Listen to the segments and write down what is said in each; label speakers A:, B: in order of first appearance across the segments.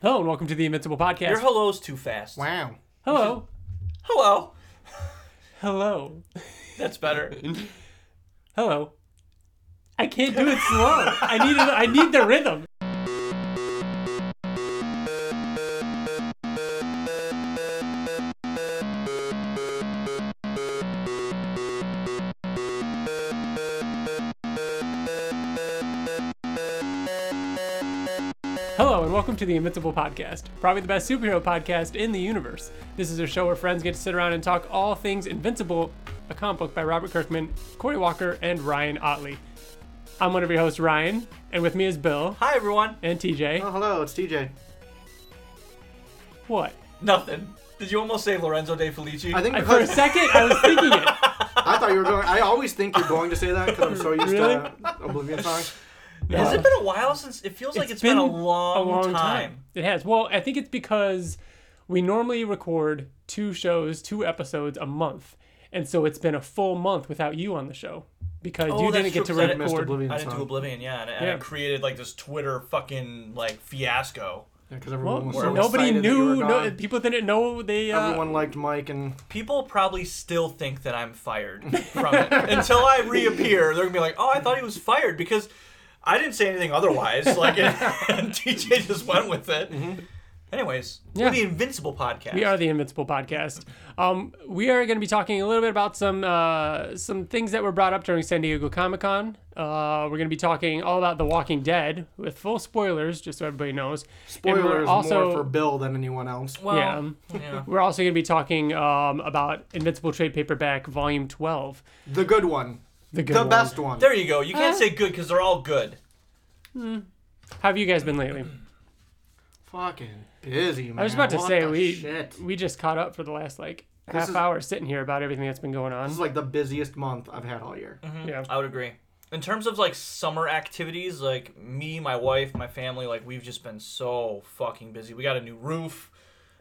A: Hello and welcome to the Invincible Podcast.
B: Your hello's too fast.
C: Wow.
A: Hello.
B: Hello.
A: Hello.
B: That's better.
A: Hello. I can't do it slow. I need it, I need the rhythm. Hello and welcome to the Invincible Podcast, probably the best superhero podcast in the universe. This is a show where friends get to sit around and talk all things Invincible, a comic book by Robert Kirkman, Corey Walker, and Ryan Otley. I'm one of your hosts, Ryan, and with me is Bill
B: Hi everyone.
A: and TJ.
C: Oh, hello, it's TJ.
A: What?
B: Nothing. Did you almost say Lorenzo De Felici?
C: I think
A: I, for a
C: because
A: second, I was thinking it.
C: I thought you were going. I always think you're going to say that because I'm so used
A: Really?
C: to Oblivion songs.
B: Has it been a while since? It feels like it's been, a long,
A: a long
B: time.
A: It has. Well, I think it's because we normally record two shows, two episodes a month, and so it's been a full month without you on the show because
B: Oh,
A: you
B: that's
A: didn't get to
B: true, 'cause I didn't-
C: Missed
A: record.
C: Oblivion
B: I didn't do
C: song.
B: Oblivion, yeah, and, and
A: Yeah.
B: it created like this Twitter fucking like fiasco.
C: Because
A: Well,
C: everyone was so
A: Oh, nobody
C: excited that you
A: knew.
C: were
A: No,
C: gone.
A: people didn't know they. Uh,
C: Everyone liked Mike and
B: People probably still think that I'm fired from it until I reappear. They're gonna be like, "Oh, I thought he was fired because I didn't say anything otherwise." Like, and, and TJ just went with it.
C: Mm-hmm.
B: Anyways,
A: Yeah.
B: we're the Invincible podcast.
A: We are the Invincible Podcast. Um, we are going to be talking a little bit about some uh, some things that were brought up during San Diego Comic Con. Uh, we're going to be talking all about The Walking Dead with full spoilers, just so everybody knows. And we're
C: spoilers more for Bill than anyone else.
B: Well,
A: Yeah.
B: yeah.
A: Um, We're also going to be talking um, about Invincible Trade Paperback Volume 12.
C: The good one,
A: The good
C: the
A: one.
C: best one.
B: There you go. You can't
A: Uh.
B: say good because they're all good.
A: How have you guys been lately?
C: Fucking busy man.
A: I was about to
C: What
A: say,
C: the
A: we
C: Shit. This
A: we just caught up for the last like half
C: is-
A: hour sitting here about everything that's been going on.
C: is like the busiest month I've had all year.
A: Yeah.
B: I would agree. In terms of like summer activities, like me, my wife, my family, like we've just been so fucking busy. We got a new roof,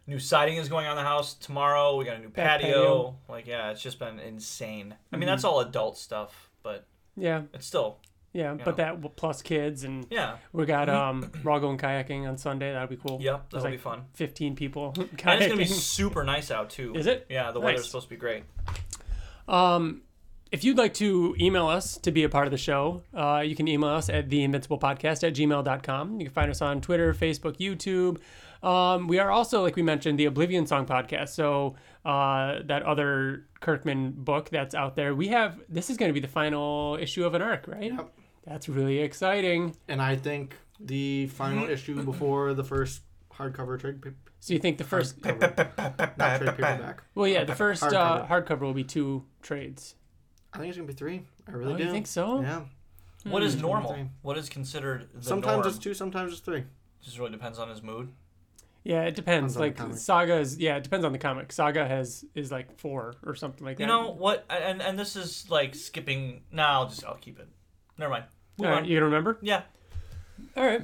B: new siding is going on the house tomorrow. We got a new
A: Back
B: patio.
A: patio. Mm-hmm.
B: Like yeah, it's just been insane. I mean, that's all adult stuff, but
A: Yeah.
B: it's still
A: Yeah. But that w- plus kids and
B: yeah,
A: we got um raw going kayaking on Sunday. That'll be cool.
B: yep,
A: There's
B: that'll be
A: like
B: fun.
A: 15 people
B: And it's gonna be
A: kayaking.
B: super nice out too.
A: Is it?
B: Yeah, the
A: Nice.
B: weather's supposed to be great.
A: Um if you'd like to email us to be a part of the show, uh, you can email us at theinvinciblepodcast at gmail.com. You can find us on Twitter, Facebook, YouTube. Um, we are also, like we mentioned, the Oblivion Song podcast. So uh, that other Kirkman book that's out there. We have, this is going to be the final issue of an arc, right?
C: Yep.
A: That's really exciting.
C: And I think the
A: Mm-hmm.
C: final issue before the first hardcover trade, pa-
A: So you think the first,
C: not trade paperback.
A: well, yeah, the first hardcover, uh,
C: Hardcover.
A: hardcover will be two trades.
C: I think it's gonna be three. I really
A: Oh,
C: do.
A: you think so?
C: Yeah.
B: What
A: Hmm.
B: is
C: gonna be
B: normal?
C: fine.
B: What is considered the
C: sometimes
B: norm?
C: it's two, sometimes it's three.
B: Just really depends on his mood.
A: Yeah, it depends.
C: Depends on the
A: like
C: comic.
A: Saga is yeah, it depends on the comic. Saga has is like four or something like that.
B: You know what? And and this is like skipping. No, I'll just I'll keep it. Never mind.
A: All
B: Move
A: right,
B: on.
A: you gonna remember?
B: yeah.
A: All right.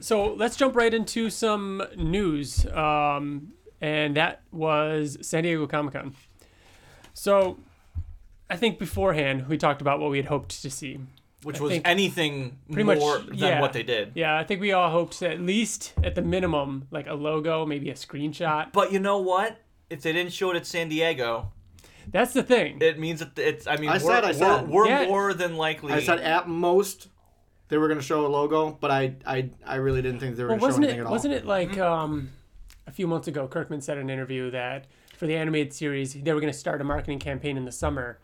A: so let's jump right into some news. Um, and that was San Diego Comic Con. So I think beforehand we talked about what we had hoped to see.
B: Which
A: I was think-
B: anything
A: pretty much- more than yeah. what they
B: did.
A: Yeah, I think we all hoped that at least at the minimum, like a logo, maybe a screenshot.
B: But you know what? If they didn't show it at San Diego,
A: That's the thing.
B: it means that it's. I mean,
C: I
B: we're,
C: said- I said.
B: we're, we're
A: Yeah.
B: more than likely.
C: I said at most they were gonna show a logo, but I I, I really didn't think they were
A: Well,
C: gonna show
A: wasn't
C: anything
A: it
C: at all.
A: wasn't it like um, a few months ago? Kirkman said in an interview that for the animated series they were going to start a marketing campaign in the summer,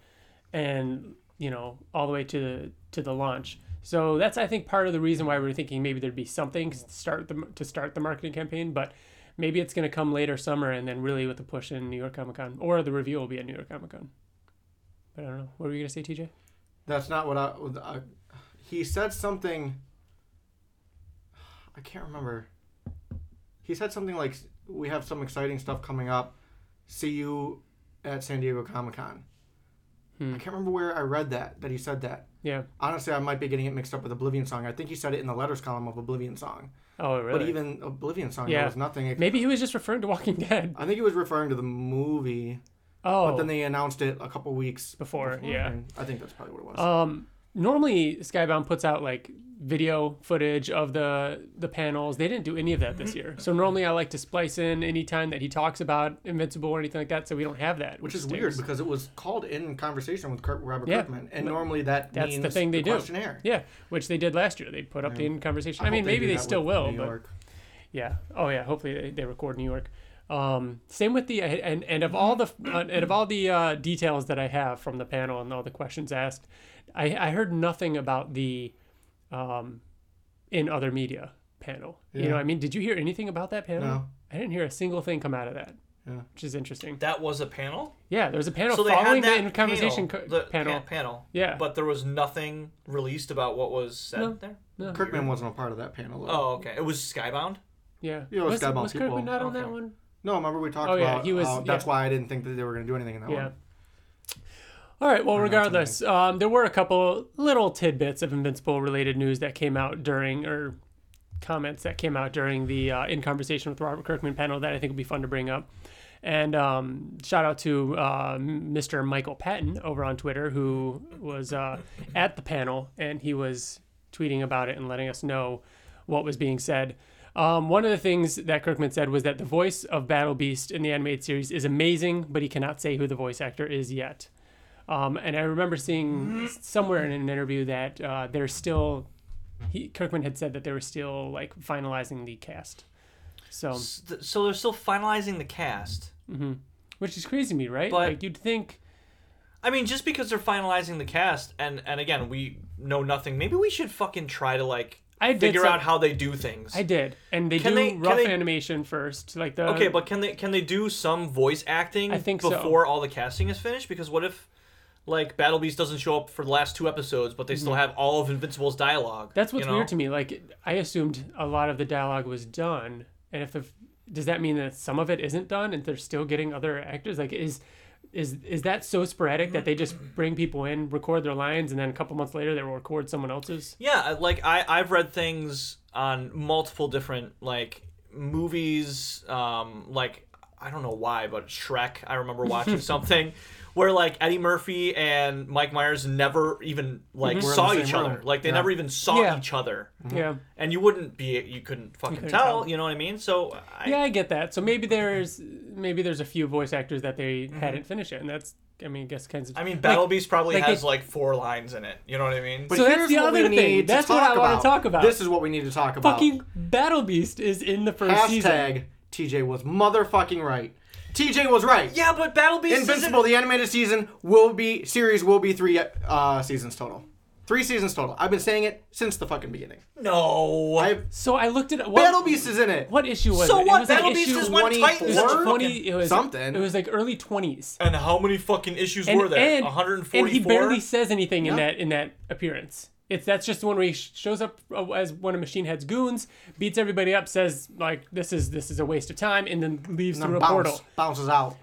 A: and you know all the way to the to the launch. So that's I think part of the reason why we were thinking maybe there'd be something 'cause to start the to start the marketing campaign, but maybe it's going to come later summer and then really with the push in New York Comic Con or the review will be at New York Comic Con. But I don't know. What were you going to say, TJ?
C: That's not what I, I. He said something. I can't remember. He said something like, "We have some exciting stuff coming up. See you at San Diego Comic Con."
A: Hmm.
C: I can't remember where I read that that he said that.
A: Yeah.
C: Honestly, I might be getting it mixed up with Oblivion Song. I think he said it in the letters column of Oblivion Song.
A: Oh, really?
C: But even Oblivion Song,
A: Yeah.
C: there was nothing. ex-
A: maybe he was just referring to Walking Dead.
C: I think he was referring to the movie.
A: Oh.
C: But then they announced it a couple weeks
A: Before, yeah.
C: and I think that's probably what it was.
A: Um, normally Skybound puts out like video footage of the the panels. They didn't do any of that this year. So normally I like to splice in any time that he talks about Invincible or anything like that. So we don't have that,
C: Which is
A: stinks.
C: weird because it was called in conversation with Kurt, Robert
A: Yeah.
C: Kirkman, and normally that
A: That's
C: means
A: the thing they do.
C: questionnaire.
A: Yeah, which they did last year. They put up the in conversation. I,
C: hope
A: mean, maybe
C: do
A: they
C: that
A: still
C: with
A: will,
C: New
A: but
C: York.
A: Yeah. Oh yeah. Hopefully they, they record New York. Um, same with the and and of all the uh, and of all the uh, details that I have from the panel and all the questions asked, I, I heard nothing about the um, in other media panel. You
C: Yeah.
A: know, what I mean, did you hear anything about that panel?
C: No.
A: I didn't hear a single thing come out of that.
C: Yeah.
A: Which is interesting.
B: That was a panel.
A: Yeah, there was a panel
B: So they
A: following the
B: had that
A: in conversation
B: panel,
A: co-
B: the
A: panel.
B: pa- panel.
A: Yeah.
B: But there was nothing released about what was said
A: No.
B: there.
A: No.
C: Kirkman wasn't a part of that panel. Though.
B: Oh, okay. It was Skybound.
A: yeah.
C: Yeah, it was Skybound
A: was
C: people.
A: Kirkman not on that
B: Okay.
A: one?
C: No, remember we talked
A: Oh, yeah,
C: about
A: he was-
C: how- that's
A: yeah.
C: why I didn't think that they were going to do anything in that
A: Yeah.
C: one.
A: All right. Well,
C: know, it's
A: regardless, um, there were a couple little tidbits of Invincible related news that came out during, or comments that came out during the uh, In Conversation with Robert Kirkman panel that I think would be fun to bring up. And um, shout out to uh, Mr. Michael Patton over on Twitter, who was uh, at the panel and he was tweeting about it and letting us know what was being said. Um, one of the things that Kirkman said was that the voice of Battle Beast in the animated series is amazing, but he cannot say who the voice actor is yet. Um, and I remember seeing
B: Mm-hmm.
A: s- somewhere in an interview that uh, they're still, he, Kirkman had said that they were still like finalizing the cast. So,
B: S- th- So they're still finalizing the cast.
A: which is crazy to me, right?
B: But-
A: like you'd think,
B: I mean, just because they're finalizing the cast, and and again, we know nothing. Maybe we should fucking try to like
A: I did
B: figure
A: some-
B: out how they do things.
A: I did, and they
B: Can
A: do
B: they- can
A: rough
B: they-
A: animation first, like the
B: okay, but can they can they do some voice acting
A: I think so.
B: before all the casting is finished? Because what if like Battle Beast doesn't show up for the last two episodes, but they still have all of Invincible's dialogue?
A: Mm-hmm. that's what's
B: you know?
A: weird to me. Like I assumed a lot of the dialogue was done, and if the does that mean that some of it isn't done and they're still getting other actors? Like is is is that so sporadic that they just bring people in, record their lines, and then a couple months later they will record someone else's?
B: Yeah, I- like I I've read things on multiple different like movies um like I don't know why but Shrek I remember watching something where like Eddie Murphy and Mike Myers never even like
A: Mm-hmm.
C: Were in
B: saw
C: the
B: each
C: same
B: other
C: room.
B: like they
C: Yeah.
B: never even saw
A: Yeah.
B: each other
A: Yeah.
B: and you wouldn't be you couldn't fucking
A: couldn't
B: tell,
A: tell.
B: you know what I mean so I,
A: Yeah, I get that. So maybe there's maybe there's a few voice actors that they
B: Mm-hmm.
A: hadn't finished yet, and that's I mean, I guess kind of.
B: I mean Battle Beast probably
A: like
B: has
A: they-
B: like four lines in it you know what I mean
A: So that's
C: here's
A: the
C: what we
A: other thing.
C: need to
A: That's what I wanna
C: about.
A: talk about.
C: This is what we need to talk about.
A: fucking Battle Beast is in the first season.
C: Hashtag TJ was motherfucking right. TJ was right.
B: yeah but Battle Beast isn't-
C: Invincible, the animated season will be series will be three uh, seasons total. Three seasons total. I've been saying it since the fucking beginning.
B: no
C: I
A: So I looked at what,
C: Battle Beast is in it.
A: What issue was
B: so
A: it?
B: what
A: it was
B: Battle
A: like
B: Beast
A: issue
B: is when
C: 24?
B: Titans is the fucking-
A: 20 it was,
C: something.
A: It was like early twenties.
B: And how many fucking issues were there?
A: and,
B: 144.
A: and he barely says anything in that in that appearance. It's that's just the one where he sh- shows up uh, as one of Machine Head's goons, beats everybody up, says like this is this is a waste of time, and then leaves
C: And
A: through a
C: bounce-
A: portal.
C: bounces out.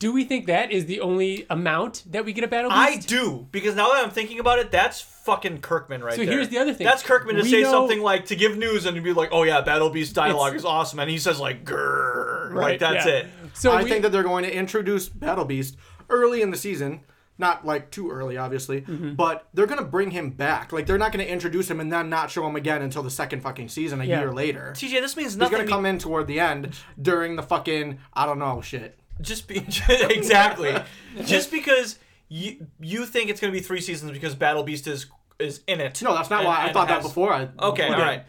A: Do we think that is the only amount that we get a Battle Beast?
B: I do because now that I'm thinking about it, that's fucking Kirkman right
A: So
B: there.
A: here's the other thing.
B: That's Kirkman to
A: We
B: say
A: know-
B: something like to give news and to be like, "Oh yeah, Battle Beast dialogue is awesome," and he says like, "Grrr," like that's
A: yeah.
B: it.
A: So
C: I
A: we,
C: think that they're going to introduce Battle Beast early in the season. Not like too early, obviously,
A: Mm-hmm.
C: but they're gonna bring him back. Like they're not gonna introduce him and then not show him again until the second fucking season a
A: Yeah.
C: year later. He's
B: TJ, this means
C: gonna
B: nothing.
C: come in toward the end during the fucking I don't know shit.
B: just be exactly. just because you you think it's gonna be three seasons because Battle Beast is is in it.
C: No, that's not
B: and-
C: why I
B: and
C: thought that
B: has-
C: before. I
B: Okay,
C: okay.
B: all right.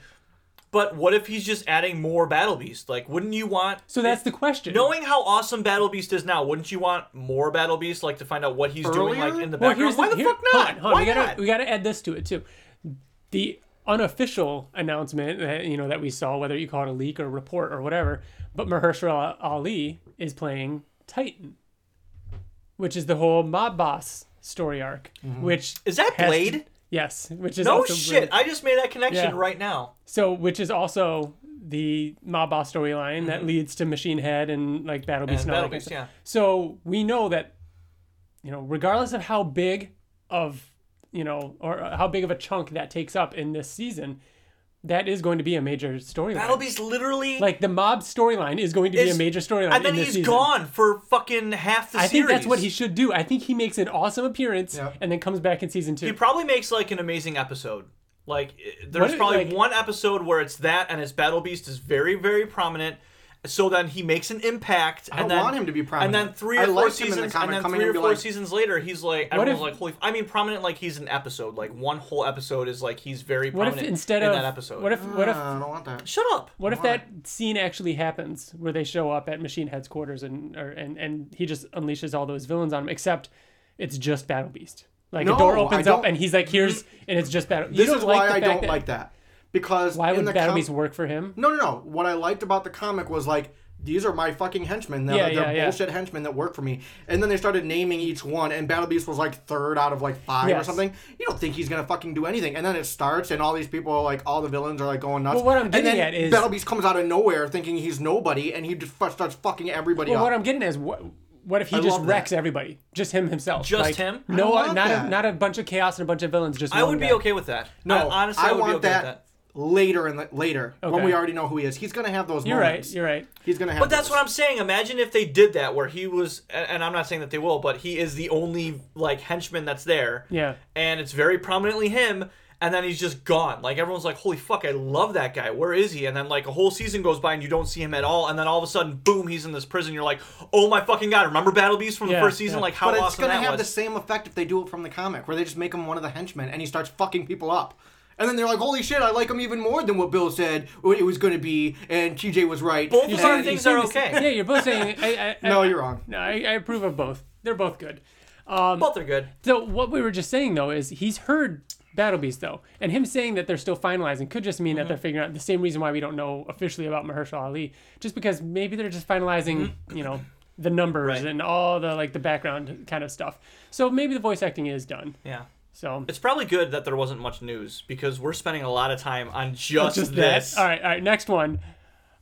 B: But what if he's just adding more Battle Beast? Like, wouldn't you want?
A: so that's the question.
B: Knowing how awesome Battle Beast is now, wouldn't you want more Battle Beast? Like to find out what he's doing,
C: Earlier?
B: like in the
A: Well,
B: background.
A: here's
B: Why the
A: here-
B: fuck not?
A: hold on, hold on,
B: Why
A: we gotta
B: not?
A: we gotta add this to it too. The unofficial announcement that you know that we saw, whether you call it a leak or report or whatever, but Mahershala Ali is playing Titan, which is the whole mob boss story arc. Which
B: Mm-hmm. Is that
A: has to-
B: Blade?
A: yes, which is
B: No
A: also Blade.
B: shit! I just made that connection
A: Yeah.
B: right now.
A: So which is also the mob boss storyline that leads to Machine Head and like Battle Beast.
B: Mm-hmm. And
A: all that
B: Battle
A: good
B: Beast,
A: stuff.
B: yeah.
A: So we know that, you know, regardless of how uh, big of, you know, or how big of a chunk that takes up in this season, that is going to be a major storyline.
B: Battle Beast literally.
A: Like the mob storyline is going to be a
B: It's-
A: major storyline.
B: and then
A: in this
B: he's
A: season.
B: gone for fucking half the
A: I
B: series.
A: think that's what he should do. I think he makes an awesome appearance
C: Yeah.
A: and then comes back in season two.
B: He probably makes like an amazing episode. Like i-
A: What
B: there's
A: if,
B: probably
A: like-
B: one episode where it's that and his battle beast is very very prominent. So then he makes an impact.
C: don't
B: and then,
C: want him to be
B: And
C: prominent.
B: then three or
C: I
B: four
C: liked him in the
B: seasons,
C: comic
B: and then
C: coming
B: three
C: in
B: or
C: and be
B: four
C: like-
B: seasons later, he's like everyone's
A: if-
B: like, "Holy!" f- I mean, prominent like he's an episode. Like one whole episode is like he's very
A: what
B: prominent
A: if instead
B: in
A: of
B: that episode.
A: what if what if
C: Uh, I don't want that.
B: Shut up.
A: what if that scene actually happens where they show up at Machine Head's quarters and or, and and he just unleashes all those villains on him? Except it's just Battle Beast. Like
C: No,
A: a door
C: I
A: opens up
C: don't-
A: and he's like, "Here's," and it's just Battle.
C: This
A: you don't
C: is
A: like
C: why
A: the
C: I
A: fact
C: don't
A: that,
C: like that. Because
A: Why
C: in
A: would
C: the
A: Battle
C: com-
A: Beast work for him?
C: No, no, no. What I liked about the comic was like these are my fucking henchmen. They're,
A: Yeah, yeah,
C: they're
A: yeah.
C: bullshit henchmen that work for me. And then they started naming each one, and Battle Beast was like third out of like five or
A: Yes.
C: something. You don't think he's gonna fucking do anything. And then it starts, and all these people are like, all the villains are like going nuts.
A: Well, what I'm
C: and
A: getting
C: then
A: at is-
C: Battle Beast comes out of nowhere thinking he's nobody, and he just fu- starts fucking everybody
A: Well,
C: up.
A: what I'm getting at is what what if he
C: I
A: just
C: love that.
A: wrecks everybody? Just him himself.
B: Just
A: Like,
B: him? I
A: No,
C: don't want
A: not a,
C: that.
A: not a bunch of chaos and a bunch of villains. Just
B: I
A: one
B: would be
A: guy.
B: okay with that.
C: no,
B: I, honestly,
C: I,
B: would
C: want
B: be okay
C: that,
B: with that.
C: later and later when
A: Okay.
C: we already know who he is. He's gonna have those.
A: You're right.
C: moments.
A: You're right.
C: He's gonna have.
B: But that's what I'm saying. Imagine if they did that, where he was, and and I'm not saying that they will, but he is the only like henchman that's there.
A: Yeah.
B: And it's very prominently him, and then he's just gone. Like everyone's like, "Holy fuck, I love that guy. Where is he?" And then like a whole season goes by and you don't see him at all, and then all of a sudden, boom, he's in this prison. You're like, "Oh my fucking god!" Remember Battle Beast from
A: Yeah,
B: the first season?
A: yeah.
B: Like how
C: But it's
B: awesome
C: gonna
B: that
C: have
B: was.
C: the same effect if they do it from the comic, where they just make him one of the henchmen and he starts fucking people up. And then they're like, "Holy shit, I like him even more than what Bill said it was gonna be." And TJ was right.
B: Both
C: and,
B: of our
A: You
B: things
A: seem
B: are
A: to-
B: okay.
A: Yeah, you're both saying. I, I,
C: No,
A: I-
C: you're wrong.
A: No, I, I approve of both. They're both good. Um,
B: Both are good.
A: So what we were just saying though is he's heard Battle Beast though, and him saying that they're still finalizing could just mean that
C: Mm-hmm.
A: they're figuring out the same reason why we don't know officially about Mahershala Ali, just because maybe they're just finalizing,
C: Mm-hmm.
A: you know, the numbers
B: Right.
A: and all the like the background kind of stuff. So maybe the voice acting is done.
B: Yeah.
A: So
B: It's probably good that there wasn't much news because we're spending a lot of time on just,
A: just
B: this.
A: that. All right, all right. Next one.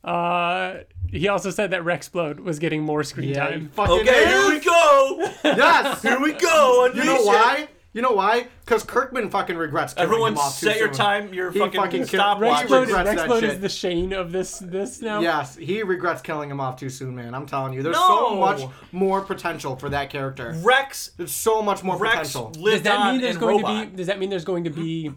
A: Uh, he also said that Rexplode was getting more screen
C: Yeah, you
A: time.
C: fucking
B: Okay, here we go.
C: yes,
B: Here we go.
C: You know why? You know why? Because Kirkman fucking regrets. killing
B: Everyone,
C: him off too
B: set your
C: soon.
B: time. Your
C: He
B: fucking,
C: fucking killed-
B: stopwatch.
C: Rex Blade
A: Rexplode, is,
C: regrets that
A: Rexplode is
C: shit.
A: the Shane of this this now.
C: Yes, he regrets killing him off too soon, man. I'm telling you, there's so
B: No.
C: much more potential for that character.
B: Rex.
C: There's so much more
B: Rex
C: potential.
A: Does
B: lived
A: that
B: on
A: mean there's
B: in
A: going
B: Robot.
A: to be? Does that mean there's going to be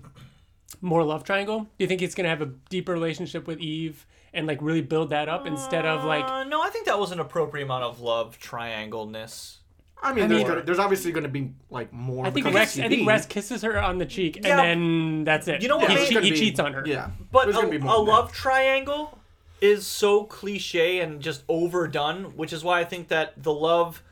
A: more love triangle? Do you think it's going to have a deeper relationship with Eve and like really build that up instead of like?
B: Uh, no, I think that was an appropriate amount of love triangleness.
C: I mean, there's,
A: mean-
C: gonna, there's obviously going to be like more.
A: I think
C: because of
A: Rex. I think
C: TV.
A: Rex kisses her on the cheek and
B: Yeah.
A: then that's it.
B: You know what
A: He,
B: made-
A: che-
C: gonna
A: he
C: be-
A: cheats on her.
C: Yeah,
B: But
C: there's
B: a,
C: gonna be more
B: a
C: than that.
B: love triangle is so cliche and just overdone, which is why I think that the love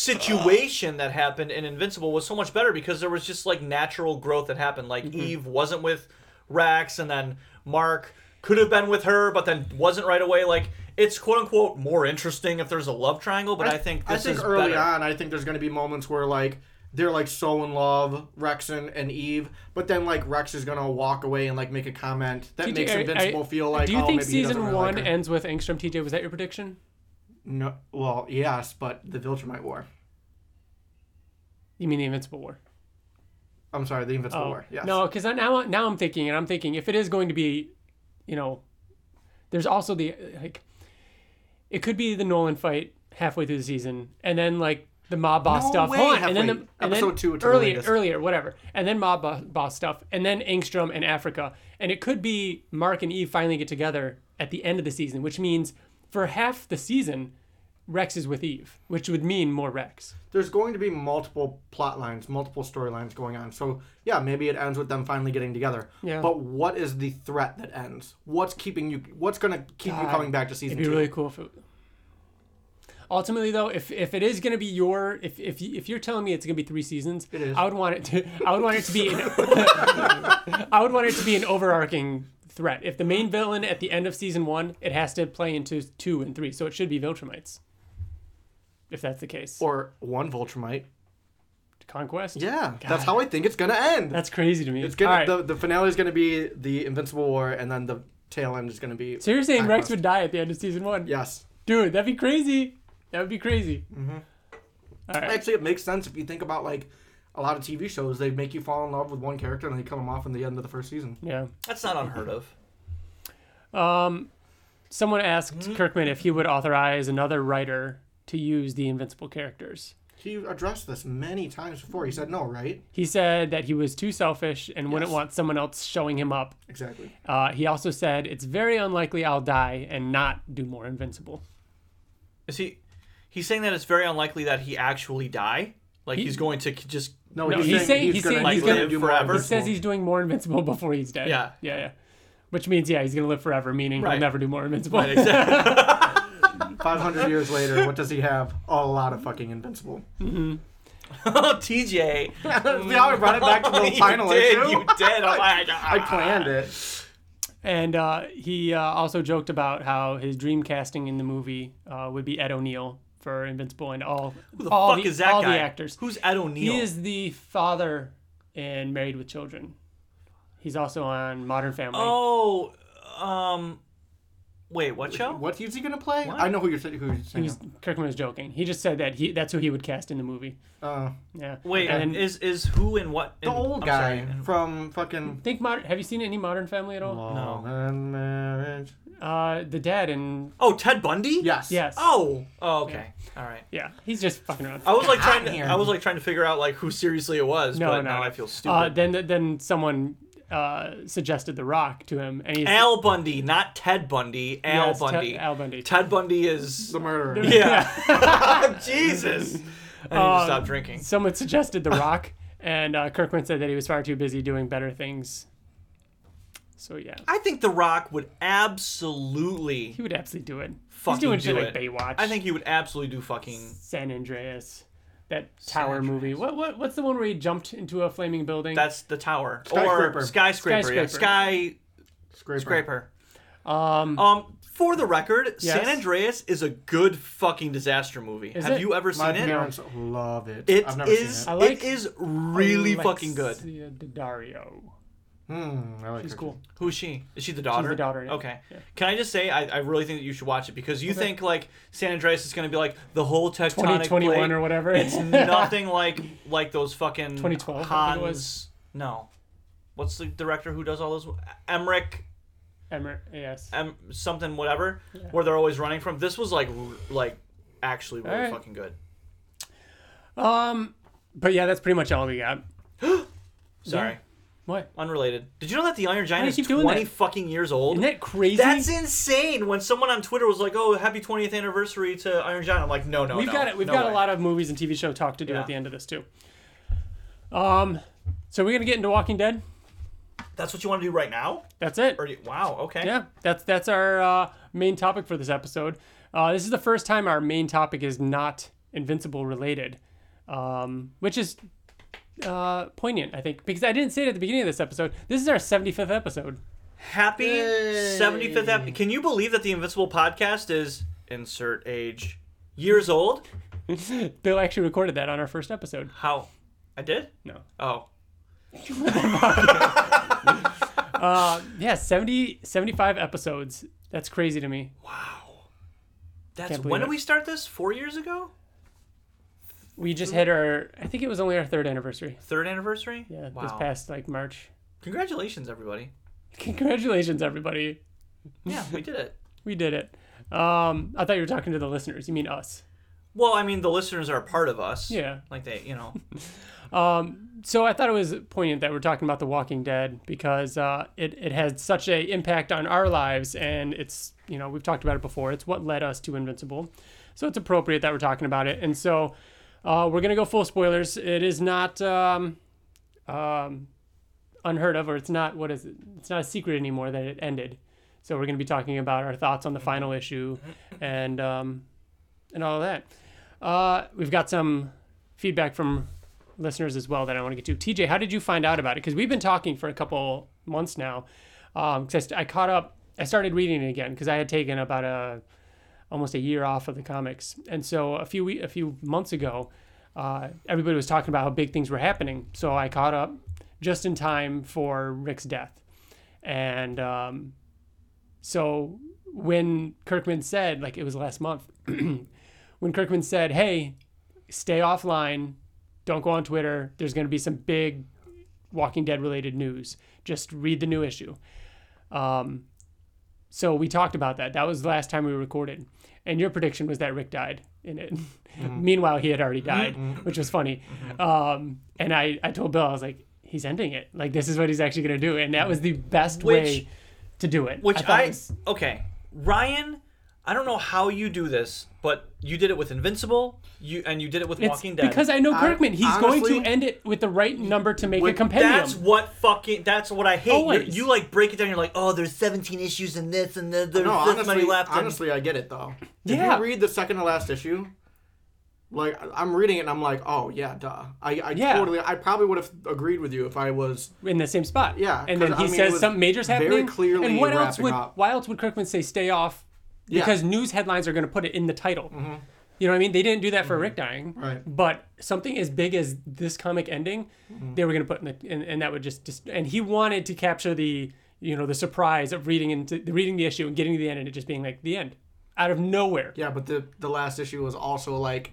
B: situation that happened in Invincible was so much better because there was just like natural growth that happened. Like
C: Mm-hmm.
B: Eve wasn't with Rex, and then Mark could have been with her, but then wasn't right away. Like it's quote unquote more interesting if there's a love triangle, but I, think this
C: I think
B: is
C: early
B: better.
C: on, I think there's going to be moments where like they're like so in love, Rex and, and Eve, but then like Rex is going to walk away and like make a comment that
A: TJ,
C: makes
A: I- I-
C: Invincible feel like
A: Do you
C: oh,
A: think
C: maybe he doesn't
A: season
C: really
A: one
C: like her.
A: ends with Engstrom? TJ, was that your prediction?
C: no, well, yes, but the Viltrumite War.
A: You mean the Invincible War?
C: I'm sorry, the Invincible War. Yes.
A: Oh. No, because now now I'm thinking, and I'm thinking if it is going to be, you know, there's also the like, it could be the Nolan fight halfway through the season, and then like the mob boss
C: No
A: stuff.
C: way,
A: Hold on, and then the,
C: halfway.
A: and then
C: Episode two to the
A: earlier,
C: latest.
A: earlier, whatever, and then mob bo- boss stuff, and then Angstrom and Africa, and it could be Mark and Eve finally get together at the end of the season, which means for half the season, Rex is with Eve, which would mean more Rex.
C: There's going to be multiple plot lines, multiple storylines going on. So yeah, maybe it ends with them finally getting together.
A: Yeah.
C: But what is the threat that ends? What's keeping you? What's going to keep you coming back to
A: It'd
C: season
A: be
C: two?
A: really cool if it. Ultimately, though, if, if it is gonna be your if if you- if you're telling me it's gonna be three seasons,
C: is.
A: I would want it to I would want it to be an, I would want it to be an overarching threat. If the main villain at the end of season one, it has to play into two and three, so it should be Viltrumites. If that's the case,
C: or one Viltrumite.
A: conquest.
C: Yeah, that's how I think it's going to end.
A: that's crazy to me.
C: It's gonna
A: All right.
C: the, the finale is gonna be the Invincible War, and then the tail end is gonna be.
A: so you're saying Rex
C: Conquest.
A: would die at the end of season one?
C: Yes,
A: dude, that'd be crazy. That would be crazy.
C: Mm. actually, it makes sense if you think about like a lot of TV shows. They make you fall in love with one character and they kill them off in the end of the first season.
A: Yeah.
B: That's not unheard of.
A: Someone asked Kirkman if he would authorize another writer to use the Invincible characters.
C: He addressed this many times before. He said no, right?
A: He said that he was too selfish and wouldn't
C: Yes.
A: want someone else showing him up.
C: Exactly.
A: Uh, he also said, It's very unlikely I'll die and not do more Invincible.
B: Is he? He's saying that it's very unlikely that he actually die. Like he's going to k- just
A: No, he's saying- he's saying he's gonna
B: live
A: He
B: forever. Invincible.
A: says he's doing more Invincible before he's dead.
B: Yeah.
A: Yeah, yeah. Which means, yeah, he's going to live forever, meaning
B: Right.
A: he'll never do more Invincible.
B: exactly.
C: Five hundred years later, what does he have? A lot of fucking invincible.
B: TJ.
C: See how I brought it back to the
B: you
C: final
B: did,
C: issue?
B: You did. Oh my god.
C: I planned it.
A: And uh, he uh, also joked about how his dream casting in the movie uh, would be Ed O'Neill for Invincible and all
B: Who the
A: all
B: fuck
A: the,
B: is that
A: all
B: guy?
A: the actors.
B: Who's Ed O'Neill?
A: He is the father in Married with Children. He's also on Modern Family.
B: Oh, um, wait, what show?
C: What is he gonna play? I know who you're saying. Who you're
A: He
C: saying.
A: was, Kirkman was joking. He just said that he that's who he would cast in the movie.
C: Uh,
A: Yeah.
B: Wait,
A: and
B: is is who and what?
C: the old guy from fucking.
A: think modern. Have you seen any Modern Family at all?
C: Long and marriage.
A: Uh, the dad and
B: Oh, Ted Bundy.
C: Yes.
A: yes.
B: Oh. Oh, okay. All right.
A: yeah. He's just fucking around.
B: I was like trying to.
C: here.
B: I was like trying to figure out like who seriously it was,
A: No,
B: but
A: no.
B: now I feel stupid.
A: Uh, then then someone uh, suggested The Rock to him, and he's
B: Al Bundy, not Ted Bundy. Al
A: Yes, Ted-
B: Bundy.
A: Al Bundy.
B: Ted Bundy is.
C: The murderer.
B: Yeah. Jesus. I need
A: Um,
B: to stop drinking.
A: Someone suggested The Rock, and uh, Kirkman said that he was far too busy doing better things. So yeah,
B: I think The Rock would absolutely
A: he would absolutely do it.
B: fucking
A: He's doing
B: do
A: shit
B: it.
A: like Baywatch.
B: I think he would absolutely do fucking.
A: San Andreas, that tower
B: Andreas.
A: movie. What what what's the one where he jumped into a flaming building?
B: That's the tower or
C: Skyscraper.
B: skyscraper. Yeah. Sky.
C: Scraper.
B: Scraper. Um, for the record,
A: Yes.
B: San Andreas is a good fucking disaster movie. Have
A: it?
B: you ever
C: My
B: seen it?
C: parents love it.
B: It
C: I've never
B: is.
C: seen
A: I like-
B: it is really
A: Alexia
B: fucking good.
A: Daddario.
C: it. Mm, I like
A: She's
C: her.
A: cool.
B: Who's she? Is she the daughter?
A: daughter, yeah.
B: Okay. Can I just say I, I really think that you should watch it because you think like San Andreas is gonna be like the whole tectonic
A: Twenty twenty one
B: plate.
A: or whatever.
B: It's nothing like like those fucking
A: 2012, I think it
B: Hans.
A: was.
B: No. What's the director who does all those? Emmerich
A: Emmer, yes.
B: um, something whatever where they're always running from. This was like r- like actually really
A: Alright.
B: fucking good.
A: Um, But yeah, that's pretty much all we got.
B: Sorry.
A: What?
B: Unrelated. Did you know that the Iron Giant
A: do
B: is
A: you keep doing
B: 20
A: that?
B: fucking years old?
A: Isn't that crazy?
B: That's insane. When someone on Twitter was like, "Oh, happy 20th anniversary to Iron Giant." I'm like, "No, no,
A: We've
B: no,
A: got it. We've
B: no
A: got
B: way.
A: a lot of movies and TV show talk to do
B: Yeah.
A: at the end of this too. Um, so we're gonna get into Walking Dead.
B: That's what you want to do right now?
A: That's it.
B: Or you, wow, okay.
A: Yeah, that's that's our uh, main topic for this episode. Uh, this is the first time our main topic is not Invincible related, um, which is uh, poignant, I think, because I didn't say it at the beginning of this episode. This is our 75th episode.
B: Happy 75th ep- Can you believe that the Invincible podcast is insert age years old?
A: Bill actually recorded that on our first episode.
B: How? I did?
A: No.
B: Oh.
A: Uh, Yeah, 70, 75 episodes. That's crazy to me.
B: That's
A: Can't
B: when
A: believe
B: did
A: it.
B: we start this? 4 years ago?
A: We just hit our, I think it was only our third anniversary.
B: 3rd anniversary?
A: Yeah,
B: wow.
A: this past like March.
B: Congratulations everybody.
A: Congratulations, everybody.
B: Yeah, we did it.
A: We did it. Um, I thought you were talking to the listeners. You mean us.
B: Well, I mean, the listeners are a part of us.
A: Yeah.
B: Like they, you know.
A: so I thought it was poignant that we're talking about The Walking Dead because uh, it it had such a impact on our lives, and it's you know we've talked about it before. It's what led us to Invincible, so it's appropriate that we're talking about it. And so uh, we're gonna go full spoilers. It is not um, um, unheard of, or it's not what is it? It's not a secret anymore that it ended. So we're gonna be talking about our thoughts on the final issue, and um, and all of that. Uh, we've got some feedback from listeners as well that I want to get to. TJ, how did you find out about it? Because we've been talking for a couple months now. Um, 'cause I, st- I caught up. I started reading it again because I had taken about a almost a year off of the comics, and so a few we- a few months ago, uh, everybody was talking about how big things were happening. So I caught up just in time for Rick's death, and um, so when Kirkman said, like it was last month, when Kirkman said, "Hey, stay offline, don't go on Twitter. There's going to be some big Walking Dead related news. Just read the new issue. Um, So we talked about that. That was the last time we recorded. And your prediction was that Rick died in it.
B: Mm-hmm.
A: Meanwhile, he had already died, which was funny. Um, and I, I told Bill, I was like, he's ending it. Like, this is what he's actually going to do. And that was the best
B: Which-
A: way to do it.
B: Which
A: thought
B: I,
A: it was-
B: okay, Ryan. I don't know how you do this, but you did it with Invincible, you and you did it with
A: it's
B: Walking Dead.
A: because I know Kirkman. He's
C: honestly-
A: going to end it with the right number to make a
C: With-
A: compendium.
B: that's what fucking. That's what I hate. You,
A: Always.
B: you like break it down. You're like, oh, there's 17 issues in this, and then there's
C: No,
B: this
C: honestly,
B: many left. and-
C: honestly, I get it though. Did
A: Yeah.
C: you read the second to last issue? Like I- I'm reading it and I'm like, oh yeah, duh. I, I
A: Yeah.
C: totally, I probably would have agreed with you if I was.
A: in the same spot.
C: Yeah,
A: and then
C: 'cause,
A: he
C: I mean, it
A: says
C: was
A: something major's
C: very
A: happening.
C: clearly
A: and what else
C: wrapping
A: would
C: up.
A: why else would Kirkman say stay off?
C: Yeah. Mm-hmm.
A: Because news headlines are going to put it in the title. You know what I mean? They didn't do that for Rick dying,
C: Right.
A: But something as big as this comic ending,
C: Mm-hmm.
A: they were going to put in the and, and that would just, just and he wanted to capture the you know the surprise of reading into reading the issue and getting to the end and it just being like the end out of nowhere.
C: Yeah, but the the last issue was also like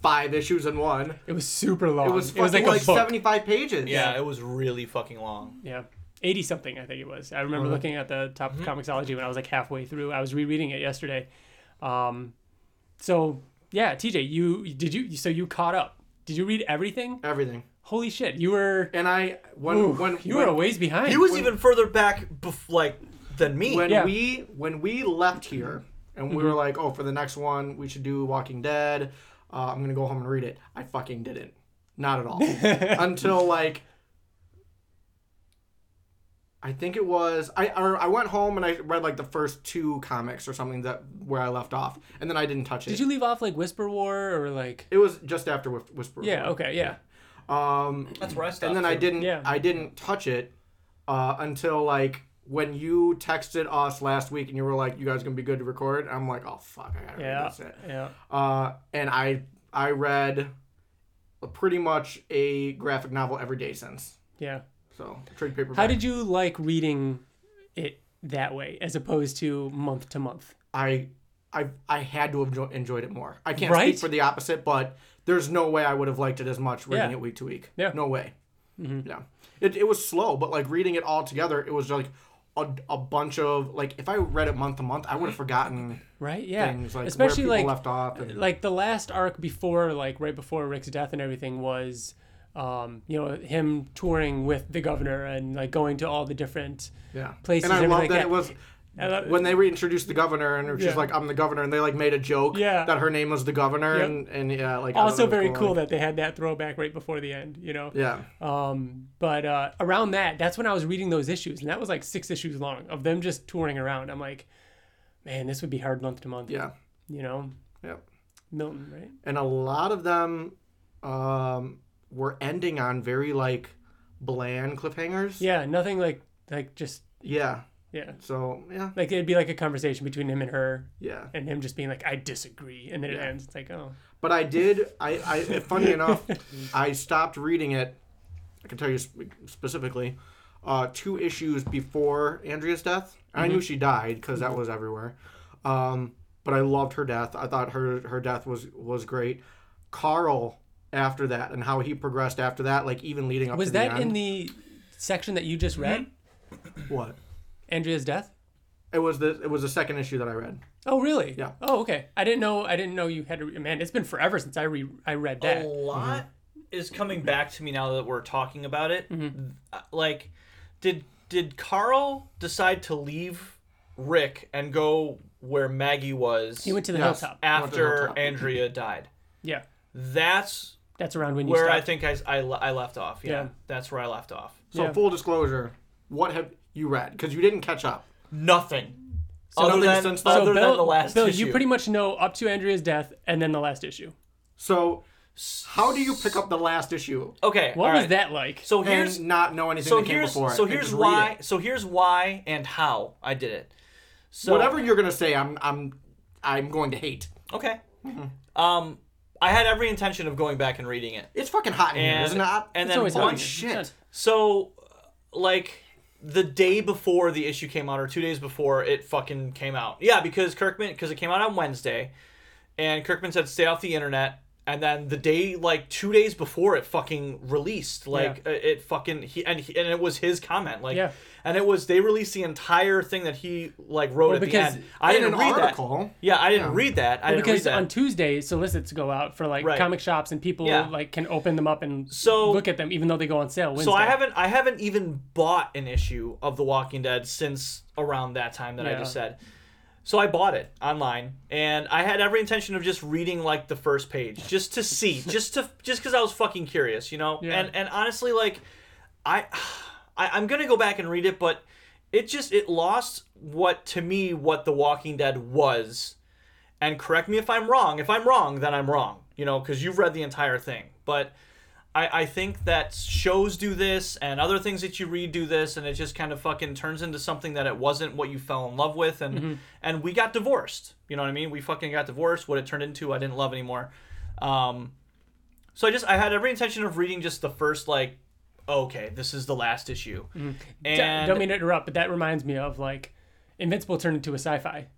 C: five issues in one.
A: It was super long.
C: It was fucking
A: like,
C: like,
A: a book.
C: 75 pages.
B: yeah, it was really fucking long.
A: Yeah. 80 something, I think it was. I remember
C: Uh-huh.
A: looking at the top
C: Mm-hmm.
A: of comicsology when I was like halfway through. I was rereading it yesterday. Um, so yeah, TJ, you did you so you caught up. Did you read everything?
C: everything.
A: Holy shit, you were
C: And I when
A: ooh,
C: when
A: you
C: when,
A: were a ways behind.
B: He was even further back, bef- like than me.
C: when
A: Yeah. Mm-hmm.
C: we when we left here and we were like, oh, for the next one we should do Walking Dead. Uh, I'm gonna go home and read it. I fucking didn't, not at all, until like. I think it was I or I went home and I read like the first two comics or something that where I left off and then I didn't touch it.
A: Did you leave off like Whisper War or like
C: It was just after Whis- Whisperer.
A: Yeah, okay, yeah.
C: Um,
B: That's where I stopped.
C: and then I
B: too.
C: didn't
A: Yeah.
C: I didn't touch it uh, until like when you texted us last week and you were like, "You guys gonna be good to record?" I'm like, "Oh fuck, I gotta read
A: Yeah.
C: this." shit."
A: Yeah.
C: Uh, and I I read pretty much a graphic novel every day since.
A: Yeah.
C: So trade paperback.
A: How did you like reading it that way as opposed to month to month?
C: I I I had to have jo- enjoyed it more. I can't
A: Right?
C: speak for the opposite, but there's no way I would have liked it as much reading
A: Yeah.
C: it week to week.
A: Yeah. Mm-hmm.
C: No way. Yeah. It, it was slow, but like reading it all together, it was like a, a bunch of like if I read it month to month, I would have forgotten
A: Right? Mm-hmm. Yeah.
C: things like
A: Especially
C: where people
A: like uh,
C: left off. And,
A: like the last arc before like right before Rick's death and everything was um you know him touring with the governor and like going to all the different
C: yeah.
A: places,
C: and I
A: everything
C: love
A: like
C: that,
A: that.
C: it was.
A: I love-
C: When they reintroduced the governor and she's
A: Yeah.
C: like, "I'm the governor," and they like made a joke
A: Yeah.
C: that her name was the governor,
A: Yep.
C: and, and yeah, like I thought
A: also
C: it was
A: very cool
C: Like,
A: that they had that throwback right before the end you know
C: yeah,
A: um but uh around that that's when I was reading those issues and that was like 6 issues long of them just touring around I'm like man this would be hard month to month
C: yeah,
A: you know
C: yep.
A: Milton right
C: and a lot of them um, were ending on very like bland cliffhangers.
A: yeah nothing like like just
C: Yeah.
A: yeah
C: So yeah,
A: like it'd be like a conversation between him and her
C: yeah.
A: and him just being like I disagree and then it
C: Yeah.
A: ends it's like oh
C: But I did. I, I funny enough, I stopped reading it. I can tell you sp- specifically, uh, two issues before Andrea's death. I
A: Mm-hmm.
C: knew she died because that was everywhere. Um, but I loved her death. I thought her her death was was great. Carl after that and how he progressed after that, like even leading up
A: Was
C: to
A: that
C: the end.
A: in the section that you just read,
B: Mm-hmm.
C: what?
A: Andrea's death?
C: It was the it was the second issue that I read.
A: Oh, really?
C: Yeah.
A: Oh, okay. I didn't know. I didn't know you had to. Re- Man, it's been forever since I re I read
B: a
A: that.
B: lot is coming back to me now that we're talking about it.
A: Mm-hmm.
B: Uh, Like, did did Carl decide to leave Rick and go where Maggie was
A: He went to the Mm-hmm.
C: Yes.
A: hilltop.
B: after
C: hilltop.
B: Andrea died?
A: Yeah,
B: That's
A: that's around when you
B: where I
A: stopped.
B: think I, I, le- I left off. Yeah,
A: Yeah.
B: that's where I left off.
C: So
A: Yeah.
C: full disclosure, what have you read? Because you didn't catch up.
B: Nothing. other
C: nothing
B: than,
C: since- so
B: other
A: Bill,
B: than the last
A: Bill,
B: issue.
A: you pretty much know up to Andrea's death and then the last issue.
C: So how do you pick up the last issue
B: okay.
A: What
B: all
A: was
B: right.
A: that like?
B: So
C: and
B: here's
C: not know anything
B: so
C: that came
B: here's
C: before it?
B: so
C: and
B: here's
C: just read
B: why
C: it?
B: so here's why and how I did it. So
C: Whatever you're gonna say, I'm I'm I'm going to hate.
B: Okay. Um, I had every intention of going back and reading it.
C: It's fucking hot in here,
B: And-
C: isn't it?
B: and
A: It's
B: then
A: always
B: one
A: happening.
C: shit.
A: It's
B: So, uh, like, the day before the issue came out, or two days before it fucking came out. Yeah, because Kirkman, because it came out on Wednesday, and Kirkman said stay off the internet and then the day like two days before it fucking released like uh, it fucking he and, he and it was his comment like
A: Yeah.
B: and it was they released the entire thing that he like wrote at the
A: because
B: end i
C: in
B: didn't
C: an
B: read that
C: article.
B: yeah i didn't read that i didn't read
A: because
B: that
A: on Tuesday solicits go out for like
B: Right.
A: comic shops and people
B: Yeah.
A: like can open them up and
B: So-
A: look at them even though they go on sale Wednesday.
B: so i haven't i haven't even bought an issue of the walking dead since around that time that i
A: Yeah.
B: just said so i bought it online and i had every intention of just reading like the first page just to see just to just because i was fucking curious you know
A: Yeah.
B: and and honestly like I, I i'm gonna go back and read it but it just it lost what to me what the walking dead was and correct me if i'm wrong if i'm wrong then i'm wrong you know because you've read the entire thing but I, I think that shows do this and other things that you read do this and it just kind of fucking turns into something that it wasn't what you fell in love with
A: Mm-hmm.
B: and and we got divorced you know what i mean we fucking got divorced what it turned into i didn't love anymore um so i just i had every intention of reading just the first like okay this is the last issue
A: D-
B: and
A: Mm-hmm. don't mean to interrupt, but that reminds me of like Invincible turned into a sci-fi.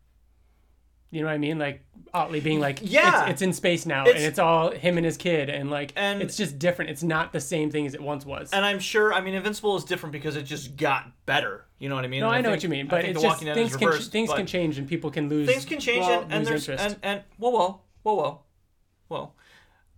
A: You know what I mean? Like Otley being like,
B: Yeah.
A: it's, it's in space now, and
B: It's-
A: it's all him and his kid, and like,
B: And-
A: it's just different. It's not the same thing as it once was.
B: and i'm sure i mean invincible is different because it just got better you know what i mean
A: no,
B: And
A: I know
B: think-
A: what you mean,
B: I
A: but
B: think
A: it's
B: The
A: just
B: Walking Dead is
A: things can
B: reversed,
A: things
B: but-
A: can change, and people can lose
B: things can change
A: well,
B: and, and
A: lose
B: there's
A: interest.
B: and, and whoa whoa whoa whoa whoa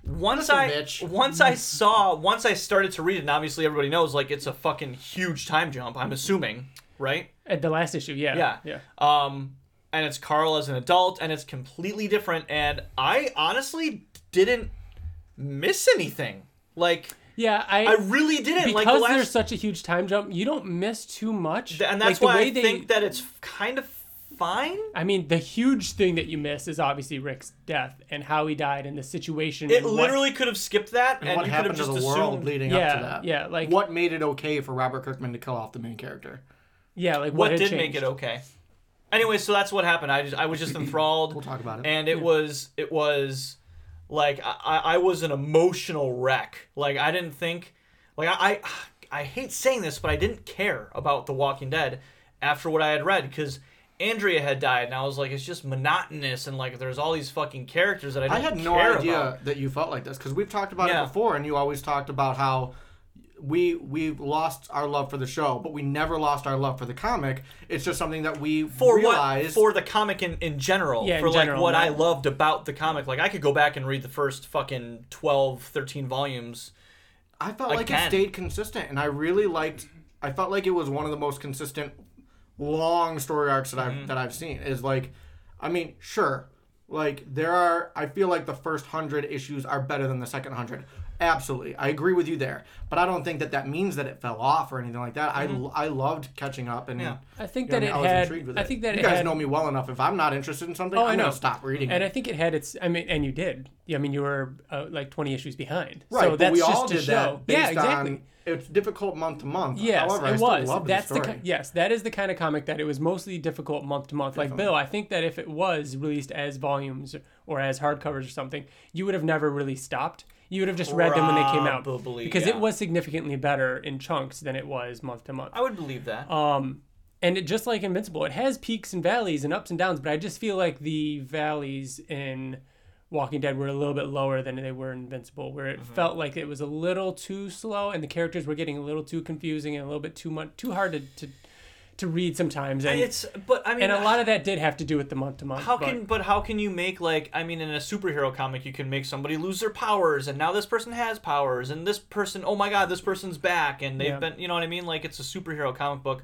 B: once I
C: bitch.
B: once I saw once I started to read it, and obviously everybody knows like it's a fucking huge time jump. I'm assuming, right?
A: At the last issue, yeah,
B: Yeah.
A: yeah.
B: Um, and it's Carl as an adult, and it's completely different. And I honestly didn't miss anything. Like
A: Yeah, I,
B: I really didn't.
A: because
B: like the last,
A: there's such a huge time jump, you don't miss too much.
B: and
A: Like,
B: that's
A: the
B: why
A: way
B: I
A: they-
B: think that it's kind of fine.
A: I mean, the huge thing that you miss is obviously Rick's death and how he died and the situation.
B: It
A: and what-
B: literally could have skipped that, and,
C: what
B: you could have
C: happened to
B: just
C: the
B: assumed.
C: world leading up
A: Yeah,
C: to that?
A: yeah, like-
C: what made it okay for Robert Kirkman to kill off the main character?
A: yeah, like
B: what
A: what, had
B: did
A: changed.
B: make it okay. Anyway, so that's what happened. I just I was just enthralled.
C: We'll talk about it.
B: And it was it was like I, I I was an emotional wreck. Like I didn't think like I, I I hate saying this, but I didn't care about The Walking Dead after what I had read because Andrea had died, and I was like, it's just monotonous, and like there's all these fucking characters that I
C: I
B: didn't
C: had no
B: care
C: idea
B: about.
C: that you felt like this because we've talked about
B: Yeah.
C: it before, and you always talked about how we we lost our love for the show, but we never lost our love for the comic. It's just something that we
B: for
C: realized.
B: what for the comic in, in general
A: Yeah, in
B: for like
A: general,
B: what
A: not-
B: i loved about the comic like i could go back and read the first fucking 12 13 volumes
C: I felt like
B: Again.
C: it stayed consistent, and I really liked. I felt like it was one of the most consistent long story arcs that I've
B: Mm-hmm.
C: that I've seen. Is like, I mean, sure, like there are. I feel like the first hundred issues are better than the second hundred. Absolutely, I agree with you there. But I don't think that that means that it fell off or anything like that. I I loved catching up, and
B: Mm-hmm. Yeah.
A: I think
C: you
A: that
C: know,
A: it
C: I, was
A: had.
C: intrigued with it.
A: I think that
C: you
A: it
C: guys
A: had, Oh,
C: know me well enough. If I'm not interested in something,
A: I
C: I'm
A: know.
C: gonna stop reading.
A: and
C: it.
A: I think it had its. I mean, and you did. Yeah, I mean, you were uh, like 20 issues behind.
C: Right,
A: so
C: but
A: that's
C: we
A: just
C: all
A: to
C: did
A: show.
C: that. Based
A: yeah, exactly.
C: On, it's difficult month to month.
A: Yes,
C: However,
A: it
C: I still
A: was.
C: love
A: That's
C: the story.
A: the ki- yes, that is the kind of comic that it was mostly difficult month to month. Like Bill, I think that if it was released as volumes or as hardcovers or something, you would have never really stopped. You would have just read them when they came out
B: Probably,
A: because it
B: yeah.
A: was significantly better in chunks than it was month to month.
B: i would believe that
A: Um, And it just like Invincible, it has peaks and valleys and ups and downs, but I just feel like the valleys in Walking Dead were a little bit lower than they were in Invincible, where
B: Mm-hmm.
A: it felt like it was a little too slow and the characters were getting a little too confusing and a little bit too much too hard to to, to read sometimes. And
B: it's but i mean
A: and a lot of that did have to do with the month to month.
B: how can but how can you make like i mean in a superhero comic you can make somebody lose their powers and now this person has powers and this person oh my god this person's back and
A: Yeah.
B: they've been you know what i mean like it's a superhero comic book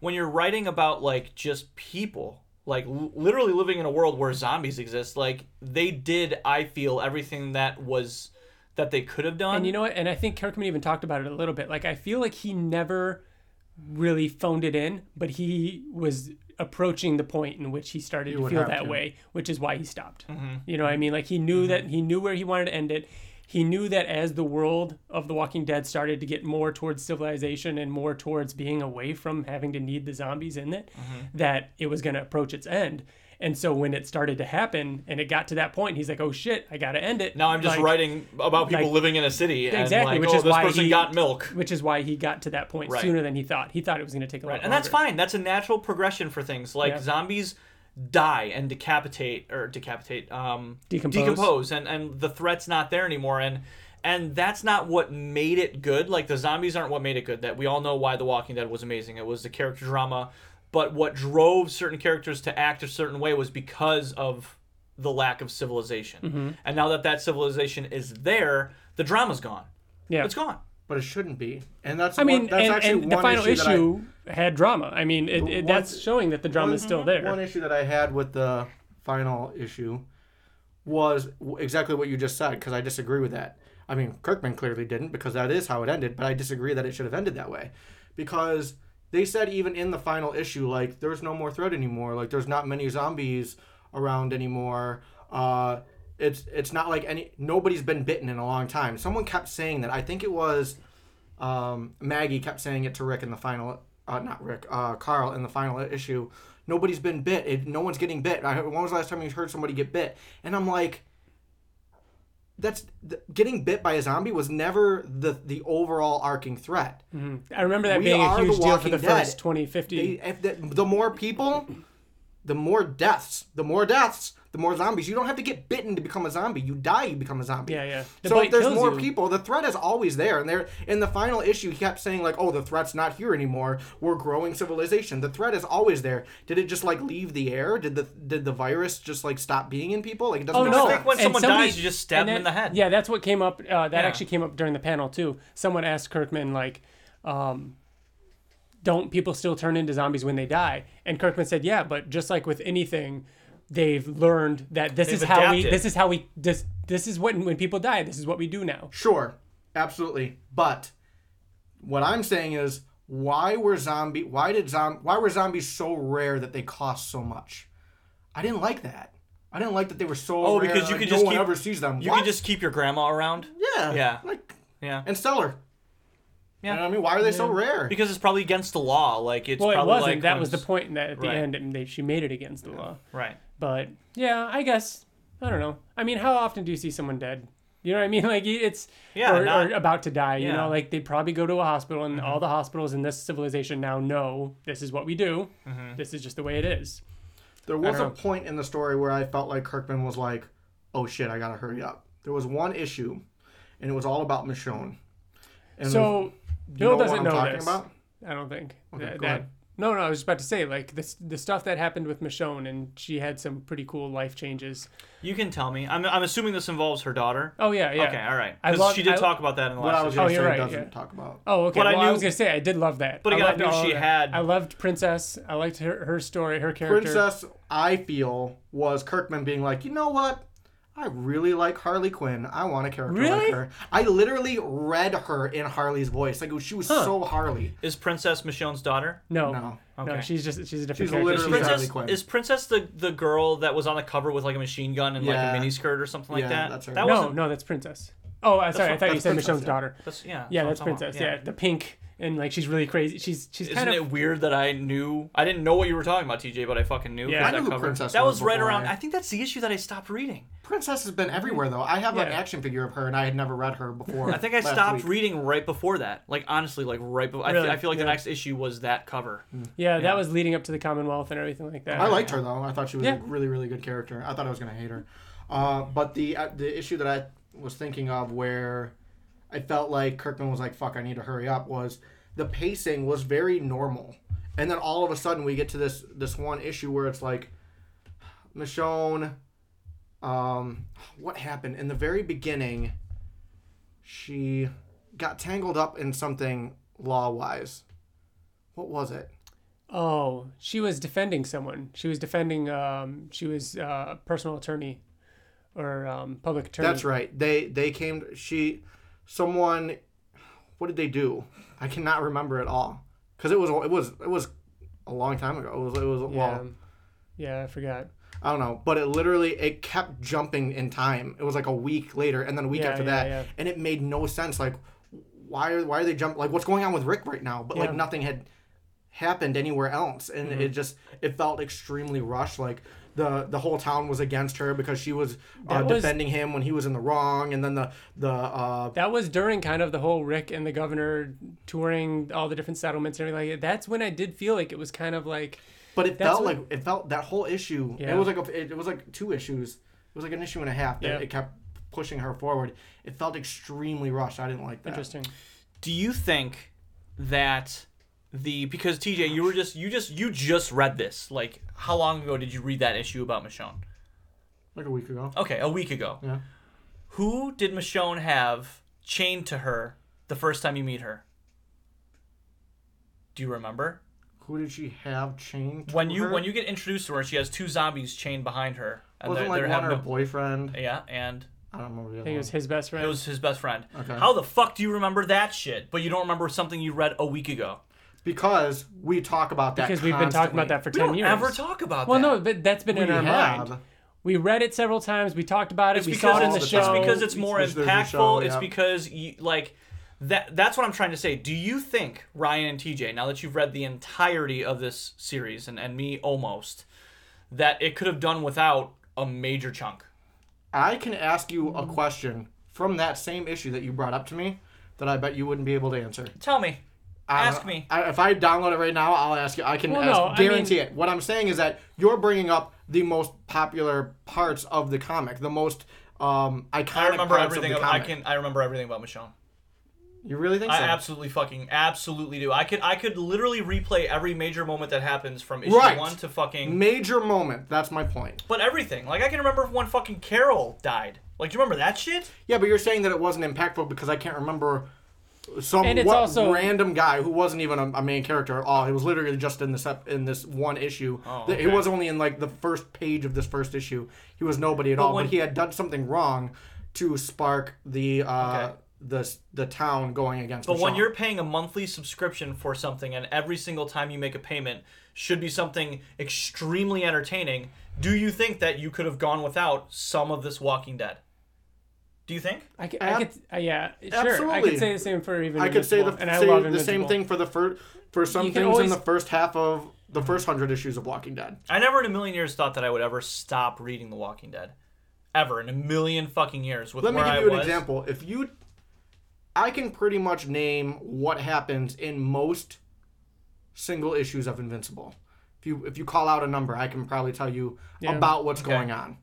B: when you're writing about like just people like l- literally living in a world where zombies exist like they did i feel everything that was that they could have done
A: And you know what? And I think Kirkman even talked about it a little bit. Like I feel like he never really phoned it in, but he was approaching the point in which he started to
C: would
A: feel
C: have
A: that
C: to.
A: way, which is why he stopped. You know what I mean? Like he knew that he knew where he wanted to end it. He knew that as the world of The Walking Dead started to get more towards civilization and more towards being away from having to need the zombies in it, that it was going to approach its end. And so when it started to happen and it got to that point, he's like, "Oh shit, I got to end it."
B: now i'm just
A: Like-
B: writing about people
A: like-
B: living in a city and
A: exactly,
B: like
A: which
B: oh
A: is
B: this
A: why
B: person
A: he-
B: got milk
A: which is why he got to that point
B: Right.
A: sooner than he thought. He thought it was going to take a lot
B: and that's
A: longer.
B: fine. That's a natural progression for things. Like
A: Yeah.
B: zombies die and decapitate or decapitate um
A: Decompose.
B: and and the threat's not there anymore and and that's not what made it good like the zombies aren't what made it good that we all know why the walking dead was amazing it was the character drama but what drove certain characters to act a certain way was because of the lack of civilization
A: Mm-hmm.
B: and now that that civilization is there the drama's gone
A: Yeah.
B: it's gone
C: but it shouldn't be. And that's
A: I mean,
C: one, that's
A: and,
C: actually
A: and
C: one
A: the final
C: issue, that I-
A: issue had drama. I mean, it, it,
C: One-
A: that's showing that the drama is still there.
C: One issue that I had with the final issue was w- exactly what you just said because I disagree with that. I mean, Kirkman clearly didn't because that is how it ended, but I disagree that it should have ended that way because they said even in the final issue, like, there's no more threat anymore. Like, there's not many zombies around anymore. Uh, it's it's not like any nobody's been bitten in a long time. Someone kept saying that. I think it was um, Maggie kept saying it to Rick in the final, uh, not Rick, uh, Carl in the final issue. Nobody's been bit. It, no one's getting bit. I, when was the last time you heard somebody get bit? And I'm like, that's th- getting bit by a zombie was never the the overall arcing threat.
A: I remember that
C: We
A: being
C: are
A: a
C: The
A: huge deal for
C: Walking
A: the
C: Dead.
A: first 20, 50.
C: They- if the, the more people, the more deaths. The more deaths, the more zombies. You don't have to get bitten to become a zombie. You die, you become a zombie.
A: Yeah, yeah. The
C: so
A: bite
C: if there's
A: kills
C: more
A: you.
C: people, the threat is always there. And there, in the final issue, he kept saying like, "Oh, the threat's not here anymore. We're growing civilization. The threat is always there." Did it just like leave the air? Did the did the virus just like stop being in people? Like it doesn't.
A: Oh
C: make
A: no!
C: sense.
B: think when
A: And
B: someone
A: somebody-
B: dies, you just stab
A: and
B: them in
A: that-
B: the head.
A: Yeah, that's what came up. Uh, that actually came up during the panel too. Someone asked Kirkman like, um, "Don't people still turn into zombies when they die?" And Kirkman said, "Yeah, but just like with anything, they've learned that this is
B: They've
A: how we.
B: adapted.
A: This is how we. This this is what when people die. This is what we do now."
C: Sure, absolutely. But what I'm saying is, why were zombie? Why did zom? Why were zombies so rare that they cost so much? I didn't like that. I didn't like that they were so.
B: Oh,
C: rare,
B: because you
C: like,
B: could
C: no
B: just
C: one
B: keep-
C: ever sees them.
B: you
C: What?
B: can just keep your grandma around
C: yeah
B: Yeah.
C: like
B: yeah
C: and stellar.
B: Yeah.
C: You know what I mean? Why are they so rare?
B: because it's probably against the law like it's
A: Well, it
B: probably
A: wasn't.
B: like
A: that
B: when
A: was the
B: it's-
A: point in that at the
B: Right.
A: end, and they, she made it against the law.
B: right
A: But yeah, I guess I don't know. I mean, how often do you see someone dead? You know what I mean? Like it's
B: Yeah,
A: or,
B: not-
A: or about to die. You
B: yeah. Mm-hmm.
A: know, like they probably go to a hospital, and all the hospitals in this civilization now know this is what we do.
B: Mm-hmm.
A: This is just the way it is.
C: There was
A: don't
C: a
A: know.
C: point in the story where I felt like Kirkman was like, "Oh shit, I gotta hurry up." There was one issue, and it was all about Michonne. And
A: So
C: you
A: Bill
C: know what
A: doesn't
C: I'm
A: know
C: talking
A: this.
C: about?
A: I don't think that.
C: go
A: that-
C: ahead.
A: no, no, I was just about to say like this the stuff that happened with Michonne, and she had some pretty cool life changes.
B: you can tell me i'm, I'm assuming this involves her daughter
A: Oh yeah, yeah.
B: okay all right
A: I
B: because
A: love-
B: she did
A: I-
B: talk about that in the
C: what I
B: last
C: was
B: episode.
A: Oh,
C: gonna
A: you're
C: say
A: right,
C: doesn't
A: yeah.
C: talk about.
A: Oh, okay.
B: But I
A: well, I,
B: knew-
A: was gonna say I did love that.
B: But again, I
A: loved
B: knew
A: all
B: she
A: that.
B: had-
A: I loved Princess. I liked her her story, her character.
C: Princess, I feel, was Kirkman being like, you know what? I really like Harley Quinn. I want a character
A: Really?
C: like her. I literally read her in Harley's voice. Like she was so Harley.
B: is princess michonne's daughter
A: No.
C: No.
A: No,
B: Okay.
A: she's just she's a different
C: She's
A: character.
C: literally-
A: She's-
C: Harley
B: princess
C: Quinn.
B: is princess the, the girl that was on the cover with like a machine gun and
C: Yeah.
B: like a miniskirt or something like
C: Yeah,
B: that
C: that's her.
B: that
A: no,
B: wasn't
A: no, that's Princess. Oh, I sorry, I
B: one-
A: thought you
C: that's
A: said
C: Princess,
A: Michonne's
C: yeah.
A: daughter.
B: that's, yeah
A: Yeah,
B: what
A: that's
B: I'm talking
A: Princess.
B: about,
A: Yeah. the pink and like she's really crazy. She's she's
B: Isn't
A: kind of
B: it weird that I knew? I didn't know what you were talking about, TJ, but I fucking knew.
A: Yeah.
B: 'cause
A: I knew
B: that
C: who
B: cover.
C: Princess
B: That
C: was
B: was right
C: before
B: around.
C: I-
B: I think that's the issue that I stopped reading.
C: Princess has been everywhere though. I have an
A: Yeah.
C: action figure of her and I had never read her before.
B: I think I
C: last
B: stopped
C: week.
B: reading right before that. Like honestly, like right before. I,
A: Really?
B: fe- I feel like
A: Yeah.
B: the next issue was that cover.
A: yeah, that was leading up to the Commonwealth and everything like that.
C: I liked her though. I thought she was
A: Yeah.
C: a really, really good character. I thought I was gonna hate her, uh, but the uh, the issue that I was thinking of where I felt like Kirkman was like, "Fuck, I need to hurry up," was the pacing was very normal, and then all of a sudden we get to this this one issue where it's like Michonne, um, what happened in the very beginning? She got tangled up in something law wise. What was it?
A: Oh, she was defending someone. She was defending. Um, she was uh, personal attorney or um, public attorney.
C: That's right. They they came. She, someone, what did they do? I cannot remember at all because it was it was it was a long time ago. It was it was
A: Yeah.
C: well
A: yeah, I forgot.
C: I don't know, but it literally it kept jumping in time. It was like a week later, and then a week
A: Yeah,
C: after
A: yeah,
C: that,
A: yeah.
C: and it made no sense. Like why are why are they jump? Like what's going on with Rick right now? But like
A: Yeah. Mm-hmm.
C: nothing had happened anywhere else, and it just it felt extremely rushed. Like. The, the whole town was against her because she was uh,
A: That was-
C: defending him when he was in the wrong, and then the the uh,
A: That was during kind of the whole Rick and the governor touring all the different settlements and everything like that. That's when I did feel like it was kind of like
C: But it
A: That's
C: felt
A: what-
C: like it felt that whole issue.
A: Yeah.
C: It was like a, it, it was like two issues. It was like an issue and a half that
A: Yeah.
C: it kept pushing her forward. It felt extremely rushed. I didn't like that.
A: Interesting.
B: Do you think that the because TJ you were just you just you just read this like how long ago did you read that issue about Michonne?
C: Like a week ago.
B: Okay, a week ago.
C: Yeah.
B: Who did Michonne have chained to her the first time you meet her? Do you remember?
C: Who did she have chained? To
B: When you
C: her?
B: when you get introduced to her, she has two zombies chained behind her, and
C: wasn't
B: they're,
C: like
B: they're
C: one her
B: having no-
C: boyfriend.
B: yeah, and
C: I don't remember the
A: I think
C: other
A: it
C: one.
A: was his best friend.
B: it was his best friend.
C: Okay.
B: How the fuck do you remember that shit? But you don't remember something you read a week ago.
C: Because we talk about that.
A: because we've been talking about that for
B: We
A: 10
B: don't
A: years.
B: ever talk about
A: well,
B: that.
A: no, but that's been in
C: We
A: our
C: have.
A: mind. We read it several times. We talked about it.
B: It's
A: we
B: because
A: saw it in the
B: it's,
A: show.
B: it's because it's more
C: Because there's a
B: impactful.
C: show,
B: It's
C: yeah.
B: because you like that. That's what I'm trying to say. Do you think Ryan and TJ, now that you've read the entirety of this series and and me almost, that it could have done without a major chunk?
C: I can ask you a question from that same issue that you brought up to me that I bet you wouldn't be able to answer.
B: Tell me.
C: I don't
B: Ask
C: know.
B: me.
C: I, if I download it right now, I'll ask you. I can
A: Well,
C: ask,
A: no, I
C: guarantee
A: mean-
C: it. What I'm saying is that you're bringing up the most popular parts of the comic, the most um, iconic
D: I remember
C: parts
D: everything.
C: of
D: ab-
C: the
D: I
C: comic.
D: can. I remember everything about Michonne.
C: You really think
D: I
C: so?
D: absolutely fucking absolutely do. I could. I could literally replay every major moment that happens from issue
C: Right.
D: one to fucking.
C: Major moment. That's my point.
D: But everything. Like I can remember when fucking Carol died. Like do you remember that shit?
C: Yeah, but you're saying that it wasn't impactful because I can't remember some
A: And it's
C: what
A: also-
C: random guy who wasn't even a, a main character at all. He was literally just in this ep- in this one issue. Oh, He was only in like the first page of this first issue. He was nobody at all.
B: when-
C: But he had done something wrong to spark the uh,
D: Okay.
C: the the town going against.
B: But when
C: Michonne.
B: you're paying a monthly subscription for something, and every single time you make a payment should be something extremely entertaining, do you think that you could have gone without some of this Walking Dead?
D: Do you think?
A: I could,
C: Ab-
A: I could uh, yeah, sure. I
C: Absolutely.
A: could say the same for even.
C: I could say the,
A: and I
C: say
A: love
C: the same
A: Invincible.
C: thing for the first for some
A: You
C: things
A: can
C: in
A: always- Mm-hmm.
C: the first half of the first hundred issues of Walking Dead.
B: I never in a million years thought that I would ever stop reading The Walking Dead.
D: Ever in a million fucking years with
C: Let me
D: where
C: give
D: I
C: you an
D: was.
C: example. If you, I can pretty much name what happens in most single issues of Invincible. If you if you call out a number, I can probably tell you
A: Yeah.
C: about what's going on.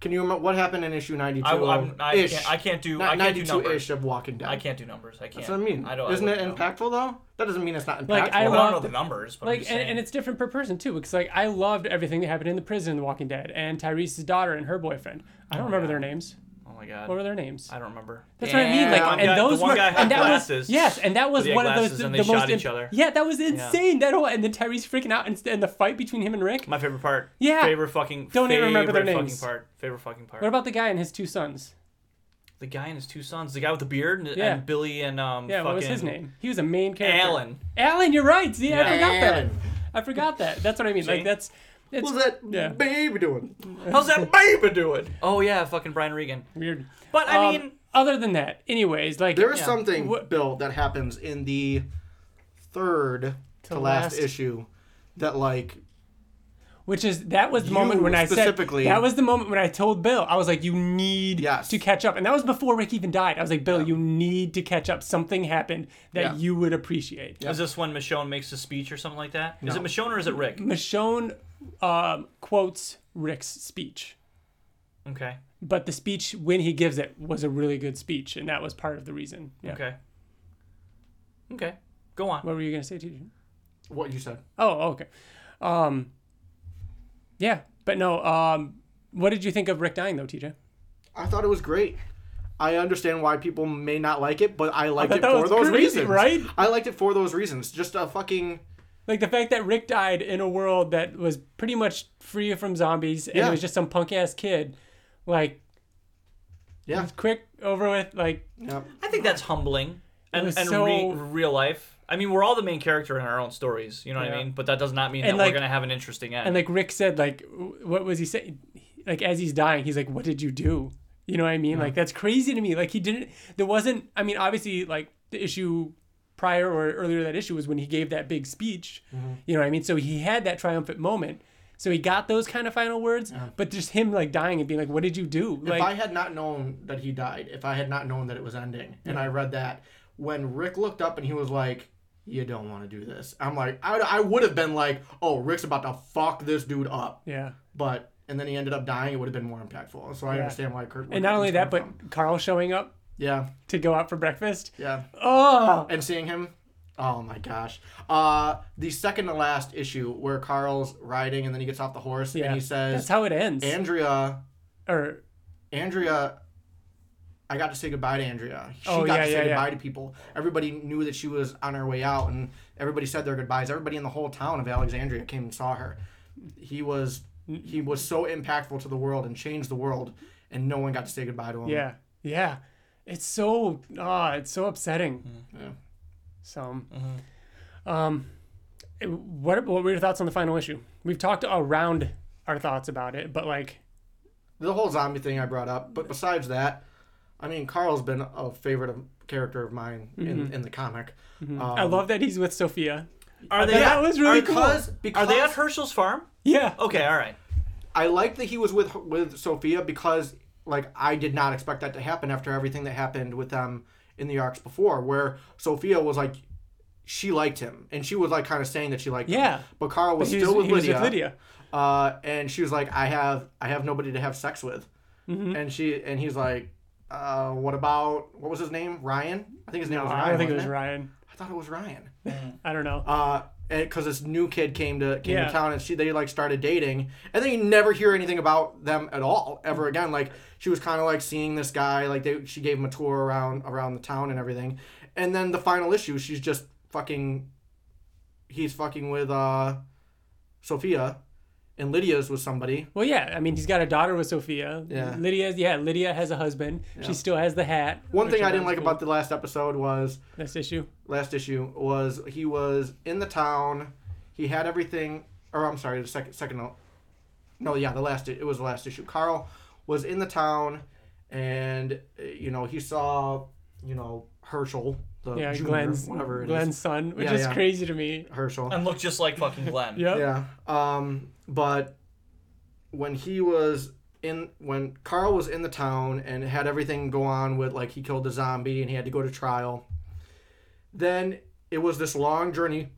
C: Can you remember what happened in issue ninety two?
D: I, I'm- I
C: ish.
D: can't, I can't do. I can't do
C: ninety two
D: numbers.
C: ish of Walking Dead.
D: I can't do numbers. I can't.
C: That's what I mean.
D: I don't.
C: Isn't
D: I
C: it
D: wouldn't know.
C: impactful though? That doesn't mean it's not impactful.
A: Like, I
D: Well, I don't know
A: Well,
D: the numbers, but I'm
A: Like
D: just
A: and,
D: saying.
A: and it's different per person too, because like I loved everything that happened in the prison in The Walking Dead and Tyrese's daughter and her boyfriend. I don't remember their names.
B: Oh my god.
A: What were their names?
B: I don't remember.
A: That's what I mean.
C: Yeah.
A: Like,
C: The one
A: and
B: guy-
A: those
B: the one
A: were,
B: guy had
A: and that
B: glasses.
A: was yes, and that was
B: He had
A: one of those
B: glasses and
A: the
B: they
A: most.
B: shot each other.
A: Yeah, that was insane. That whole and then Tyrese freaking out and, and the fight between him and Rick.
B: My favorite part.
A: Yeah.
B: Favorite fucking.
A: Don't even remember their
B: favorite
A: names.
B: Fucking part. Favorite fucking part.
A: what about the guy and his two sons?
B: the guy and his two sons. The guy with the beard and,
A: Yeah.
B: and Billy and um.
A: Yeah,
B: fucking
A: what was his name? He was a main character.
B: Alan.
A: Alan, you're right. See, I forgot that.
C: Alan.
A: I forgot that. That's what I mean.
B: See?
A: Like that's. It's
C: What's that
A: Yeah.
C: baby doing?
B: How's that baby doing? Oh yeah, fucking Brian Regan.
A: weird.
B: But I
A: Um,
B: mean,
A: other than that, anyways, like
C: There is something,
A: What-
C: Bill, that happens in the third to, last,
A: last.
C: issue that like
A: which is that was the moment
C: You
A: when I said
C: specifically-
A: that was the moment when I told Bill I was like, you need
C: Yes.
A: to catch up, and that was before Rick even died. I was like, Bill, you need to catch up. Something happened that
C: Yeah.
A: you would appreciate.
B: is this when Michonne makes a speech or something like that? Is
C: No.
B: it Michonne or is it Rick?
A: Michonne um, quotes Rick's speech,
B: Okay.
A: but the speech when he gives it was a really good speech, and that was part of the reason. Yeah.
B: Okay. Okay. Go on.
A: What were you gonna say, TJ?
C: what you said.
A: Oh, okay. Um, yeah, but no. Um, what did you think of Rick dying though, TJ?
C: I thought it was great. I understand why people may not like it, but I liked
A: thought
C: it
A: that
C: for
A: was
C: those
A: crazy,
C: reasons.
A: right?
C: I liked it for those reasons. Just a fucking
A: Like the fact that Rick died in a world that was pretty much free from zombies and
C: Yeah.
A: it was just some punk ass kid. Like,
C: Yeah.
A: it was quick, over with. Like,
C: yeah.
B: I think that's humbling and,
A: was
B: and
A: so-
B: re- real life. I mean, we're all the main character in our own stories, you know what I
A: Yeah.
B: mean? But that does not mean
A: And,
B: that
A: like-
B: we're gonna have an interesting end.
A: and like Rick said, like, w- what was he saying? Like, as he's dying, he's like, what did you do? You know what I mean? Like, that's crazy to me. Like, he didn't, there wasn't, I mean, obviously, like, the issue prior or earlier that issue was when he gave that big speech.
C: Mm-hmm.
A: You know what I mean? So he had that triumphant moment. So he got those kind of final words, but just him like dying and being like, "What did you do?" Like,
C: if I had not known that he died, if I had not known that it was ending, and I read that when Rick looked up and he was like, you don't want to do this. I'm like, I, I would have been like, oh, Rick's about to fuck this dude up.
A: Yeah.
C: But, and then he ended up dying, it would have been more impactful. So I understand why Kurt.
A: And not only that, but Carl showing up
C: Yeah,
A: to go out for breakfast.
C: yeah.
A: Oh,
C: and seeing him oh my gosh uh the second to last issue where carl's riding and then he gets off the horse
A: yeah.
C: and he
A: that's
C: says
A: how it ends.
C: andrea
A: or
C: andrea i got to say goodbye to andrea she
A: Oh,
C: got
A: yeah,
C: to say
A: yeah, yeah.
C: goodbye to people everybody knew that she was on her way out and everybody said their goodbyes everybody in the whole town of alexandria came and saw her he was he was so impactful to the world and changed the world and no one got to say goodbye to him
A: yeah, yeah. It's so ah, it's so upsetting.
E: Mm-hmm.
C: Yeah.
A: So, um, what what were your thoughts on the final issue? We've talked around our thoughts about it, but like,
C: the whole zombie thing I brought up, but besides that, I mean, Carl's been a favorite of, character of mine
A: Mm-hmm.
C: in, in the comic. Um,
A: I love that he's with Sophia.
E: Are they?
A: That was really
E: are,
A: cool.
C: because
E: Are
C: because
E: they at Herschel's farm?
A: Yeah.
E: Okay, all right.
C: I like that he was with with Sophia because like I did not expect that to happen after everything that happened with them in the arcs before, where Sophia was like she liked him and she was like kind of saying that she liked him.
A: Yeah.
C: but Carl was
A: He was,
C: still with
A: he was
C: Lydia.
A: with Lydia.
C: uh, and she was like, "I have, I have nobody to have sex with,"
A: Mm-hmm.
C: and she, and he's like, uh, "What about what was his name? Ryan? I think his name was Ryan.
A: I don't think it was
C: wasn't
A: Ryan.
C: I thought it was Ryan.
A: I don't know.
C: Uh, because this new kid came to came
A: Yeah.
C: to town and she they like started dating, and then you never hear anything about them at all
A: Mm-hmm.
C: ever again. Like she was kind of like seeing this guy, like they she gave him a tour around around the town and everything, and then the final issue, she's just fucking, he's fucking with uh, Sophia, and Lydia's with somebody.
A: Well, yeah. I mean, he's got a daughter with Sophia.
C: Yeah.
A: Lydia. Yeah. Lydia has a husband. She still has the hat.
C: One
A: which
C: thing I didn't
A: was
C: like
A: cool.
C: about the last episode was
A: this issue.
C: last issue was he was in the town. He had everything. Or I'm sorry, the second second. No, yeah, the last it was the last issue. Carl was in the town, and uh, you know he saw you know Herschel, the
A: Yeah,
C: junior,
A: Glenn's
C: whatever it is,
A: Glenn's son, which
C: Yeah,
A: is
C: yeah.
A: crazy to me.
C: Herschel.
B: and look just like fucking Glenn.
A: Yep.
C: Yeah. Um, but when he was in, when Carl was in the town and had everything go on with like he killed the zombie and he had to go to trial, then it was this long journey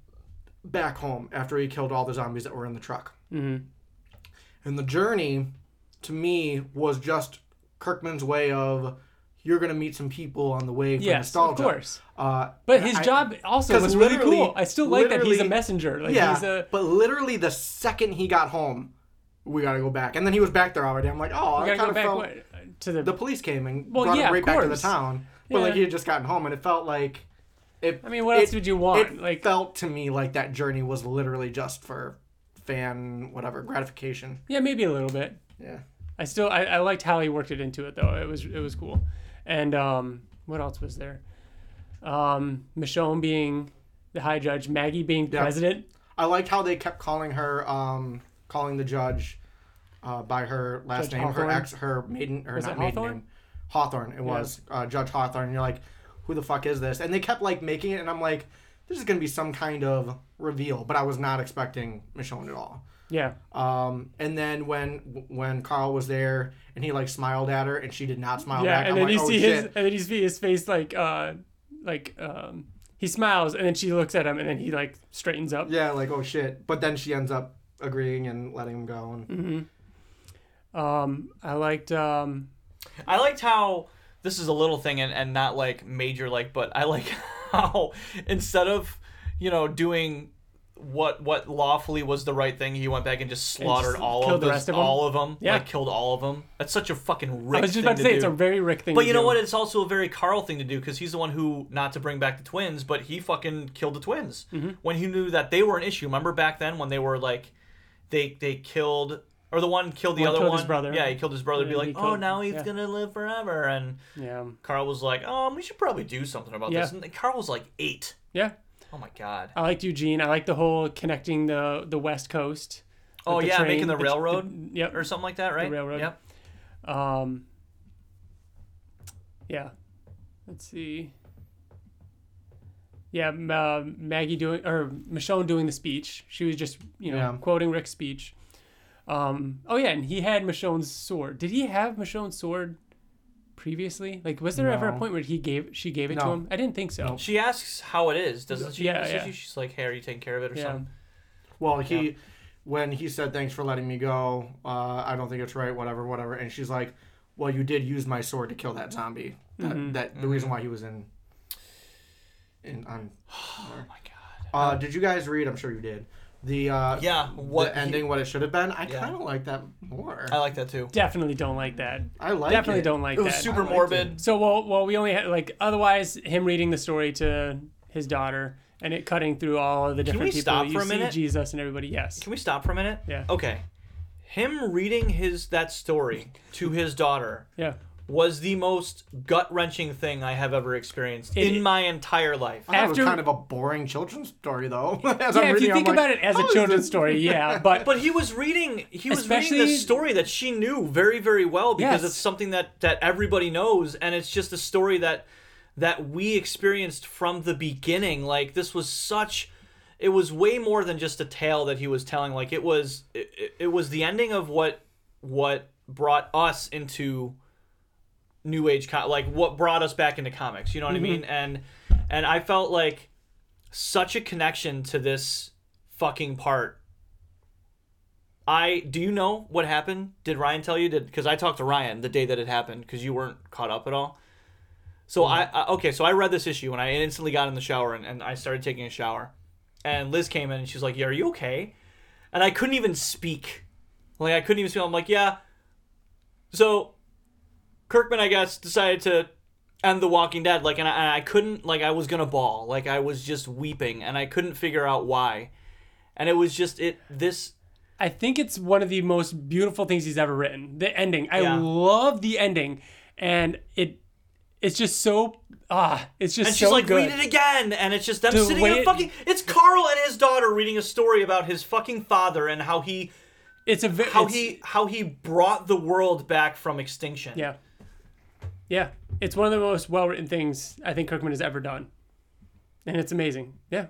C: back home after he killed all the zombies that were in the truck.
A: Mhm.
C: And the journey to me was just Kirkman's way of you're going to meet some people on the way for
A: Yes,
C: nostalgia.
A: of course.
C: Uh,
A: But his
C: I-
A: job also
C: 'cause
A: was really
C: literally-
A: cool. I still like that he's a
C: literally-
A: messenger. Like
C: yeah,
A: he's a
C: but literally the second he got home, we gotta go back. And then he was back there already. I'm like, oh,
A: gotta
C: I kind
A: go
C: of
A: back
C: felt
A: what, to the,
C: the police came and
A: Well,
C: brought
A: yeah,
C: him
A: of
C: right back to the
A: course.
C: town. But
A: Yeah.
C: like he had just gotten home, and it felt like it.
A: I mean, what else would you want?
C: It
A: Like-
C: felt to me like that journey was literally just for fan whatever gratification.
A: yeah, maybe a little bit.
C: Yeah.
A: I still I, I liked how he worked it into it though. It was it was cool. And um, what else was there? Um, Michonne being the high judge, Maggie being president.
C: I liked how they kept calling her, um, calling the judge uh, by her last
A: Judge
C: name,
A: Hawthorne?
C: her ex, her maiden, or
A: Was
C: not
A: it
C: maiden
A: Hawthorne?
C: name, Hawthorne. It was uh, Judge Hawthorne. And you're like, who the fuck is this? And they kept like making it, and I'm like, this is gonna be some kind of reveal, but I was not expecting Michonne at all.
A: Yeah.
C: Um, and then when when Carl was there and he like smiled at her and she did not smile
A: yeah,
C: back,
A: and
C: I'm
A: then
C: like,
A: you
C: oh
A: see
C: shit.
A: his and then you see his face like uh like um he smiles and then she looks at him and then he like straightens up.
C: yeah, like oh shit. But then she ends up agreeing and letting him go. And
A: Um I liked um
E: I liked how this is a little thing and, and not like major like, but I like how instead of you know doing what what lawfully was the right thing, he went back and just slaughtered all
A: killed
E: of
A: the
E: those-
A: rest of 'em?
E: all of them.
A: Yeah.
E: like, killed all of them. That's such a fucking rich.
A: I was just about to say it's a very Rick thing.
E: But
A: to
E: you know
A: do.
E: what? It's also a very Carl thing to do because he's the one who, not to bring back the twins, but he fucking killed the twins
A: Mm-hmm.
E: when he knew that they were an issue. Remember back then when they were like, they they killed or the one killed the
A: One
E: other
A: killed
E: one.
A: his brother.
E: Yeah, he killed his brother. to Be
A: Yeah,
E: like,
A: he
E: oh,
A: killed-
E: now he's
A: yeah.
E: gonna live forever. And
A: Yeah.
E: Carl was like, um, we should probably do something about
A: Yeah.
E: this. And Carl was like eight.
A: Yeah.
E: Oh my god.
A: I liked Eugene. I liked the whole connecting the the West Coast. with
E: Oh
A: the
E: yeah,
A: train,
E: making the
A: tr-
E: railroad Er
A: yep.
E: or something like that, right?
A: railroad.
E: Yep.
A: Um, yeah. Let's see. Yeah, M- uh, Maggie doing or Michonne doing the speech. She was just you know
C: Yeah.
A: quoting Rick's speech. Um, oh yeah, and he had Michonne's sword. Did he have Michonne's sword previously? Like, was there ever a
C: No.
A: point where he gave she gave it to
C: No.
A: him? I didn't think so.
C: No.
B: She asks how it is, doesn't she?
A: Yeah,
B: She-
A: yeah.
B: She's like, "Hey, are you taking care of it or
A: Yeah.
B: something?"
C: Well, he when he said thanks for letting me go, uh, I don't think it's right, whatever, whatever, and she's like, "Well, you did use my sword to kill that
A: Mm-hmm.
C: zombie. That, that the reason why he was in in on."
B: Oh my god.
C: Uh, did you guys read? I'm sure you did. The uh,
F: Yeah, what
C: the
F: he-
C: ending? what it should have been? I
F: Yeah.
C: kind of like that more.
F: I like that too.
A: Definitely don't like that.
C: I like
A: Uh, Definitely
C: it.
A: don't like
B: It was
A: that.
B: super
C: liked
B: morbid.
A: So well, well, we only had like otherwise him reading the story to his daughter and it cutting through all of the different
B: we
A: people.
B: stop
A: that you
B: for a
A: see
B: minute?
A: Jesus and everybody. Yes.
B: Can we stop for a minute?
A: Yeah.
B: Okay. Him reading his that story to his daughter
A: Yeah.
B: was the most gut wrenching thing I have ever experienced
A: It-
B: in my entire life.
C: I thought it
A: After-
C: was kind of a boring children's story, though. As I'm
A: Yeah. If
C: reading,
A: you
C: I'm
A: think
C: like,
A: about it as
C: "Oh,
A: a
C: is
A: children's
C: this-
A: story, yeah, but
B: But he was reading he was reading
A: Especially-
B: this story that she knew very very well because
A: Yes.
B: it's something that that everybody knows and it's just a story that that we experienced from the beginning like this was such it was way more than just a tale that he was telling like it was it, it- it was the ending of what what brought us into new age co- like what brought us back into comics you know what
A: Mm-hmm.
B: i mean and and i felt like such a connection to this fucking part i do you know what happened did ryan tell you did because i talked to ryan the day that it happened because you weren't caught up at all so I, I okay so i read this issue and i instantly got in the shower and, and i started taking a shower and liz came in and she's like yeah are you okay and i couldn't even speak like i couldn't even speak i'm like yeah so Kirkman, I guess, decided to end The Walking Dead. Like, and I, and I couldn't, like, I was gonna bawl. Like, I was just weeping, and I couldn't figure out why. And it was just it. This
A: I think it's one of the most beautiful things he's ever written. The ending. I
B: Yeah.
A: love the ending. And it it's just so ah, it's just
B: and
A: so
B: she's like,
A: good.
B: read it again, and it's just them
A: The
B: sitting
A: way
B: in a
A: it-
B: fucking. It's Carl and his daughter reading a story about his fucking father and how he
A: it's a very
B: how he how he brought the world back from extinction.
A: Yeah. Yeah. It's one of the most well written things I think Kirkman has ever done. And it's amazing. Yeah.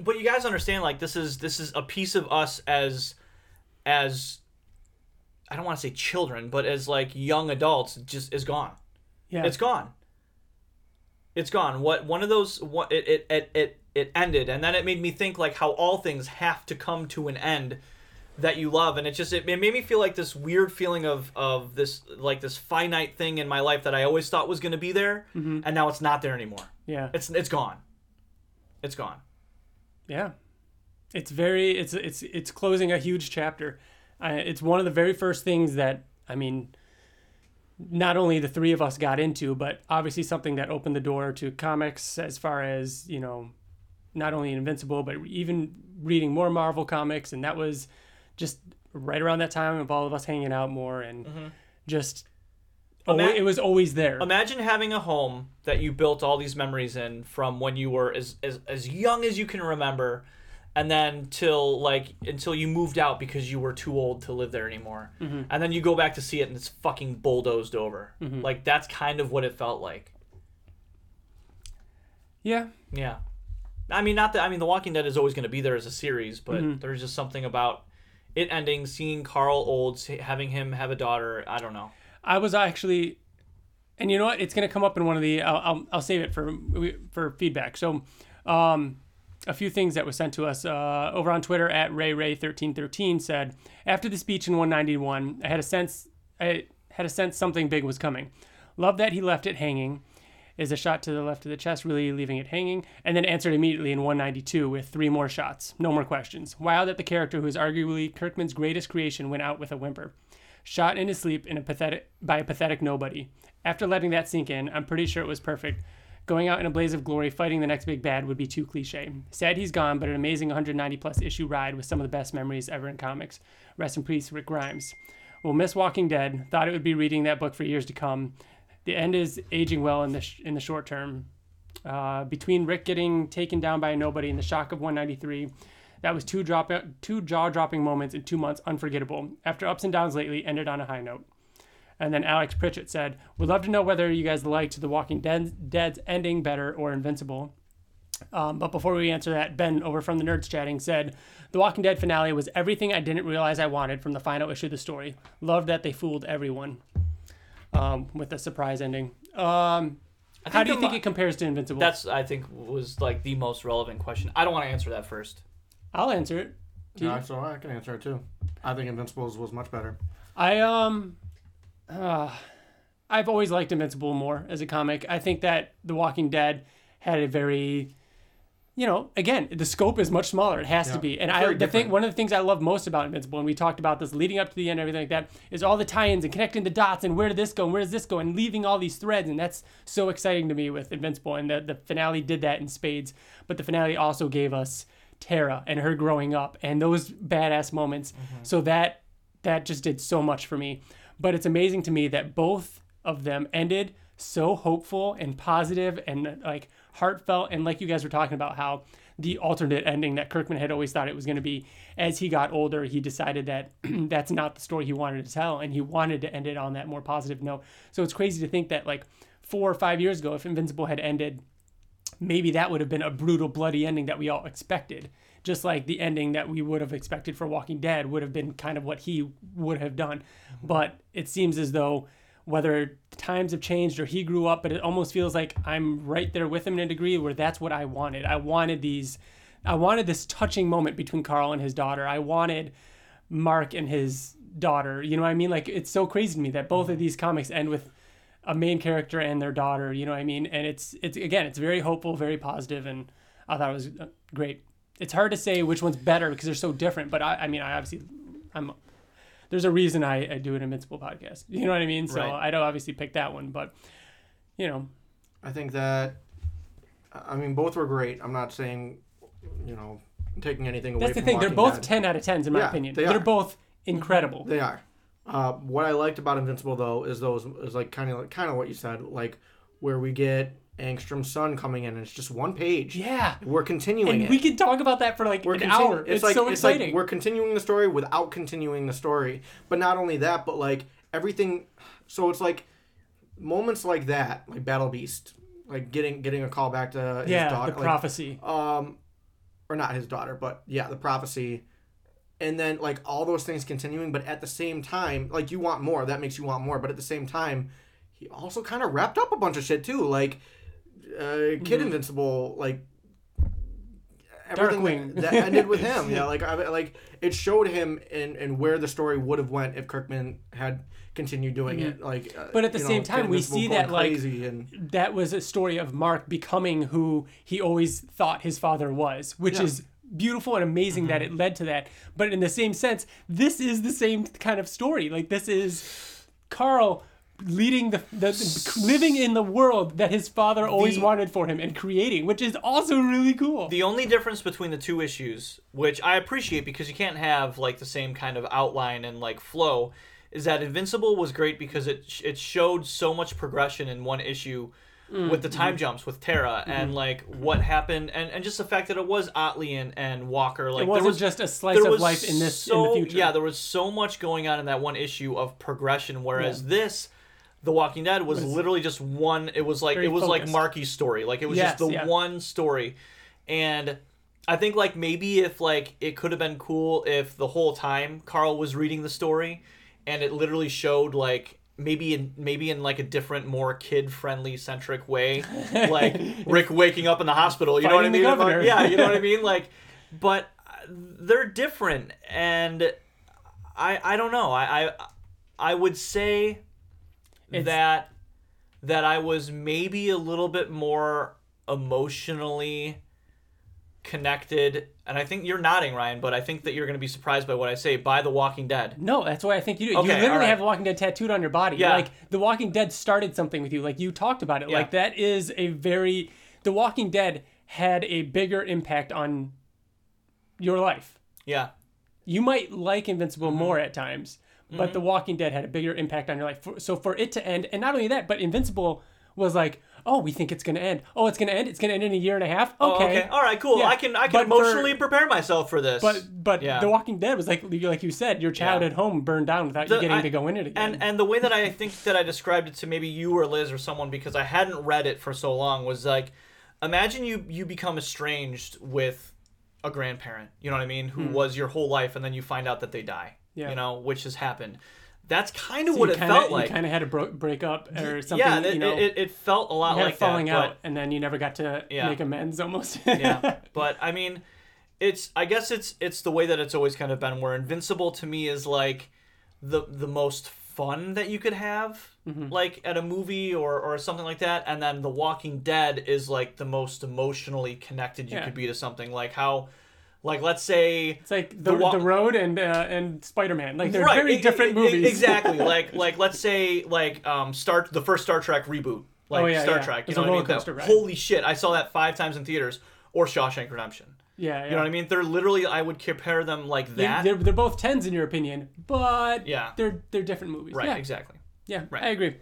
B: but you guys understand like this is this is a piece of us as as i don't want to say children but as like young adults it just is gone
A: Yeah.
B: it's gone it's gone what one of those what it it, it it it ended and then it made me think like how all things have to come to an end that you love and it just it, it made me feel like this weird feeling of of this like this finite thing in my life that i always thought was going to be there and now it's not there anymore
A: yeah.
B: it's it's gone it's gone
A: Yeah, it's very it's it's it's closing a huge chapter. I, it's one of the very first things that I mean, not only the three of us got into, but obviously something that opened the door to comics as far as you know, not only Invincible but even reading more Marvel comics, and that was just right around that time of all of us hanging out more and just. Oh,
B: Mm-hmm. Ima-
A: it was always there.
B: Imagine having a home that you built all these memories in from when you were as, as, as young as you can remember and then till like until you moved out because you were too old to live there anymore. And then you go back to see it and it's fucking bulldozed over. Like that's kind of what it felt like.
A: yeah,
B: Yeah. I mean not that I mean The Walking Dead is always going to be there as a series, but there's just something about it ending seeing Carl old, see- having him have a daughter, I don't know.
A: I was actually, and you know what? It's gonna come up in one of the. I'll I'll, I'll save it for for feedback. So, um, a few things that was sent to us uh, over on Twitter at rayray1313 said after the speech in 191, I had a sense I had a sense something big was coming. Love that he left it hanging. Is a shot to the left of the chest, really leaving it hanging, and then answered immediately in 192 with three more shots. No more questions. Wow that the character who is arguably Kirkman's greatest creation went out with a whimper shot in his sleep in a pathetic by a pathetic nobody. After letting that sink in, I'm pretty sure it was perfect. Going out in a blaze of glory, fighting the next big bad would be too cliche. Sad he's gone, but an amazing 190 plus issue ride with some of the best memories ever in comics. Rest in peace, Rick Grimes. Will miss Walking Dead. Thought it would be reading that book for years to come. The end is aging well in the sh- in the short term. Uh, between Rick getting taken down by a nobody and the shock of 193, that was two drop two jaw dropping moments in two months unforgettable. After ups and downs lately, ended on a high note. And then Alex Pritchett said, "Would love to know whether you guys liked The Walking Dead, Dead's ending better or Invincible." Um, but before we answer that, Ben over from the Nerds Chatting said, The Walking Dead finale was everything I didn't realize I wanted from the final issue of the story. Loved that they fooled everyone. um, with a surprise ending. Um,
B: I
A: how do you
B: the
A: think
B: mo-
A: it compares to Invincible?
B: That's I think was like the most relevant question. I don't want to answer that first.
A: I'll answer it. Do you-
C: Yeah, so I can answer it too. I think Invincibles was much better.
A: I um, uh, I've always liked Invincible more as a comic. I think that The Walking Dead had a very, you know, again the scope is much smaller. It has to
C: Yeah.
A: be, and
C: It's
A: I
C: very
A: the thing
C: different.
A: one of the things I love most about Invincible, and we talked about this leading up to the end, and everything like that, is all the tie-ins and connecting the dots and where did this go and where does this go and leaving all these threads, and that's so exciting to me with Invincible, and the the finale did that in spades. But the finale also gave us Tara and her growing up and those badass moments.
C: Mm-hmm.
A: So that that just did so much for me. But it's amazing to me that both of them ended so hopeful and positive and like heartfelt. And like you guys were talking about how the alternate ending that Kirkman had always thought it was going to be. As he got older, he decided that that's not the story he wanted to tell and he wanted to end it on that more positive note. So it's crazy to think that like four or five years ago, if Invincible had ended maybe that would have been a brutal, bloody ending that we all expected. Just like the ending that we would have expected for Walking Dead would have been kind of what he would have done. But it seems as though whether times have changed or he grew up, but it almost feels like I'm right there with him in a degree where that's what I wanted. I wanted these, I wanted this touching moment between Carl and his daughter. I wanted Mark and his daughter. You know what I mean? Like it's so crazy to me that both
C: Mm-hmm.
A: of these comics end with a main character and their daughter. You know what I mean? And it's it's again, it's very hopeful, very positive, and I thought it was uh, great. It's hard to say which one's better because they're so different. But I, I mean, I obviously, I'm. There's a reason I, I do an Invincible podcast. You know what I mean? So
B: Right.
A: I don't obviously pick that one, but you know,
C: I think that, I I mean, both were great. I'm not saying, you know, taking anything away
A: that's the
C: from
A: thing. They're
C: Walking
A: both
C: Dead.
A: ten out of tens in my
C: Yeah,
A: opinion.
C: they
A: They are
C: are. Mm-hmm.
A: both incredible.
C: They are. Uh, what I liked about Invincible though is those is like kind of kind of what you said, like where we get Angstrom's son coming in, and it's just one page.
A: yeah,
C: we're continuing
A: and
C: it.
A: we can talk about that for like
C: we're
A: an
C: continu-
A: hour. It's,
C: like,
A: so
C: it's
A: exciting.
C: Like we're continuing the story without continuing the story. But not only that, but like everything. So it's like moments like that, like Battle Beast, like getting getting a call back to his
A: yeah,
C: daughter,
A: the
C: like,
A: prophecy.
C: um, or not his daughter, but yeah, the prophecy, and then like all those things continuing, but at the same time, like you want more. That makes you want more, but at the same time, he also kind of wrapped up a bunch of shit too, like uh, Kid
A: Mm-hmm.
C: Invincible, like everything
A: Darkwing.
C: that, that ended with him. yeah, like I, like it showed him and and where the story would have went if Kirkman had continued doing it. Like, uh,
A: Mm-hmm. But at the
C: you
A: same
C: Kid
A: time, we
C: Invincible
A: see
C: going
A: that, like,
C: crazy and
A: that was a story of Mark becoming who he always thought his father was, which is beautiful and amazing that it led to that. But in the same sense, this is the same kind of story. Like this is Carl leading the, the living in the world that his father always
B: The-
A: wanted for him and creating, which is also really cool.
B: The only difference between the two issues, which I appreciate because you can't have like the same kind of outline and like flow, is that Invincible was great because it sh- it showed so much progression in one issue with the time jumps with Terra
A: Mm-hmm.
B: and like what happened and, and just the fact that it was Otley and, and Walker like
A: it wasn't
B: there was
A: just a slice of life in this in
B: so-
A: the future.
B: Yeah, there was so much going on in that one issue of progression, whereas this, The Walking Dead, was, literally just one. It was like
A: Very
B: it was like
A: focused.
B: Marky's story. Like it was
A: Yes,
B: just the
A: yeah.
B: one story, and I think like maybe if like it could have been cool if the whole time Carl was reading the story, and it literally showed like. Maybe in maybe in like a different, more kid-friendly centric way, like Rick waking up in the hospital. You know what I
A: Fighting the
B: mean? Like,
A: governor.
B: yeah, you know what I mean. Like, but they're different and i i don't know i i, I would say
A: It's-
B: that that i was maybe a little bit more emotionally connected and i think you're nodding ryan but i think that you're going to be surprised by what i say by the walking dead
A: No, that's why I think you do. it.
B: Okay,
A: you literally
B: all right.
A: have The Walking Dead tattooed on your body.
B: Yeah.
A: Like The Walking Dead started something with you. Like you talked about it.
B: Yeah.
A: Like that is a very The Walking Dead had a bigger impact on your life.
B: yeah
A: You might like Invincible
B: Mm-hmm.
A: more at times, but The Walking Dead had a bigger impact on your life. For- So for it to end, and not only that, but Invincible was like, oh, we think it's gonna end. Oh, it's gonna end. It's gonna end in a year and a half.
B: Oh, okay, all right cool
A: Yeah.
B: i can i
A: But
B: can
A: for-
B: emotionally prepare myself for this
A: But but
B: Yeah.
A: The Walking Dead was like like you said, your childhood home burned down without you
B: The-
A: getting
B: I-
A: to go in it again.
B: And and the way that I think that I described it to maybe you or Liz or someone because I hadn't read it for so long was like, imagine you you become estranged with a grandparent, you know what I mean, who was your whole life, and then you find out that they die,
A: Hmm. Yeah.
B: you know, which has happened. That's kind of
A: So
B: what
A: you
B: it
A: kinda,
B: felt like.
A: You kind of had to bro- break up or something.
B: yeah, it,
A: you know,
B: it, it, it felt a lot
A: you had
B: like
A: a falling
B: that, but-
A: out, and then you never got to
B: Yeah.
A: make amends almost.
B: yeah but i mean it's i guess it's it's the way that it's always kind of been where invincible to me is like the the most fun that you could have
A: Mm-hmm.
B: like at a movie or or something like that and then the walking dead is like the most emotionally connected you
A: Yeah.
B: could be to something like how like let's say
A: It's like the,
B: The
A: the,
B: Wa-
A: road and uh, and Spider Man. Like they're
B: right
A: very
B: e-
A: different
B: e- e-
A: movies.
B: exactly like like let's say like um star the first star trek reboot like
A: Oh, yeah,
B: star
A: yeah.
B: trek you
A: It's
B: know
A: a
B: what i mean
A: roller
B: That-
A: coaster ride.
B: holy shit i saw that five times in theaters or shawshank redemption
A: yeah, yeah.
B: You know what I mean? They're literally, I would compare them like that.
A: They're, they're both tens in your opinion, but
B: Yeah.
A: they're they're different movies.
B: right,
A: yeah,
B: exactly.
A: yeah,
B: right.
A: I agree.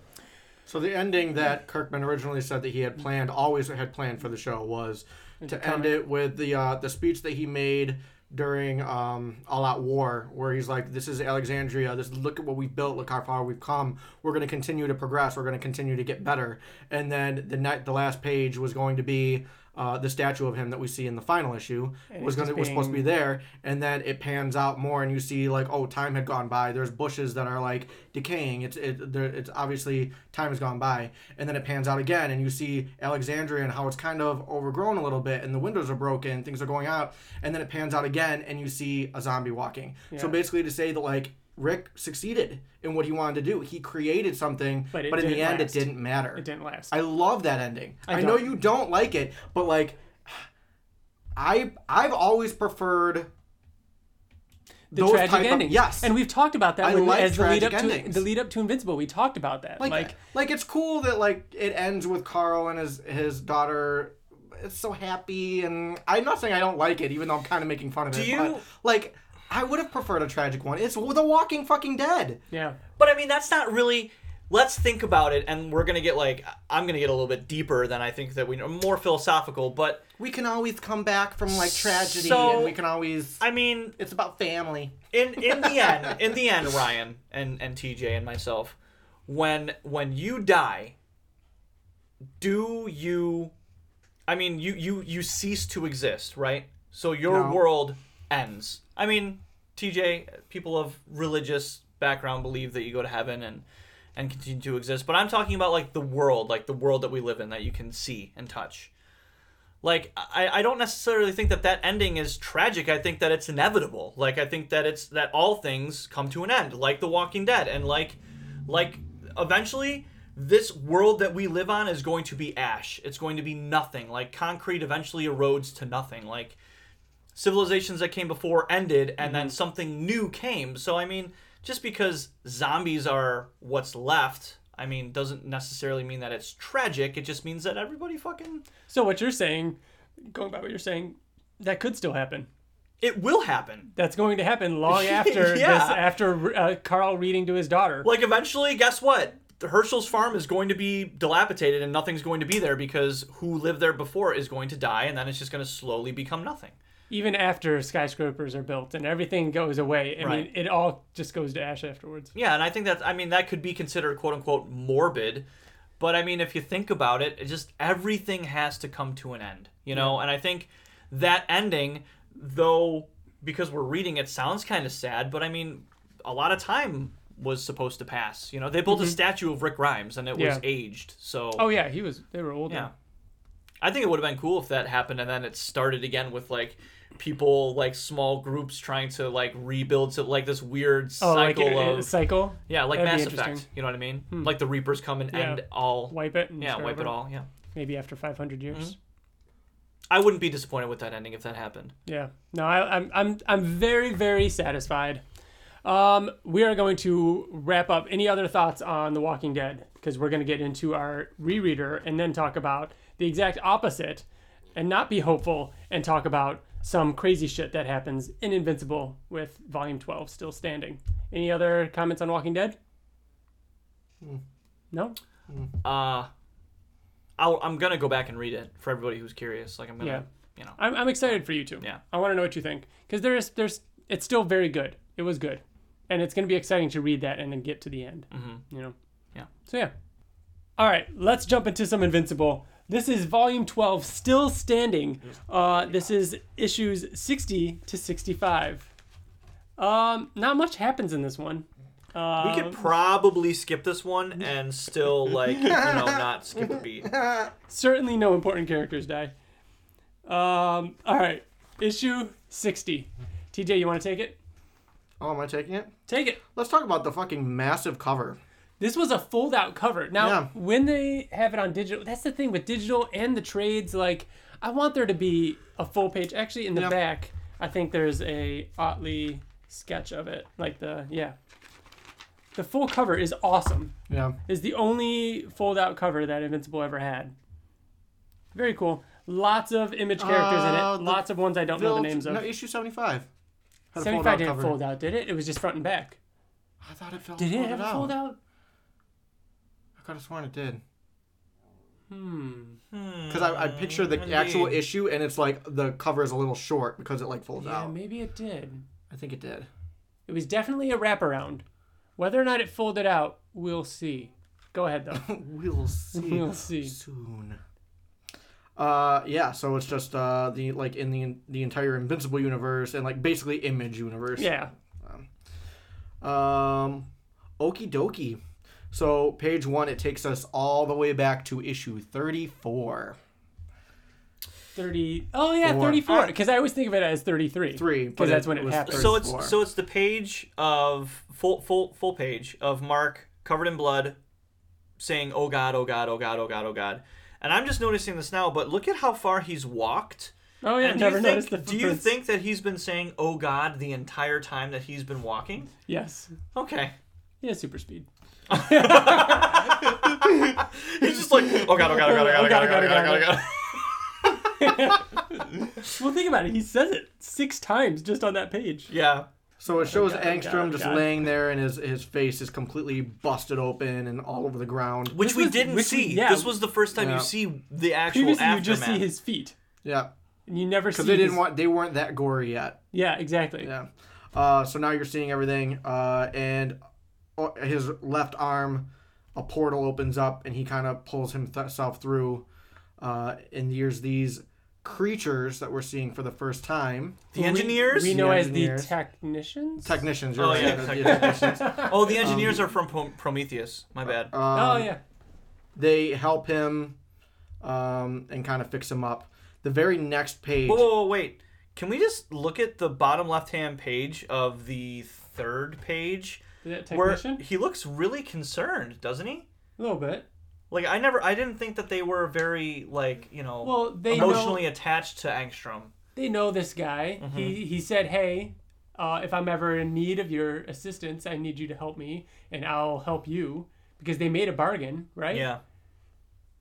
C: So the ending that Kirkman originally said that he had planned, always had planned for the show, was to end it with the uh, the speech that he made during um, All Out War, where he's like, "This is Alexandria. This look at what we've built. Look how far we've come. We're going to continue to progress. We're going to continue to get better." And then the night, the last page was going to be. Uh, the statue of him that we see in the final issue was
A: it's
C: going to
A: just
C: was supposed to be
A: being-
C: there, and then it pans out more, and you see like oh, time had gone by. There's bushes that are like decaying. It's it there, it's obviously time has gone by, and then it pans out again, and you see Alexandria and how it's kind of overgrown a little bit, and the windows are broken, things are going out, and then it pans out again, and you see a zombie walking. So
A: Yeah.
C: basically, to say that like. Rick succeeded in what he wanted to do. He created something,
A: But
C: but,
A: it
C: in the
A: didn't
C: end,
A: last.
C: it didn't matter.
A: It didn't last.
C: I love that ending. I, know
A: don't.
C: you don't like it, but like I I've always preferred
A: the
C: those
A: tragic
C: type of-
A: endings.
C: yes.
A: and we've talked about that
C: I
A: when-
C: like
A: as the lead up
C: tragic
A: to
C: endings.
A: the lead up to Invincible. We talked about that.
C: like, like it's cool that like it ends with Carl and his his daughter is so happy and I'm not saying I don't like it even though I'm kind of making fun of it.
B: you-
C: But, like I would have preferred a tragic one. It's The Walking Fucking Dead.
A: yeah,
B: But I mean, that's not really. Let's think about it, and we're gonna get like I'm gonna get a little bit deeper than I think that we know, more philosophical. But
C: We can always come back from like tragedy
B: So-
C: and we can always
B: I mean,
C: it's about family.
B: in in the end, in the end, Ryan and and TJ and myself, when when you die, do you? I mean, you you you cease to exist, right? So your
C: No.
B: world ends. I mean, TJ, people of religious background believe that you go to heaven and and continue to exist, but I'm talking about like the world, like the world that we live in that you can see and touch. Like I, I don't necessarily think that that ending is tragic. I think that it's inevitable. Like I think that it's that all things come to an end, like The Walking Dead, and like like eventually this world that we live on is going to be ash. It's going to be nothing. Like concrete eventually erodes to nothing. Like civilizations that came before ended and then something new came. So I mean, just because zombies are what's left, I mean, doesn't necessarily mean that it's tragic. It just means that everybody fucking
A: So what you're saying, going by what you're saying, that could still happen.
B: it will happen.
A: That's going to happen long after
B: Yeah.
A: this, after uh, Carl reading to his daughter.
B: Like eventually, guess what? Herschel's farm is going to be dilapidated and nothing's going to be there because who lived there before is going to die and then it's just going to slowly become nothing.
A: Even after skyscrapers are built and everything goes away, I mean,
B: Right.
A: it all just goes to ash afterwards.
B: Yeah, and I think that's I mean that could be considered quote unquote morbid, but I mean if you think about it, it just everything has to come to an end, you know? And I think that ending though because we're reading it sounds kind of sad, but I mean a lot of time was supposed to pass, you know? They built a statue of Rick Grimes and it was
A: Mm-hmm. Yeah.
B: aged. So
A: Oh yeah, he was. They were older.
B: Yeah. I think it would have been cool if that happened and then it started again with like people like small groups trying to like rebuild to like this weird
A: Oh,
B: cycle
A: like a,
B: of
A: a cycle.
B: yeah, like
A: that'd be
B: Mass Effect.
A: interesting. Hmm.
B: You know what I mean? Like the Reapers come and
A: Yeah.
B: end all.
A: Wipe it. And
B: yeah,
A: start
B: wipe it
A: over.
B: all. Mm-hmm. Yeah.
A: Maybe after 500 years.
B: I wouldn't be disappointed with that ending if that happened.
A: Yeah. No, I, I'm I'm I'm very very satisfied. Um, we are going to wrap up. Any other thoughts on The Walking Dead? Because we're going to get into our rereader and then talk about the exact opposite, and not be hopeful and talk about some crazy shit that happens in Invincible with Volume 12 still standing. Any other comments on Walking Dead? No.
B: Uh, I'll, I'm gonna go back and read it for everybody who's curious. Like I'm gonna,
A: Yeah.
B: you know,
A: I'm, I'm excited for you two.
B: Yeah.
A: I want to know what you think because there's there's it's still very good. It was good, and it's going to be exciting to read that and then get to the end. Mm-hmm. You know.
B: Yeah.
A: So yeah. All right, let's jump into some Invincible. This is Volume 12, still standing. Uh, this is issues 60 to 65. Um, not much happens in this one. Um,
B: We could probably skip this one and still like you know not skip a beat.
A: certainly no important characters die. Um, all right, issue sixty. TJ, you want to take it?
C: Oh, am I taking it?
A: Take it.
C: Let's talk about the fucking massive cover.
A: This was a fold out cover. Now,
C: Yeah.
A: when they have it on digital, that's the thing with digital and the trades. Like, I want there to be a full page. Actually, in the
C: Yeah.
A: back, I think there's a Otley sketch of it. Like the yeah, the full cover is awesome.
C: Yeah.
A: Is the only fold out cover that Invincible ever had. Very cool. Lots of image characters
C: Uh,
A: in
C: the
A: it. Lots of ones I don't know the names of.
C: No, issue 75. Had a
A: 75
C: fold-out
A: didn't
C: cover.
A: fold out, did it? It was just front and back.
C: I thought it felt
A: Did it
C: folded
A: have a
C: out.
A: fold out?
C: I could have sworn it did.
A: Hmm.
C: Because I, I picture
A: Mm,
C: the actual
B: indeed.
C: issue and it's like the cover is a little short because it like folds
A: Yeah,
C: out.
A: maybe it did.
C: I think it did.
A: It was definitely a wraparound. Whether or not it folded out, we'll see. Go ahead though.
C: we'll see.
A: We'll see.
C: soon. Uh, yeah. So it's just uh the like in the the entire Invincible universe and like basically Image universe.
A: yeah.
C: Um, okie dokie. So page one, it takes us all the way back to issue thirty-four.
A: 30. Oh yeah,
C: Four.
A: 34 because I always think of it as 33.
C: Three, but
A: because that's
C: it
A: when it
C: was
A: happened.
C: thirty.
B: So it's
C: floor.
B: so it's the page of full full full page of Mark covered in blood, saying "Oh God, oh God, oh God, oh God, oh God," and I'm just noticing this now. But look at how far he's walked.
A: oh yeah,
B: And do
A: never
B: you
A: noticed the
B: think, Do you
A: footprints.
B: think that he's been saying "Oh God" the entire time that he's been walking?
A: Yes.
B: Okay,
A: Yeah, super speed.
B: he's just like "Oh God, oh God, oh God, oh God, oh God, oh God, oh God." Oh God.
A: Well, think about it. He says it 6 times just on that page.
B: Yeah,
C: So it shows
A: God, oh
C: Angstrom
A: God, oh
C: just
A: God.
C: laying there, and his his face is completely busted open and all over the ground.
B: which
A: This
B: we
A: was-
B: didn't
A: which we-
B: see.
A: yeah.
B: This was the first time
C: Yeah.
B: you see the actual
A: Previously, you
B: aftermath.
A: just see his feet.
C: Yeah,
A: And you never see
C: because they didn't
A: his-
C: want they weren't that gory yet.
A: Yeah, exactly.
C: Yeah. Uh, so now you're seeing everything, uh, and uh, his left arm, a portal opens up, and he kind of pulls himself through. Uh, and there's these creatures that we're seeing for the first time.
B: the
A: Who we-
B: engineers.
A: We, know
C: The
A: as the
C: engineers.
A: technicians.
C: Technicians, you're
B: Oh,
C: right.
B: yeah,
C: they're the technicians.
B: oh,
A: Um,
B: the engineers are from Pro- Prometheus. My bad.
C: Um,
A: oh yeah.
C: They help him um, and kind of fix him up. The very next page.
B: Whoa, whoa, whoa, wait. Can we just look at the bottom left hand page of the third page?
A: The
B: Where
A: technician?
B: he looks really concerned, doesn't he?
A: A little bit.
B: Like I never I didn't think that they were very like, you know
A: Well, they know-
B: emotionally attached to Angstrom.
A: they know this guy. He
B: Mm-hmm.
A: he said, "Hey, uh, if I'm ever in need of your assistance, I need you to help me, and I'll help you." Because they made a bargain, right?
B: Yeah.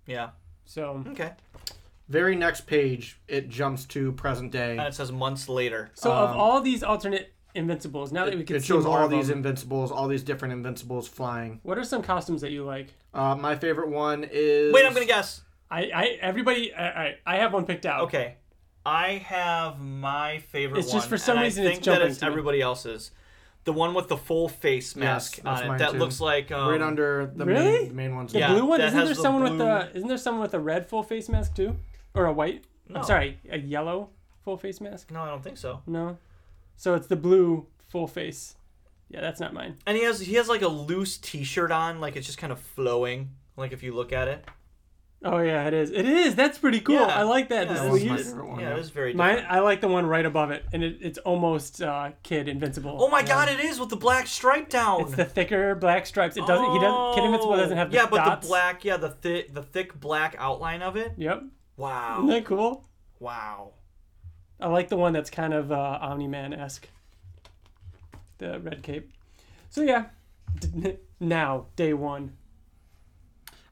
B: Yeah.
A: So
B: Okay.
C: Very next page, it jumps to present day.
B: And it says months later.
A: so of all these alternate invincibles, now that we can
C: It
A: see
C: shows
A: more
C: all
A: of
C: these
A: them,
C: invincibles, all these different invincibles flying.
A: what are some costumes that you like?
C: Uh, my favorite one is.
B: Wait, I'm gonna guess.
A: I I everybody, I I, I have one picked out.
B: Okay. I have my favorite
A: It's
B: one.
A: just for some
B: and
A: reason
B: I
A: it's
B: think
A: jumping
B: that it's
A: to me.
B: everybody else's. The one with the full face mask
C: that's
B: on
C: mine
B: it. That
C: too.
B: looks like um,
C: right under the
A: Really?
C: main, the main ones.
A: The
B: Yeah,
A: blue one
B: that
A: isn't
B: has
A: there
B: the
A: someone with
B: blue-
A: the isn't there someone with a red full face mask too, or a white?
B: No.
A: I'm sorry, a yellow full face mask.
B: No, I don't think so.
A: No. So it's the blue full face. Yeah, that's not mine.
B: And he has he has like a loose t-shirt on, like it's just kind of flowing. Like if you look at it,
A: Oh yeah, it is. It is. That's pretty cool.
B: Yeah.
A: I like that.
B: Yeah,
A: This
B: that
A: is
B: was
C: my
A: used-
C: favorite one,
B: yeah,
C: yeah.
B: it is very. Different.
A: Mine. I like the one right above it, and it, it's almost uh, Kid Invincible.
B: oh my god, it is with the black stripe down.
A: It's the thicker black stripes. It doesn't. He doesn't. Kid Invincible doesn't have the
B: Oh, yeah, but
A: dots.
B: the black, yeah, the thick, the thick black outline of it.
A: Yep. Isn't
B: Wow,
A: that cool?
B: wow.
A: I like the one that's kind of uh, Omni Man esque. The red cape. So yeah. D- now day one.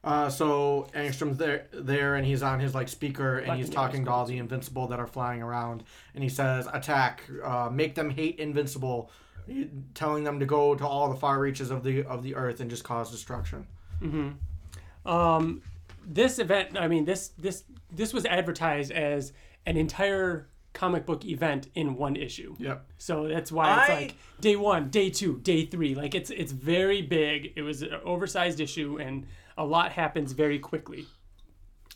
C: Uh, so Angstrom's there, there, and he's on his like speaker, and he's
A: Fucking
C: talking to all the invincible that are flying around, and he says, "Attack! Uh, make them hate invincible." Telling them to go to all the far reaches of the of the earth and just cause destruction.
A: Um, this event. I mean this this this was advertised as an entire comic book event in one issue.
C: Yep.
A: So that's why it's
B: I-
A: like day one, day two, day three. Like it's it's very big. It was an oversized issue, and a lot happens very quickly.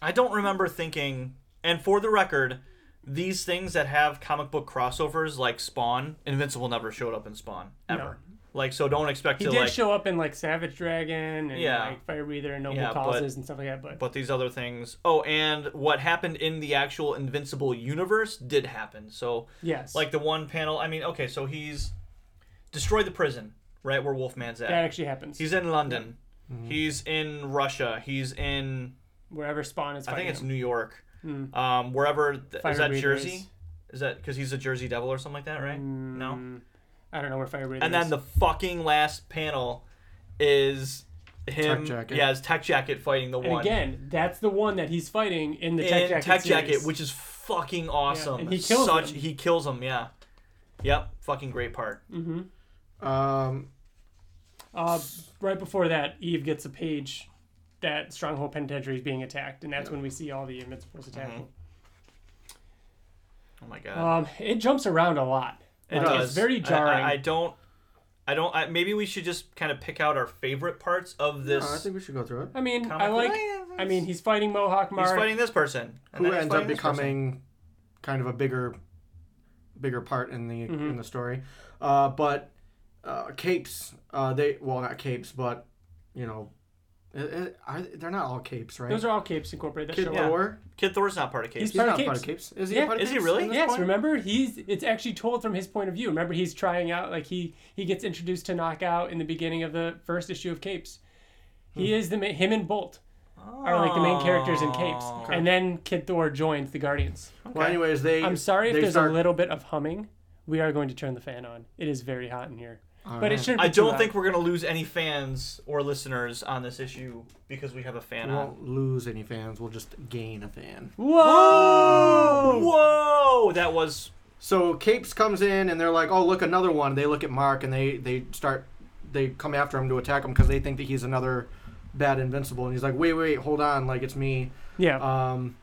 B: I don't remember thinking. And for the record, these things that have comic book crossovers like Spawn, Invincible never showed up in Spawn ever. Like, so don't expect
A: He
B: to
A: did
B: like.
A: show up in like Savage Dragon and
B: Yeah.
A: like Fire Breather and Noble
B: Yeah, but-
A: Causes and stuff like that, but,
B: but these other things. Oh, and what happened in the actual Invincible universe did happen. So,
A: yes,
B: like the one panel. I mean, okay, so he's destroyed the prison, right where Wolfman's at.
A: that actually happens.
B: He's in London.
A: Mm-hmm.
B: He's in Russia. He's in
A: Wherever Spawn is
B: I
A: fighting
B: think it's
A: him. Hmm.
B: New York. Um, wherever th- is
A: Fire
B: that
A: Breather
B: Jersey?
A: is-
B: Is that because he's a Jersey Devil or something like that,
A: Mm,
B: right? No.
A: I don't know where Fire Breather
B: And then
A: is.
B: the fucking last panel is him.
C: Tech Jacket.
B: Yeah, his tech jacket fighting the
A: and
B: one
A: again, that's the one that he's fighting in the Tech
B: in
A: Jacket.
B: tech jacket,
A: series.
B: which is fucking awesome.
A: and he kills
B: Such
A: him.
B: he kills him. Yeah. Yep. Fucking great part.
C: Um,
A: Uh, right before that, Eve gets a page that Stronghold Penitentiary is being attacked, and that's when we see all the Invincibles
B: Mm-hmm.
A: attacking.
B: Oh my god.
A: Um, it jumps around a lot.
B: It
A: Like,
B: does.
A: It's very
B: I- I-
A: jarring.
B: I, don't. I don't. I, maybe we should just kind of pick out our favorite parts of this.
C: I think we should go through it.
A: I mean,
B: comic
A: I like.
B: book-
A: I mean, he's fighting Mohawk Mark.
B: he's fighting this person. and
C: Who
B: then he's
C: ends
B: fighting
C: up
B: this person.
C: becoming kind of a bigger, bigger part in the
A: Mm-hmm.
C: in the story, uh, but uh, capes. Uh, they well not capes, but you know, it, it, are, they're not all capes, right?
A: Those are all capes incorporated. That
C: Kid
A: show up.
C: Thor.
B: Kid Thor's not part of Case.
A: He's-
C: He's
A: Part of
C: not part
A: capes.
C: of capes. Is he?
A: Yeah.
C: A part of
B: Is he
C: capes
B: really?
C: in this
A: Yes,
C: point?
A: remember he's it's actually told from his point of view. Remember he's trying out like he he gets introduced to Knockout in the beginning of the first issue of Capes.
B: Hmm.
A: He is the ma- him and Bolt are like the main characters in Capes,
B: Oh.
A: and then Kid Thor joins the Guardians.
C: Well, anyways, they.
A: I'm sorry if
C: they
A: there's
C: start,
A: a little bit of humming. We are going to turn the fan on. It is very hot in here, but it
C: right.
A: shouldn't. Be
B: I
A: too
B: don't
A: loud.
B: think we're gonna lose any fans or listeners on this issue because we have a fan
C: We
B: on.
C: won't lose any fans. We'll just gain a fan.
A: Whoa!
B: Whoa! That was
C: So Capes comes in and they're like, "Oh, look, another one." They look at Mark and they they start they come after him to attack him because they think that he's another bad invincible. And he's like, "Wait, wait, hold on, like it's me."
A: Yeah,
C: Um,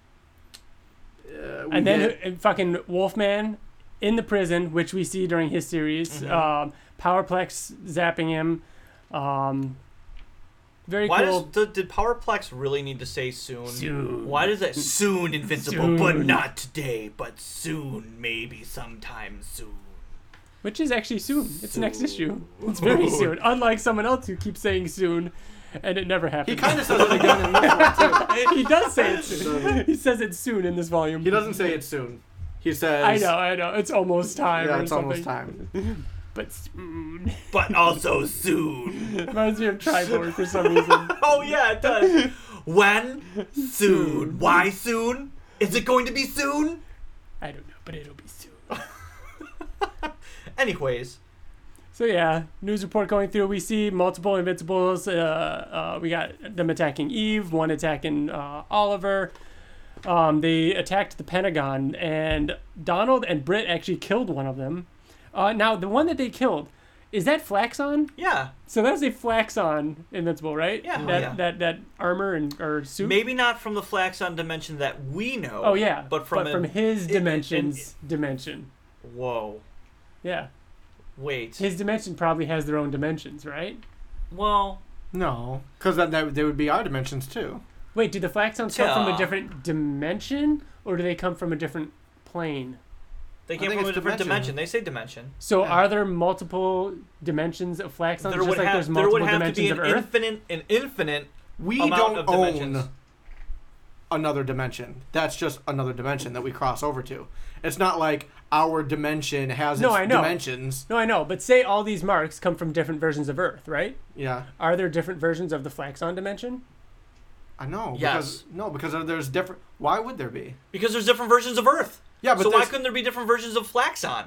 C: uh, we
A: and then
C: get-
A: uh, fucking Wolfman in the prison, which we see during his series.
C: Mm-hmm.
A: Um, Powerplex zapping him. Um, very
B: why
A: cool.
B: does did, did Powerplex really need to say soon?
A: Soon.
B: Why does that soon invincible, but
A: Soon.
B: not today, but soon, maybe sometime soon.
A: Which is actually soon. It's next issue. It's very soon. Unlike someone else who keeps saying soon, and it never
C: he
A: happens.
C: kind of says it again in this one too.
A: He, does say it soon. he says it soon in this volume.
C: He doesn't say it soon. He says,
A: I know, I know. It's almost time.
C: Yeah,
A: or
C: it's
A: something.
C: almost time.
A: But soon.
B: But also soon.
A: Reminds me of Tribord for some reason.
B: Oh yeah, it does. When? Soon. Why soon? Is it going to be soon?
A: I don't know, but it'll be soon.
B: Anyways,
A: So yeah, news report going through. We see multiple invincibles. Uh, uh, we got them attacking Eve, one attacking uh, Oliver. Um, they attacked the Pentagon, and Donald and Britt actually killed one of them. Uh, now the one that they killed is that Flaxon.
B: yeah.
A: So that's a Flaxon invincible, right?
B: Yeah,
A: That
B: yeah.
A: that that armor and or suit.
B: Maybe not from the Flaxon dimension that we know.
A: oh yeah,
B: But from, a-
A: his
B: it- it-
A: dimensions dimension.
B: whoa.
A: Yeah,
B: Wait.
A: his dimension probably has their own dimensions, right?
B: well,
C: No, because then that, they would be our dimensions too.
A: Wait, do the Flaxons come from a
B: Yeah.
A: different dimension, or do they come from a different plane?
B: they came
C: think
B: from a
C: it's
B: different dimension.
C: dimension.
B: They say dimension.
A: So are there multiple dimensions of Flaxons,
B: There
A: just
B: would
A: like
B: have
A: there's
B: there
A: multiple
B: would have to
A: dimensions
B: be
A: of
B: an
A: Earth?
B: infinite an infinite
C: We
B: amount
C: don't
B: of
C: own
B: dimensions.
C: another dimension. That's just another dimension that we cross over to. It's not like our dimension has
A: No,
C: its
A: I know.
C: dimensions.
A: No, I know, but say all these marks come from different versions of Earth, right?
C: Yeah,
A: Are there different versions of the Flaxon dimension?
C: I know.
B: Yes.
C: Because, no, because there's different. Why would there be?
B: Because there's different versions of Earth.
C: Yeah, but
B: so why
C: there's-
B: couldn't there be different versions of Flaxon?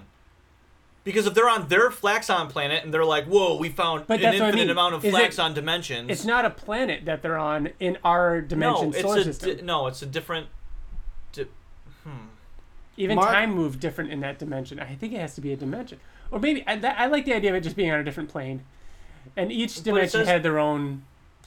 B: Because if they're on their Flaxon planet and they're like, "Whoa, we found
A: But
B: an
A: that's what I
B: infinite
A: mean.
B: amount of
A: Is it-
B: Flaxon dimensions,"
A: It's not a planet that they're on in our dimension
B: no, it's
A: solar
B: a
A: system.
B: di- no, it's a different. Di-
A: Even
C: Mark-
A: time moved different in that dimension. I think it has to be a dimension, or maybe I, that, I like the idea of it just being on a different plane, and each dimension
B: says-
A: had their own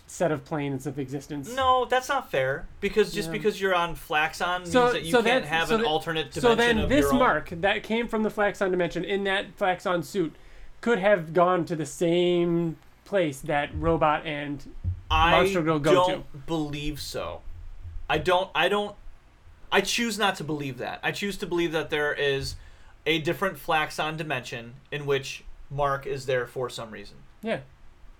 A: set of planes of existence.
B: no, that's not fair. Because just
A: Yeah.
B: because you're on Flaxon
A: So-
B: means that you
A: so
B: can't
A: that-
B: have
A: so
B: an
A: that-
B: alternate dimension.
A: So then,
B: of
A: this
B: your own.
A: mark that came from the Flaxon dimension in that Flaxon suit could have gone to the same place that robot and
B: I
A: Monster Girl go
B: don't believe so. I don't. I don't. I choose not to believe that. I choose to believe that there is a different Flaxon dimension in which Mark is there for some reason.
A: Yeah.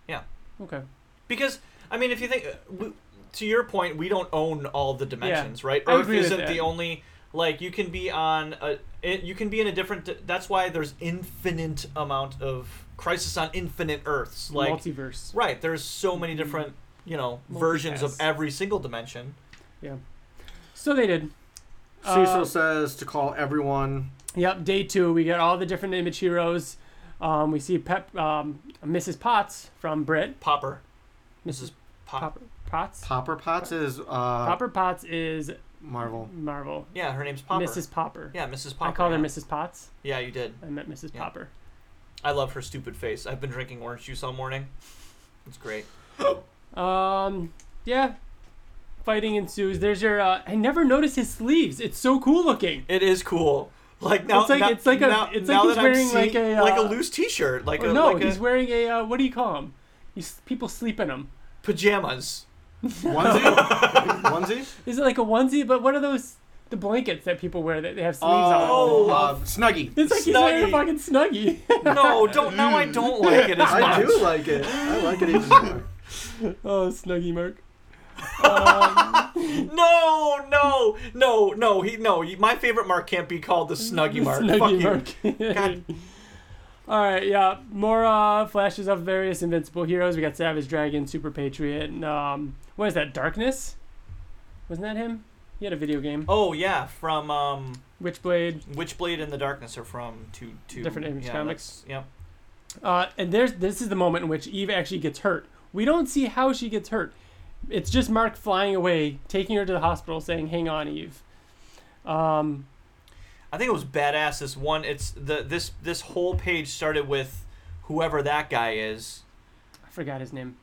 B: Yeah.
A: Okay.
B: Because I mean, if you think we, to your point, we don't own all the dimensions, right?
A: I
B: Earth
A: agree with
B: isn't
A: that.
B: the only like you can be on a it, you can be in a different. di- That's why there's infinite amount of Crisis on Infinite Earths. Like
A: Multiverse.
B: right, there's so many
A: Mm-hmm.
B: different you know versions of
A: Multipass.
B: every single dimension.
A: So they did.
C: Cecil
A: Uh,
C: says to call everyone.
A: Yep, day two. We got all the different image heroes. Um, we see Pep, um, Mrs. Potts from Brit.
B: Popper,
A: Mrs.
B: Pop.
A: Popper Potts.
C: Popper Potts is uh,
A: Popper Potts is
C: Marvel.
A: Marvel.
B: Yeah, her name's Popper.
A: Mrs. Popper.
B: Yeah, Mrs. Popper.
A: I called
B: yeah.
A: her Mrs. Potts.
B: Yeah, you did.
A: I met Mrs.
B: Yeah.
A: Popper.
B: I love her stupid face. I've been drinking orange juice all morning. It's great.
A: Um, yeah. Fighting ensues. There's your. Uh, I never noticed his sleeves. It's so cool looking.
B: It is cool. Like now,
A: It's like-
B: now-
A: it's like a-
B: now,
A: it's
B: now
A: like he's
B: that I'm
A: wearing
B: seeing-
A: like a,
B: like a
A: uh,
B: loose T-shirt, like
A: Oh,
B: a
A: no,
B: like
A: he's
B: a
A: wearing a. Uh, what do you call him? He's, people sleep in him.
B: pajamas.
C: Onesie? Onesie?
A: Is it like a onesie? But what are those? The blankets that people wear that they have sleeves
C: Oh,
A: on.
C: uh, Snuggie.
A: It's like he's wearing a
B: Snuggie.
A: fucking snuggie.
B: No, don't. Now
A: Mm.
B: I don't like it as much.
C: I do like it. I like it even more.
A: oh, snuggie, Mark. Um,
B: No, no, no, no. He no. He, my favorite mark can't be called the Snuggie mark.
A: Snuggie
B: Fuck you.
A: Mark.
B: God.
A: All right, yeah. More uh, flashes of various invincible heroes. We got Savage Dragon, Super Patriot, and um, what is that? Darkness? Wasn't that him? He had a video game.
B: Oh yeah, from um,
A: Witchblade.
B: Witchblade and the Darkness are from two two
A: Different Image
B: yeah,
A: Comics.
B: that's- Yep.
A: Uh, and there's this is the moment in which Eve actually gets hurt. We don't see how she gets hurt. It's just Mark flying away, taking her to the hospital, saying, "Hang on, Eve." Um,
B: I think it was badass. This one, it's the this this whole page started with whoever that guy is.
A: I forgot his name.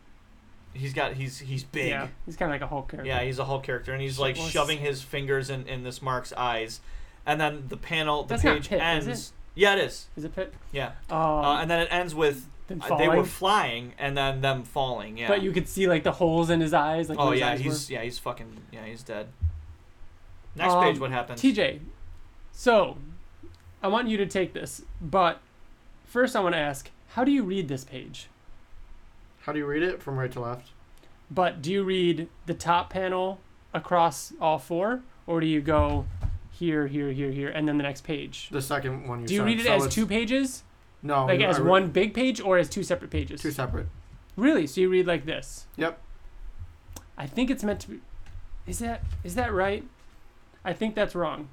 B: He's got he's he's big.
A: Yeah, he's kind of like a Hulk character.
B: Yeah, he's a Hulk character, and he's
A: Shit,
B: like
A: what's-
B: shoving his fingers in, in this Mark's eyes, and then the panel, the
A: That's not
B: page
A: Pip, is
B: ends.
A: it?
B: Yeah, it is.
A: Is it Pip?
B: Yeah,
A: Um,
B: uh, and then it ends with
A: them
B: uh, they were
A: falling?
B: flying, and then them falling. Yeah.
A: But you could see like the holes in his eyes. Like
B: oh
A: where his
B: yeah,
A: eyes were.
B: he's yeah he's fucking yeah he's dead. Next
A: Um,
B: page, what happens?
A: TJ. So, I want you to take this, but first I want to ask, how do you read this page?
C: How do you read it? From right to left?
A: But do you read the top panel across all four, or do you go here, here, here, here, and then the next page?
C: The second one you
A: Do you
C: sent.
A: read it
C: So
A: as
C: it's-
A: two pages,
C: No.
A: like
C: I
A: as
C: read
A: one big page, or as two separate pages?
C: Two separate.
A: really? So you read like this?
C: Yep.
A: I think it's meant to be. Is that is that right? I think that's wrong.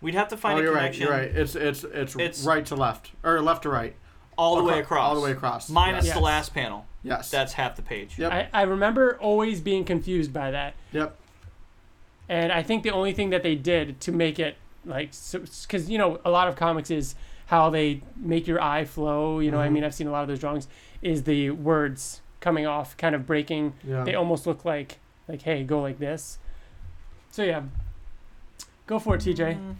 B: We'd have to find
C: oh,
B: a
C: you're right.
B: connection
C: You're right. It's, it's it's
B: It's-
C: right to left or left to right.
B: all the way
C: Acro-
B: across.
C: All the way across.
B: Minus
A: Yes.
B: the last panel.
C: Yes.
B: That's half the page.
C: Yep.
A: I, I remember always being confused by that.
C: Yep.
A: And I think the only thing that they did to make it like, because you know, a lot of comics is how they make your eye flow. You know,
C: Mm-hmm.
A: I mean, I've seen a lot of those drawings. Is the words coming off, kind of breaking?
C: Yeah.
A: They almost look like like, hey, go like this. So yeah, go for it,
B: Mm-hmm.
A: TJ.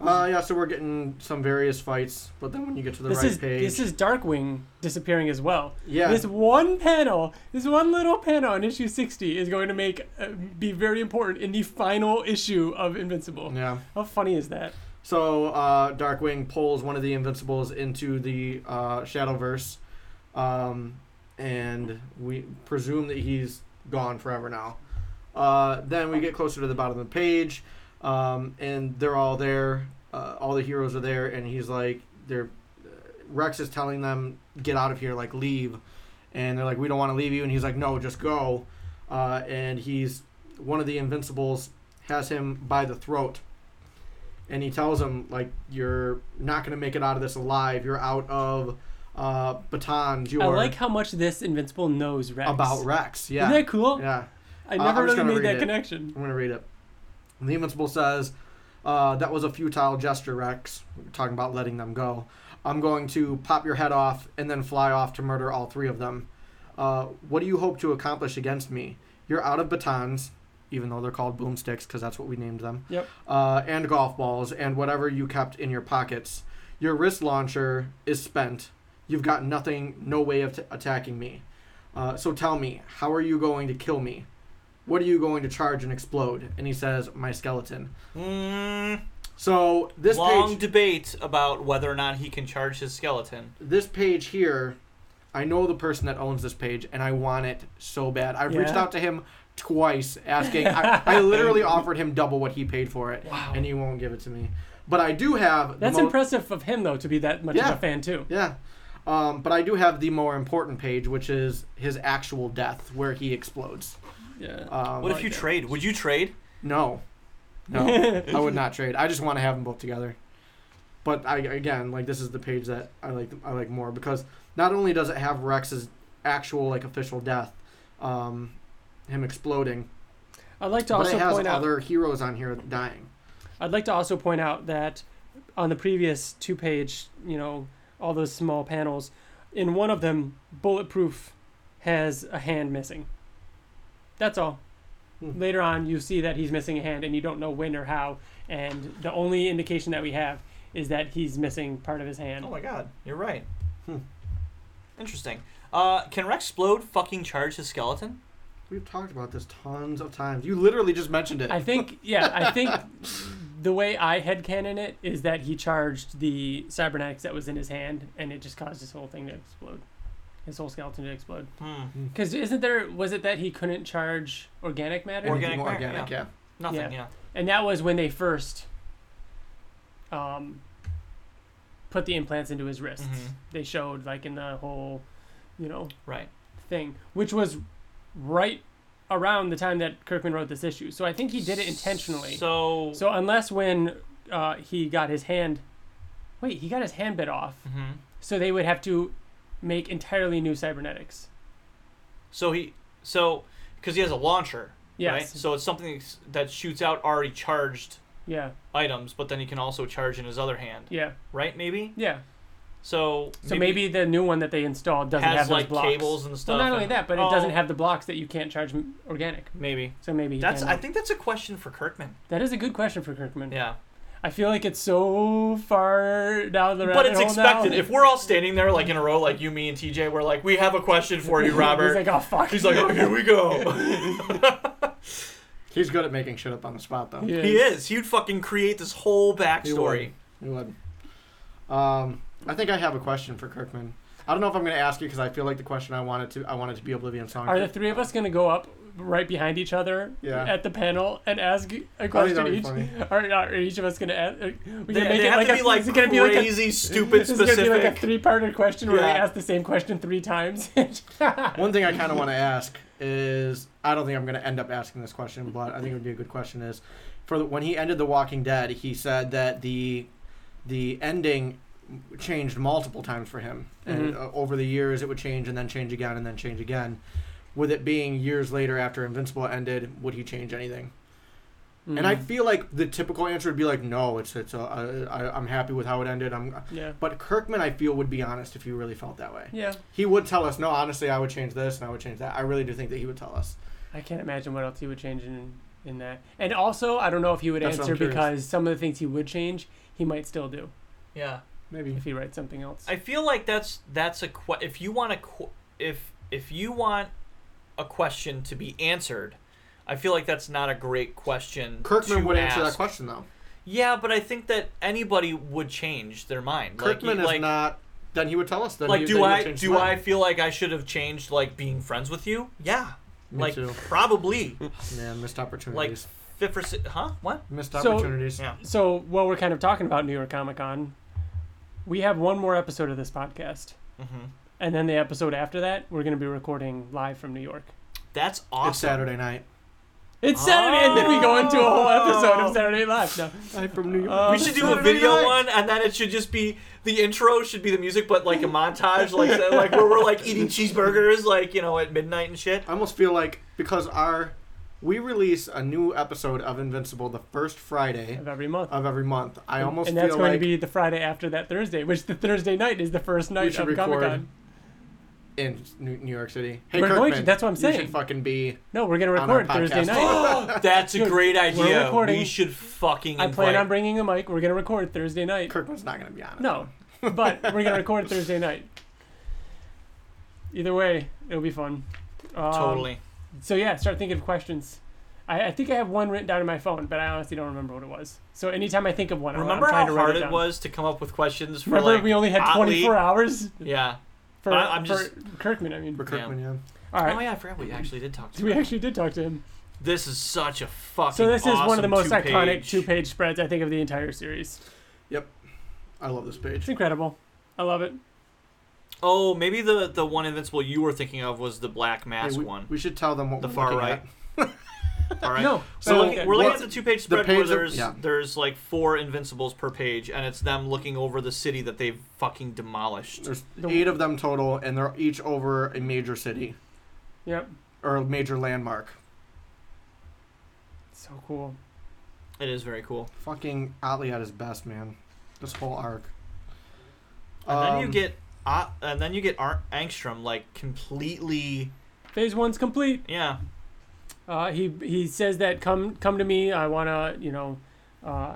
C: Uh, yeah. So we're getting some various fights, but then when you get to the
A: This
C: right
A: is
C: page,
A: this is Darkwing disappearing as well.
C: yeah,
A: This one panel, this one little panel in issue 60 is going to make uh, be very important in the final issue of Invincible.
C: yeah.
A: How funny is that?
C: So uh, Darkwing pulls one of the Invincibles into the uh, Shadowverse, um, and we presume that he's gone forever now. Uh, then we get closer to the bottom of the page, um, and they're all there. Uh, all the heroes are there, and he's like, "They're." uh, Rex is telling them, "Get out of here! Like leave," and they're like, "We don't want to leave you," and he's like, "No, just go." Uh, and he's one of the Invincibles has him by the throat and he tells him like you're not going to make it out of this alive you're out of uh batons you're
A: I like how much this Invincible knows Rex.
C: about rex yeah
A: Isn't that cool?
C: yeah
A: I
C: Uh,
A: never
C: I'm just
A: really
C: gonna
A: made
C: read
A: that
C: it.
A: connection.
C: i'm going to read it and the invincible says uh, that was a futile gesture rex We're talking about letting them go i'm going to pop your head off and then fly off to murder all three of them uh, what do you hope to accomplish against me you're out of batons even though they're called boomsticks because that's what we named them
A: Yep.
C: uh, and golf balls and whatever you kept in your pockets. Your wrist launcher is spent. You've got nothing, no way of t- attacking me. Uh, so tell me, how are you going to kill me? What are you going to charge and explode? And he says, my skeleton.
B: Mm,
C: So this
B: Long
C: page,
B: debate about whether or not he can charge his skeleton.
C: this page here, I know the person that owns this page, and I want it so bad. I've reached
A: Yeah?
C: out to him twice asking. I, I literally offered him double what he paid for it,
B: Wow.
C: and he won't give it to me. But I do have. the
A: That's
C: mo-
A: impressive of him though to be that much
C: Yeah.
A: of a fan too.
C: Yeah. Um, but I do have the more important page, which is his actual death, where he explodes.
A: Yeah.
C: Um,
B: What if you trade? Would you trade?
C: No, no, I would not trade. I just want to have them both together. But I again, like this is the page that I like. I like more because not only does it have Rex's actual like official death, um, him exploding,
A: I'd like to
C: but
A: also
C: it has
A: point out
C: other heroes on here dying.
A: I'd like to also point out that on the previous two page, you know, all those small panels, in one of them, Bulletproof has a hand missing. That's all.
C: Hmm.
A: Later on, you see that he's missing a hand and you don't know when or how. And the only indication that we have is that he's missing part of his hand.
B: Oh my god, you're right.
C: Hmm.
B: Interesting. Uh, can Rexplode fucking charge his skeleton?
C: We've talked about this tons of times. You literally just mentioned it.
A: I think, yeah, I think the way I headcanon it is that he charged the cybernetics that was in his hand and it just caused his whole thing to explode. His whole skeleton to explode.
B: Hmm.
C: Mm-hmm.
A: Because isn't there was it that he couldn't charge organic matter?
C: Anything
B: Organic
C: more
B: matter,
C: organic, yeah.
B: Nothing.
A: Yeah.
B: Yeah.
A: and that was when they first um, put the implants into his wrists.
B: Mhm.
A: They showed like in the whole, you know,
B: Right.
A: thing, which was right around the time that Kirkman wrote this issue. So I think he did it intentionally. So,
B: So.
A: unless when uh, he got his hand, wait, he got his hand bit off.
B: Mhm.
A: So they would have to make entirely new cybernetics.
B: So he. So because he has a launcher. Right?
A: Yes.
B: So it's something that's- that shoots out already charged
A: Yeah.
B: items, but then he can also charge in his other hand.
A: Yeah.
B: Right? Maybe.
A: Yeah.
B: So.
A: So maybe, the new one that they installed doesn't
B: has
A: have those
B: like
A: blocks.
B: cables and stuff.
A: Well, not only
B: and-
A: that, but
B: Oh,
A: it doesn't have the blocks that you can't charge m- organic.
B: Maybe.
A: So maybe he
B: That's.
A: can. uh,
B: I think that's a question for Kirkman.
A: that is a good question for Kirkman.
B: Yeah.
A: I feel like it's so far down the road.
B: But it's expected.
A: Now.
B: If we're all standing there like in a row, like you, me, and TJ, we're like, we have a question for you, Robert.
A: He's like, oh fuck.
B: He's like, oh, here we go.
C: He's good at making shit up on the spot though.
A: He
B: he is. He'd fucking create this whole backstory.
C: He would. Um, I think I have a question for Kirkman. I don't know if I'm going to ask you because I feel like the question I wanted to I wanted to be Oblivion song.
A: Are the three of us gonna go up right behind each other
C: Yeah.
A: at the panel and ask a
C: that'd
A: question
C: be
A: each?
C: funny.
A: Are, are each of us gonna ask? Are, we
B: They,
A: gonna make
B: they
A: it
B: have
A: like
B: to
A: a,
B: be like
A: is it
B: crazy,
A: gonna be like a,
B: stupid,
A: this is gonna be like a
B: specific.
A: three-parter question where we
B: Yeah.
A: ask the same question three times.
C: One thing I kind of want to ask is I don't think I'm going to end up asking this question, but I think it would be a good question. Is for the, when he ended The Walking Dead, he said that the the ending changed multiple times for him, and uh, over the years it would change and then change again and then change again. With it being years later after Invincible ended, would he change anything? And
A: Mm-hmm. Mm.
C: I feel like the typical answer would be like, no, it's it's uh, I, I- I'm happy with how it ended. I'm,
A: yeah,
C: but Kirkman, I feel would be honest if he really felt that way.
A: yeah.
C: He would tell us, no, honestly, I would change this and I would change that. I really do think that he would tell us.
A: I can't imagine what else he would change in in that. And also, I don't know if he would
C: That's what I'm
A: answer
C: curious.
A: because some of the things he would change, he might still do
B: Yeah,
C: Maybe.
A: if he writes something else.
B: I feel like that's that's a que- if you want a qu- if if you want a question to be answered, I feel like that's not a great question.
C: Kirkman
B: to
C: would answer that
B: ask.
C: question though.
B: Yeah, but I think that anybody would change their mind.
C: Kirkman
B: like,
C: is
B: like,
C: not. Then he would tell us. Then
B: Like,
C: he,
B: do
C: then he would
B: I
C: change
B: do
C: his
B: I
C: mind.
B: feel like I should have changed like being friends with you? Yeah,
C: Me
B: like
C: too.
B: probably
C: Man, missed
B: like
C: opportunities.
B: fifth or sixth. Huh? What?
C: missed
A: So-
C: opportunities.
B: Yeah.
A: so, while we're kind of talking about New York Comic Con, we have one more episode of this podcast,
B: Mm-hmm.
A: and then the episode after that, we're going to be recording live from New York.
B: That's
C: It's
B: awesome.
C: Saturday night. Oh.
A: It's Saturday, and then we go into a whole episode of Saturday Live. No.
C: I'm from New York.
A: Um,
B: We should do a video one, and then it should just be the intro should be the music, but like a montage, like like where we're like eating cheeseburgers, like you know at midnight and shit.
C: I almost feel like because our we release a new episode of Invincible the first Friday
A: of every month.
C: of every month. I almost
A: and that's
C: feel
A: going
C: like
A: to be the Friday after that Thursday, which the Thursday night is the first night
C: should
A: of Comic
C: record.
A: Con.
C: in New New York City. Hey,
A: We're
C: Kirkman,
A: going to- that's what I'm
C: You
A: saying.
C: should fucking be.
A: No, we're going to
C: On our
A: record Thursday
C: podcast.
B: Oh,
A: night.
B: That's a
A: Dude,
B: great
A: we're
B: idea.
A: recording.
B: We should fucking.
A: I plan
B: invite-
A: on bringing a mic. We're gonna record Thursday night.
C: Kirkman's not going to be on it.
A: No, but we're gonna record Thursday night. Either way, it'll be fun. Um,
B: totally.
A: So yeah, start thinking of questions. I, I think I have one written down on my phone, but I honestly don't remember what it was. So anytime I think of one, I'm-
B: Remember
A: I'm trying
B: how
A: to write
B: hard
A: it,
B: it,
A: down.
B: was to come up with questions for
A: Remember
B: like
A: we only had
B: Otley?
A: 24 hours
B: Yeah.
A: for,
B: I- I'm
A: for
B: just-
A: Kirkman. I mean,
C: For Kirkman, yeah.
A: all right.
B: Oh yeah, I forgot we actually did talk to.
A: So we
B: him.
A: actually did talk to him.
B: This is such a fucking.
A: So this is one of the
B: awesome
A: most
B: two-page-
A: iconic two-page spreads I think of the entire series.
C: I love this
A: It's
C: page.
A: incredible. I love it.
B: Oh, maybe the the one invincible you were thinking of was the Black
C: Hey,
B: Mask
C: we,
B: one.
C: we should tell them what
B: The
C: we're
B: far
C: looking
B: right.
C: at.
B: All right.
A: No,
B: So
A: no,
B: looking,
A: okay.
B: we're looking
C: What-
B: at the two page spread
C: page
B: where
C: of-
B: there's
C: yeah.
B: there's like four invincibles per page, and it's them looking over the city that they've fucking demolished.
C: There's
A: The-
C: eight of them total, and they're each over a major city
A: Yep.
C: or a major landmark.
A: So cool.
B: It is very cool.
C: Fucking Otley at his best, man. This whole arc.
B: And then you
C: Um,
B: get uh, and then you get Ar- Angstrom like completely
A: Phase one's complete.
B: yeah
A: Uh, he he says that come come to me. I wanna you know, uh,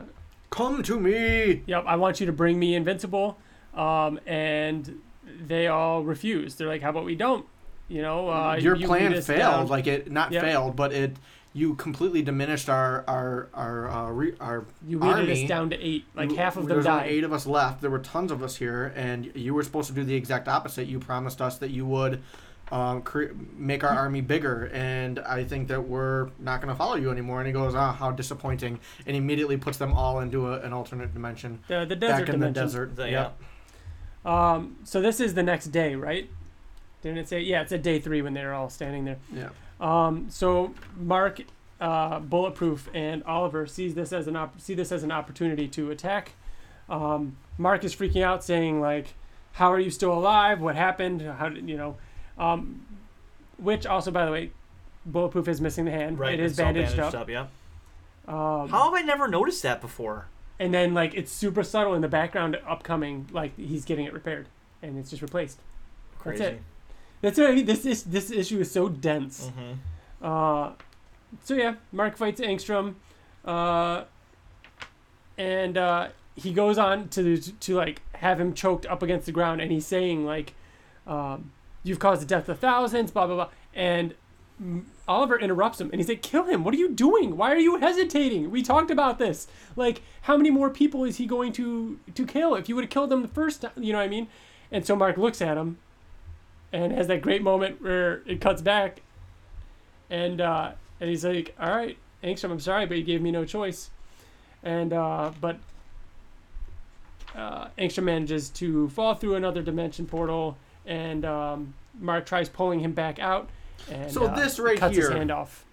C: Come to me!
A: yep. I want you to bring me Invincible. Um, and they all refuse. They're like, how about we don't? You know, uh,
C: Your
A: you lead
C: plan
A: us
C: failed.
A: down-
C: Like it, not
A: Yep.
C: failed, but it, you completely diminished our our our uh, re, our.
A: you weeded
C: army.
A: us down to eight. Like
C: you-
A: half of them
C: there's only
A: died.
C: Eight of us left. There were tons of us here, and you were supposed to do the exact opposite. You promised us that you would. Um, cre- make our army bigger, and I think that we're not going to follow you anymore. And he goes, "Ah, how disappointing!" And immediately puts them all into a, an alternate dimension,
A: The, the desert
C: back in
A: dimension.
C: the desert.
B: The-
C: Yep.
A: Um, so this is the next day, right? Didn't it say? Yeah, it's a day three when they're all standing there.
C: Yeah.
A: Um, so Mark, uh, Bulletproof, and Oliver sees this as an op- see this as an opportunity to attack. Um, Mark is freaking out, saying like, "How are you still alive? What happened? How did you know?" Um, which also, by the way, Bulletproof is missing the hand.
B: right
A: it is
B: it's all
A: bandaged, up.
B: yeah.
A: Um,
B: How have I never noticed that before?
A: and then like it's super subtle in the background, upcoming like he's getting it repaired, and it's just replaced.
B: Crazy.
A: it. That's what I mean. This is this issue is so dense.
B: Mm-hmm.
A: Uh, so yeah, Mark fights Angstrom, uh, and uh, he goes on to to like have him choked up against the ground, and he's saying like, um, "You've caused the death of thousands, blah blah blah," and. mm, Oliver interrupts him and he's like, Kill him. What are you doing? Why are you hesitating? We talked about this. Like, how many more people is he going to to kill? If you would have killed them the first time, you know what I mean? And so Mark looks at him and has that great moment where it cuts back and uh, and he's like, "All right, Angstrom, I'm sorry, but you gave me no choice." And uh, but uh, Angstrom manages to fall through another dimension portal, and um, Mark tries pulling him back out. And,
C: So
A: uh,
C: this right
A: cuts his
C: here-
A: hand off.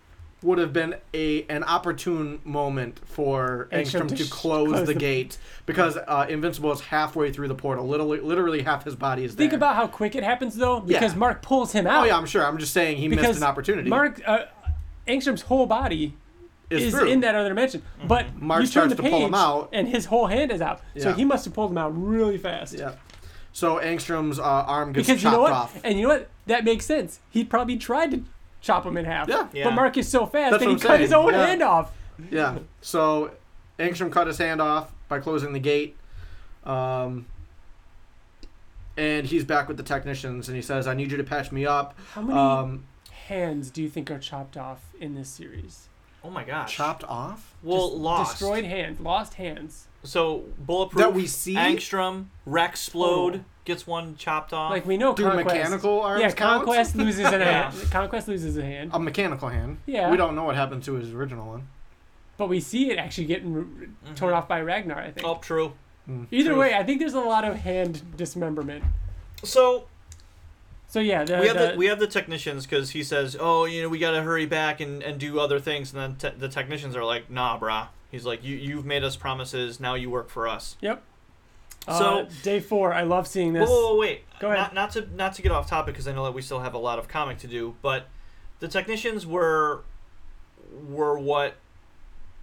C: would have been a an opportune moment for
A: Angstrom
C: Angstrom
A: to
C: to
A: sh-
C: close,
A: close
C: the,
A: the-
C: gate because uh, Invincible is halfway through the portal. Literally, literally half his body is there.
A: Think about how quick it happens though,
C: Yeah.
A: because Mark pulls him out.
C: Oh yeah, I'm sure. I'm just saying he missed
A: because
C: an opportunity.
A: Mark uh, Angstrom's whole body
C: It's
A: is
C: through.
A: in that other dimension, but
C: Mark
A: you turn
C: starts
A: the
C: to
A: page
C: pull him out.
A: and his whole hand is out. So
C: Yeah.
A: he must have pulled him out really fast.
C: Yeah. So Angstrom's uh, arm gets
A: because you
C: chopped
A: know what?
C: off.
A: And you know what? That makes sense. He probably tried to chop him in half.
C: Yeah.
B: Yeah.
A: But Mark is so fast
C: That's
A: that he
C: what
A: cut
C: I'm
A: his
C: saying.
A: own
C: Yeah.
A: hand off.
C: Yeah. So Angstrom cut his hand off by closing the gate. Um, and he's back with the technicians, and he says, "I need you to patch me up."
A: How many
C: Um,
A: hands do you think are chopped off in this series?
B: Oh my gosh.
C: chopped off?
B: well,
A: Just
B: lost.
A: Destroyed hands. Lost hands.
B: So bulletproof.
C: That we see?
B: Angstrom, Rexplode gets one chopped off.
A: Oh. Like we know
C: Do
A: Conquest.
C: mechanical arms?
A: yeah,
C: count?
A: Conquest loses a
B: Yeah.
A: hand. Conquest loses a hand.
C: a mechanical hand.
A: Yeah.
C: We don't know what happened to his original one.
A: But we see it actually getting r torn off by Ragnar, I think.
B: Mm-hmm. oh, true.
A: Either
B: true.
A: way, I think there's a lot of hand dismemberment.
B: So
A: So yeah, the,
B: we have the,
A: the-
B: we have the technicians because he says, "Oh, you know, we gotta hurry back and, and do other things." And then te- the technicians are like, "Nah, brah." He's like, "You you've made us promises. Now you work for us."
A: Yep.
B: So-
A: uh, day four, I love seeing
B: Whoa,
A: this.
B: whoa, whoa, wait.
A: Go ahead.
B: Not, not to not to get off topic because I know that we still have a lot of comic to do, but the technicians were were what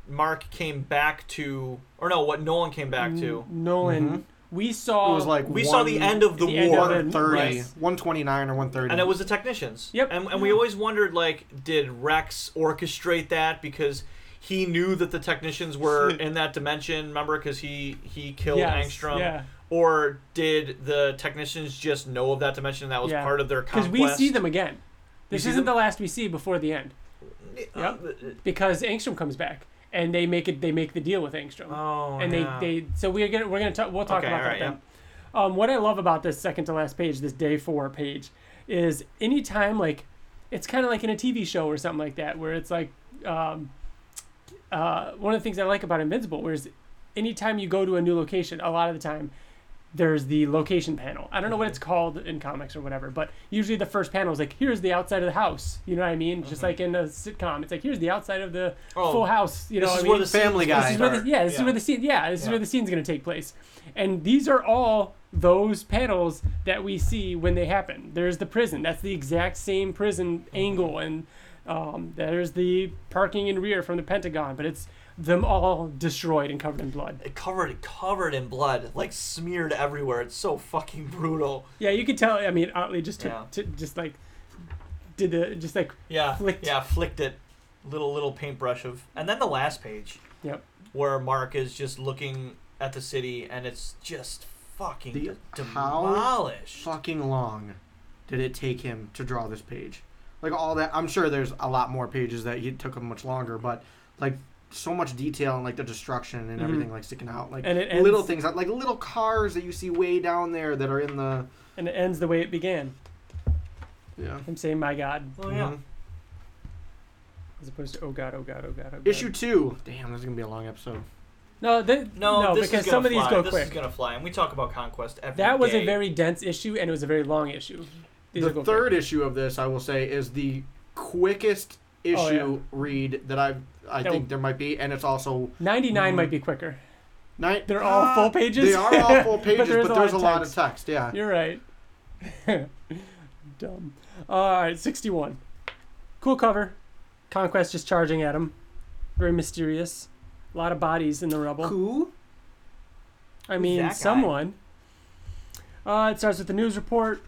B: Mark came back to, or no, what Nolan came back to.
A: Nolan. We saw
C: It was like
B: We saw the
C: one-
B: end of the,
A: Mm. The end of
B: war,
A: it.
C: 130,
A: Right.
C: 129 or 130.
B: and it was the technicians.
A: Yep.
B: And, and we always wondered, like, did Rex orchestrate that because he knew that the technicians were in that dimension? Remember, because he he killed
A: Yes,
B: Angstrom.
A: yeah.
B: Or did the technicians just know of that dimension and that was
A: Yeah.
B: part of their
A: because
B: conquest?
A: we see them again. This
B: see
A: isn't
B: them?
A: the last we see before the end. Yep. Because Angstrom comes back and they make it they make the deal with Angstrom.
B: Oh,
A: and
B: yeah.
A: they, they so we're gonna we're gonna talk we'll talk
B: Okay,
A: about that
B: alright,
A: then. Um, what I love about this second to last page, this day four page, is anytime like it's kind of like in a TV show or something like that, where it's like um, uh, one of the things I like about Invincible, whereas anytime you go to a new location, a lot of the time there's the location panel. I don't know what
B: Mm-hmm.
A: it's called in comics or whatever, but usually the first panel is like, here's the outside of the house. You know what I mean? Just like in a sitcom, it's like, here's the outside of the
B: Mm-hmm. Oh,
A: full house. You know what
B: this is
A: I
B: where
A: mean?
B: the scenes
C: Family
B: gonna
C: Guy.
A: This is where
B: start.
A: the, yeah, this is
B: Yeah.
A: where the scene. Yeah, this is
B: Yeah.
A: where the scene's going to take place. And these are all those panels that we see when they happen. There's the prison. That's the exact same prison angle, and um, there's the parking in rear from the Pentagon. But it's them all destroyed and covered in blood.
B: It covered covered in blood, like smeared everywhere. It's so fucking brutal.
A: Yeah, you could tell. I mean, Otley just took,
B: Yeah.
A: t- just like did the just like
B: Yeah,
A: Flicked.
B: yeah, flicked it. Little little paintbrush of, and then the last page
A: yep.
B: where Mark is just looking at the city, and it's just fucking
C: The- how
B: demolished.
C: fucking long did it take him to draw this page? Like all that, I'm sure there's a lot more pages that he took him much longer, but like so much detail and like the destruction and
A: Mhm.
C: everything like sticking out, like
A: And it
C: little
A: ends-
C: things like little cars that you see way down there that are in the
A: And it ends the way it began.
C: yeah.
A: Him saying, "My God,"
B: Oh yeah.
C: Mhm.
A: as opposed to "Oh God, oh God, oh God, oh God."
C: Issue two. Damn, this is gonna be a long episode.
A: No, th-
B: No,
A: no,
B: this
A: because
B: is gonna
A: some of these
B: fly.
A: go
B: this
A: quick.
B: is gonna fly, and we talk about conquest every
A: That was
B: day.
A: a very dense issue, and it was a very long issue. These will
C: the
A: go
C: third
A: quick.
C: issue of this, I will say, is the quickest issue
A: Oh, yeah.
C: read that I've I
A: That
C: think
A: will-
C: there might be, and it's also
A: ninety-nine might be quicker.
C: night.
A: They're all full pages.
C: Uh, They are all full
A: But
C: pages, but
A: there
C: there's,
A: is a lot
C: a
A: of
C: lot of
A: text.
C: text. Yeah.
A: You're right. Dumb. All right, sixty-one. Cool cover. Conquest just charging at him. Very mysterious. A lot of bodies in the rubble.
C: Who?
A: I mean,
B: that guy?
A: someone. Uh, it starts with the news report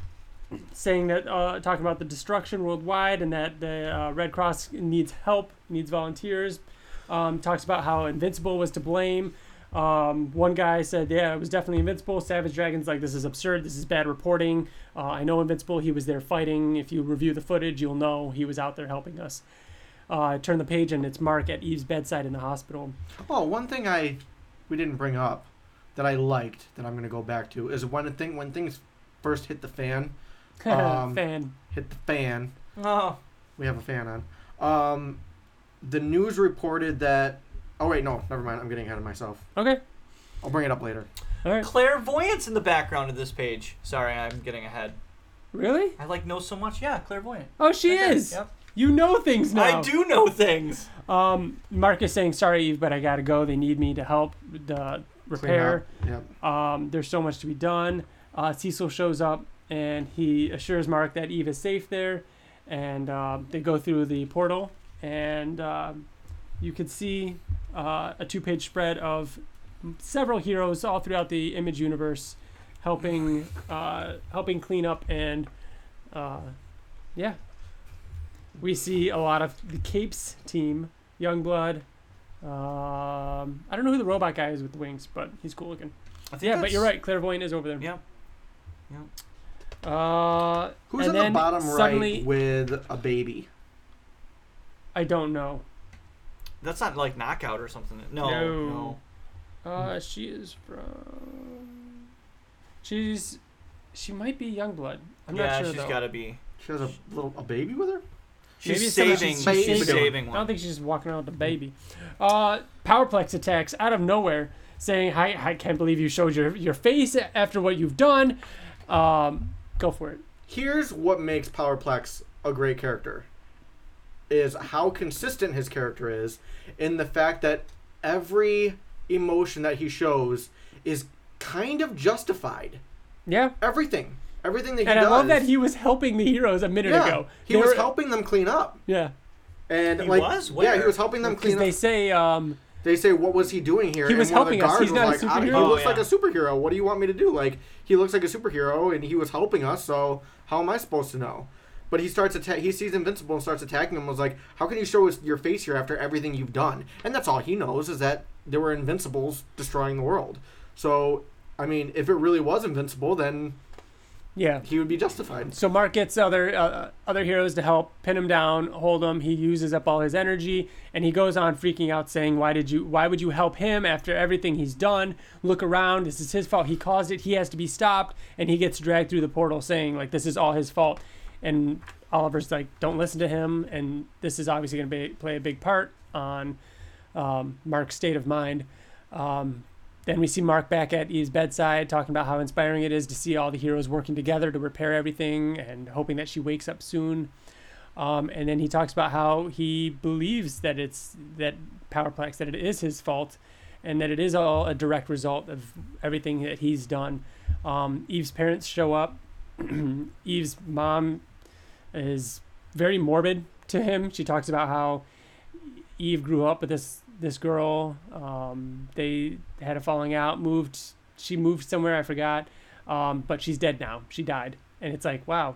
A: saying that uh, talking about the destruction worldwide and that the uh, Red Cross needs help, needs volunteers. Um, talks about how Invincible was to blame. Um, one guy said, "Yeah, it was definitely Invincible." Savage Dragon's like, "This is absurd. This is bad reporting. Uh, I know Invincible. He was there fighting. If you review the footage, you'll know he was out there helping us." Uh, turn the page and it's Mark at Eve's bedside in the hospital.
C: Oh, one thing I we didn't bring up that I liked that I'm gonna go back to is when a thing when things first hit the fan, Um,
A: Fan.
C: hit the fan.
B: Oh,
C: We have a fan on. Um, the news reported that. Oh wait, no, never mind. I'm getting ahead of myself.
A: Okay.
C: I'll bring it up later.
A: All right.
B: clairvoyance in the background of this page. Sorry, I'm getting ahead.
A: Really?
B: I like know so much. Yeah, clairvoyant.
A: Oh, she
B: Okay,
A: is.
B: Yep.
A: You know things now.
B: I do know things.
A: Um, Mark is saying, "Sorry, Eve, but I gotta go. They need me to help the
C: Clean
A: repair.
C: up. Yep.
A: Um, there's so much to be done." Uh, Cecil shows up and he assures Mark that Eve is safe there, and uh, they go through the portal, and um you could see uh, a two-page spread of several heroes all throughout the Image universe, helping uh, helping clean up and uh, yeah. We see a lot of the Capes team, Youngblood. Um, I don't know who the robot guy is with the wings, but he's cool looking.
E: I think
A: Yeah, but
E: that's-
A: you're right. Clairvoyant is over there.
E: Yeah.
A: Uh,
C: Who's
A: and
C: in the
A: then
C: bottom
A: suddenly,
C: right with a baby?
A: I don't know.
E: That's not like knockout or something. No.
A: No.
E: No.
C: Hmm.
A: Uh, she is from. She's. She might be Youngblood. I'm
B: yeah,
A: not sure
B: she's
A: though.
B: got to be.
C: She has a little a baby with her.
E: She's
A: Maybe it's something
E: saving.
A: she's
E: She's,
C: saving.
E: saving
A: I don't
E: one.
A: think she's just walking around
C: Hmm.
A: with a baby. Uh, Powerplex attacks out of nowhere, saying, "I I can't believe you showed your your face after what you've done." Um, go for it.
C: Here's what makes Powerplex a great character is how consistent his character is in the fact that every emotion that he shows is kind of justified.
A: Yeah.
C: Everything. Everything that he
A: And I
C: does.
A: love that he was helping the heroes a minute
C: yeah,
A: ago.
C: He
A: They
C: was
A: were-
C: helping them clean up.
A: Yeah.
C: And
B: He
C: like
B: was?
C: Yeah, he
B: Where?
C: was helping them
A: Because
C: clean
A: they
C: up.
A: say, um,
C: They say what was he doing here?
A: He was
C: and one of the
A: helping us.
C: guards
A: He's not a
C: was like, "I- he
A: superhero."
C: looks
B: Oh,
C: like a superhero. What do you want me to do? Like he looks like a superhero and he was helping us, so how am I supposed to know? But he starts atta- he sees Invincible and starts attacking him and was like, How can you show us your face here after everything you've done? And that's all he knows is that there were invincibles destroying the world. So I mean, if it really was invincible, then
A: Yeah.
C: he would be justified.
A: So Mark gets other uh, other heroes to help pin him down, hold him. He uses up all his energy, and he goes on freaking out, saying, "Why did you? Why would you help him after everything he's done? Look around. This is his fault. He caused it. He has to be stopped." And he gets dragged through the portal, saying, "Like this is all his fault." And Oliver's like, "Don't listen to him." And this is obviously going to play a big part on um, Mark's state of mind. Um, then we see Mark back at Eve's bedside talking about how inspiring it is to see all the heroes working together to repair everything and hoping that she wakes up soon. Um, and then he talks about how he believes that it's that Powerplex, that it is his fault and that it is all a direct result of everything that he's done. Um, Eve's parents show up. Eve's mom is very morbid to him. She talks about how Eve grew up with this this girl. Um, they had a falling out. Moved. She moved somewhere. I forgot. Um, but she's dead now. She died. And it's like, wow,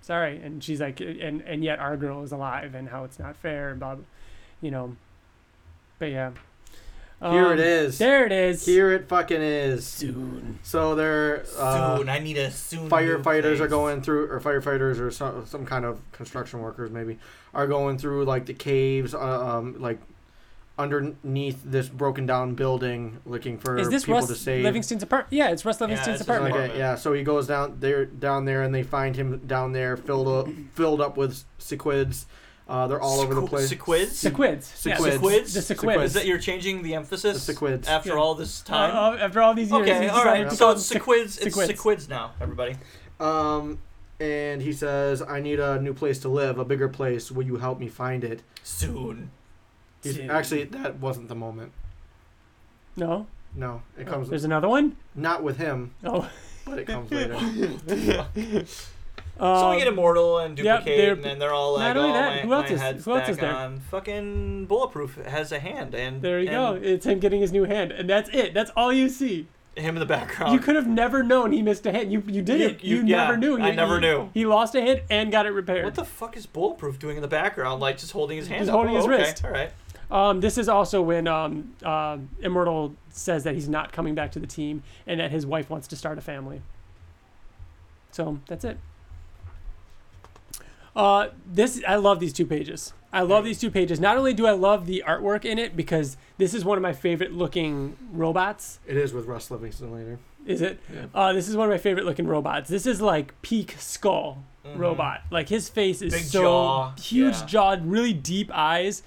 A: sorry. And she's like, and and yet our girl is alive, and how it's not fair, and blah, blah, you know. But yeah.
C: Here
A: Um,
C: it is.
A: There it is.
C: Here it fucking is.
A: soon.
C: So they're uh,
B: soon. I need a soon.
C: firefighters
B: new
C: are
B: place.
C: going through, or firefighters or some, some kind of construction workers maybe are going through like the caves, uh, um, like underneath this broken down building, looking for
A: Is this
C: people to
A: Russ
C: save.
A: Livingston's apartment? Yeah, it's Russ
B: it's
A: Livingston's
B: his
A: apartment.
B: apartment.
C: Okay, yeah. So he goes down there, down there, and they find him down there, filled up, filled up with sequids. Uh, they're all over the
B: Sequ-
C: place.
B: Sequids?
A: Sequids. Yeah,
C: Sequids.
A: Sequids. The
C: Sequids.
A: Sequids.
E: Is that you're changing the emphasis?
C: The sequids.
E: After
A: Yeah.
E: all this
A: Uh,
E: time?
A: uh, after all these years,
B: Okay,
A: he
B: all right.
A: decided to
B: So
A: call
B: it's
A: them
B: sequids. It's
A: sequids.
B: sequids now, everybody.
C: Um, and he says, "I need a new place to live, a bigger place. Will you help me find it?"
B: Soon.
C: He's-
A: Dude.
C: Actually, that wasn't the moment.
A: No,
C: No, it comes
A: Oh. there's another one.
C: not with him,
A: Oh,
C: but it comes later.
B: so
A: Um,
B: we get immortal and
A: yep,
B: duplicate,
A: they're-
B: and then they're all like,
A: not only
B: "Oh,
A: that,
B: my,
A: who else
B: my
A: is-
B: head's
A: who else
B: back
A: is there?
B: on." Fucking bulletproof has a hand, and
A: there you go.
B: and
A: It's him getting his new hand, and that's it. That's all you see.
B: Him in the background.
A: You could have never known he missed a hand. You you did
B: You-
A: it. You,
B: you-
A: never
B: yeah,
A: knew.
B: I
A: You-
B: never
A: you-
B: knew.
A: He lost a hit and got it repaired.
B: What the fuck is Bulletproof doing in the background? Like just holding his hand
A: Just
B: up.
A: holding
B: Oh,
A: his
B: okay.
A: wrist.
B: All right.
A: Um, this is also when um, um Immortal says that he's not coming back to the team and that his wife wants to start a family. So that's it. Uh, this I love these two pages. I love these two pages. Not only do I love the artwork in it because this is one of my favorite looking robots.
C: It is with Russ Livingston later.
A: Is it?
C: Yeah.
A: Uh, this is one of my favorite looking robots. This is like peak skull
B: Mm-hmm.
A: robot. Like his face is
B: Big
A: so
B: jaw,
A: huge
B: yeah.
A: jaw, really deep eyes.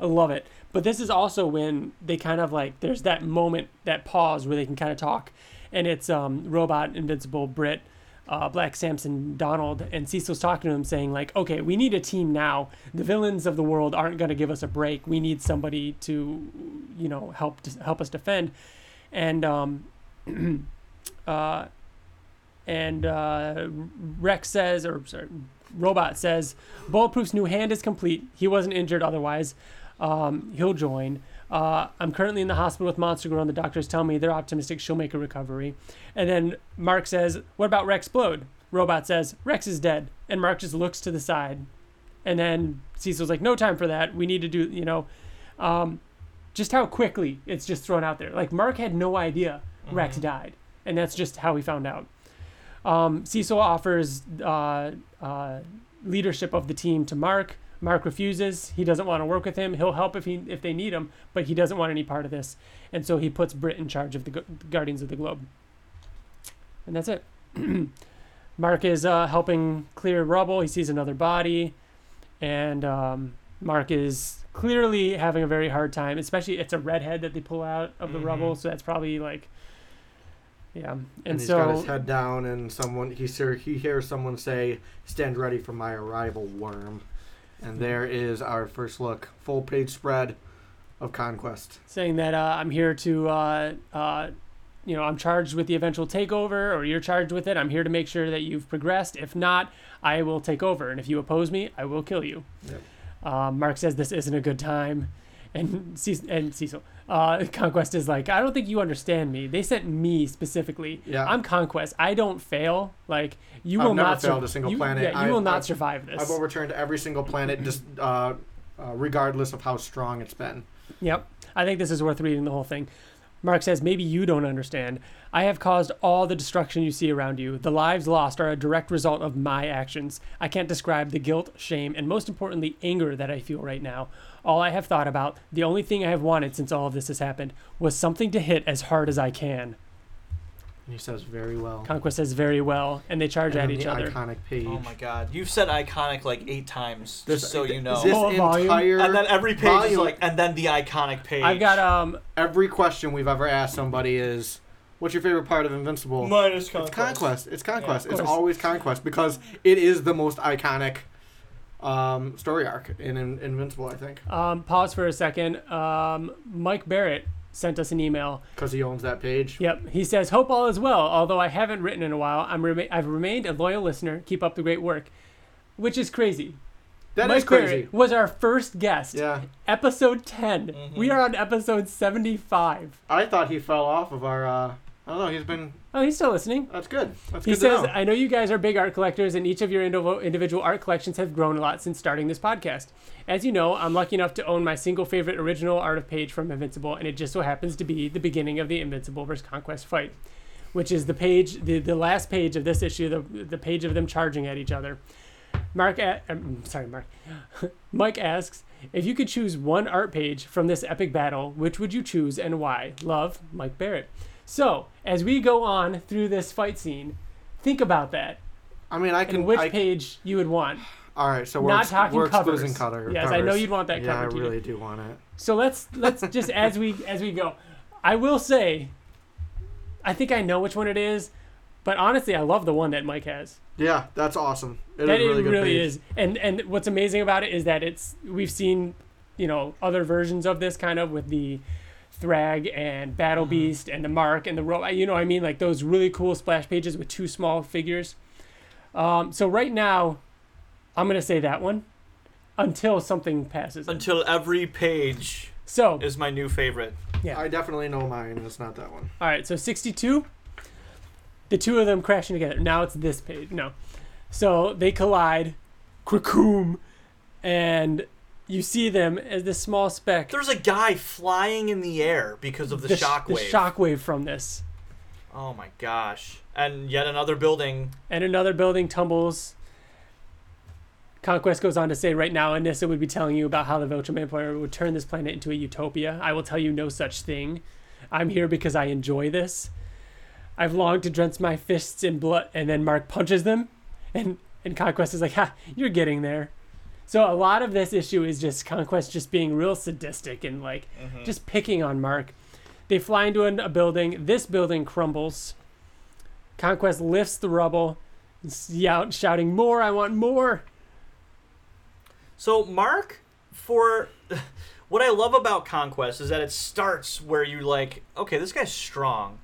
A: I love it. But this is also when they kind of like there's that moment, that pause where they can kind of talk, and it's um, robot invincible Brit. Uh, Black Samson Donald and Cecil's talking to him saying like okay we need a team now the villains of the world aren't going to give us a break we need somebody to you know help help us defend and um, uh, and uh, Rex says, or sorry, Robot says, Bulletproof's new hand is complete. He wasn't injured otherwise. Um, he'll join. Uh, I'm currently in the hospital with Monster Girl, and the doctors tell me they're optimistic she'll make a recovery. And then Mark says, What about Rex Blode? Robot says, Rex is dead. And Mark just looks to the side. And then Cecil's like, No time for that. We need to do, you know. Um, just how quickly it's just thrown out there. Like, Mark had no idea
B: Mm-hmm.
A: Rex died. And that's just how we found out. Um, Cecil offers uh, uh, leadership of the team to Mark. Mark refuses. He doesn't want to work with him. He'll help if he if they need him, but he doesn't want any part of this. And so he puts Brit in charge of the Gu- Guardians of the Globe. And that's it. Mark is uh, helping clear rubble. He sees another body, and um, Mark is clearly having a very hard time. Especially, it's a redhead that they pull out of the
B: Mhm.
A: rubble, so that's probably like, yeah. And,
C: And, he's
A: so
C: got his head down, and someone he hear, he hears someone say, "Stand ready for my arrival, worm."
B: Hmm.
C: And there is our first look, full page spread of conquest.
A: saying that uh, I'm here to, uh, uh, you know, I'm charged with the eventual takeover, or you're charged with it. I'm here to make sure that you've progressed. If not, I will take over, and if you oppose me, I will kill you.
C: Yep.
A: Uh, Mark says this isn't a good time, and Ce- and Cecil. Uh, Conquest is like, I don't think you understand me. They sent me specifically.
C: Yeah.
A: I'm Conquest. I don't fail. Like you
C: I've
A: will
C: never
A: not
C: failed
A: sur-
C: a single
A: you-
C: planet.
A: Yeah, you
C: I've-
A: will not
C: I've-
A: survive this.
C: I've overturned every single planet, just uh, uh, regardless of how strong it's been.
A: Yep. I think this is worth reading the whole thing. Mark says, Maybe you don't understand. I have caused all the destruction you see around you. The lives lost are a direct result of my actions. I can't describe the guilt, shame, and most importantly, anger that I feel right now. All I have thought about, the only thing I have wanted since all of this has happened, was something to hit as hard as I can.
C: And he says very well.
A: Conquest says very well, and they charge
C: And
A: at
C: then
A: each
C: the
A: other.
C: iconic page.
B: Oh my god. You've said iconic like eight times, just so you know.
C: This
A: Whole volume.
C: entire
B: and then every page is
C: volume,
B: like, and then the iconic page.
A: I've got um
C: every question we've ever asked somebody is, "What's your favorite part of Invincible?"
B: minus
C: It's conquest. It's conquest. it's
A: course.
C: always conquest because it is the most iconic um, story arc in, in Invincible, I think,
A: um pause for a second. Um Mike Barrett sent us an email
C: because he owns that page.
A: Yep. He says, Hope all is well. Although I haven't written in a while, I'm rema- I've remained a loyal listener. Keep up the great work. Which is crazy.
C: That is
A: Mike Barrett
C: crazy.
A: was our first guest.
C: Yeah, Mm-hmm.
A: Episode 10.
B: Mm-hmm.
A: We are on episode 75.
C: I thought he fell off of our. Uh, I don't know. He's been.
A: Oh, he's still listening.
C: That's good. That's
A: He
C: good
A: says,
C: to know.
A: I know you guys are big art collectors, and each of your indiv- individual art collections have grown a lot since starting this podcast. As you know, I'm lucky enough to own my single favorite original art of page from Invincible, and it just so happens to be the beginning of the Invincible vs. Conquest fight, which is the page, the, the last page of this issue, the, the page of them charging at each other. Mark, a- um, sorry, Mark. Mike asks, if you could choose one art page from this epic battle, which would you choose and why? Love, Mike Barrett. So, as we go on through this fight scene, think about that
C: I mean, I
A: and
C: can.
A: which
C: I,
A: page you would want.
C: all right, so we're,
A: not
C: ex-
A: talking
C: we're
A: covers.
C: excluding color.
A: Yes, I know you'd want that
C: yeah,
A: cover,
C: I
A: Peter.
C: really do want it.
A: So let's let's just as we as we go. I will say, I think I know which one it is, but honestly, I love the one that Mike has.
C: Yeah, that's awesome. It is
A: that
C: a really
A: it
C: good
A: really
C: page.
A: is, and and what's amazing about it is that it's we've seen, you know, other versions of this kind of with the. Thrag and Battle
C: Mm-hmm.
A: Beast and the Mark and the Rope. You know what I mean? Like those really cool splash pages with two small figures. Um, so right now, I'm gonna say that one until something passes. it.
B: Until every page
A: So
B: is my new favorite.
C: I definitely know mine. It's not that one.
A: All right, so 62. The two of them crashing together. Now it's this page. No. So they collide. Krakoom. And you see them as this small speck.
B: There's a guy flying in the air because of the,
A: sh-
B: shockwave.
A: The shockwave from this.
B: oh my gosh. And yet another building.
A: And another building tumbles. Conquest goes on to say right now, Anissa would be telling you about how the Viltrum player would turn this planet into a utopia. I will tell you no such thing. I'm here because I enjoy this. I've longed to drench my fists in blood, and then Mark punches them, and and Conquest is like, "Ha, you're getting there." So a lot of this issue is just Conquest just being real sadistic and like
C: Mm-hmm. Mm.
A: just picking on Mark. They fly into an, a building. This building crumbles. Conquest lifts the rubble, s- yout, shouting, "More! I want more!"
B: So Mark, for what I love about Conquest is that it starts where you like, okay, this guy's strong,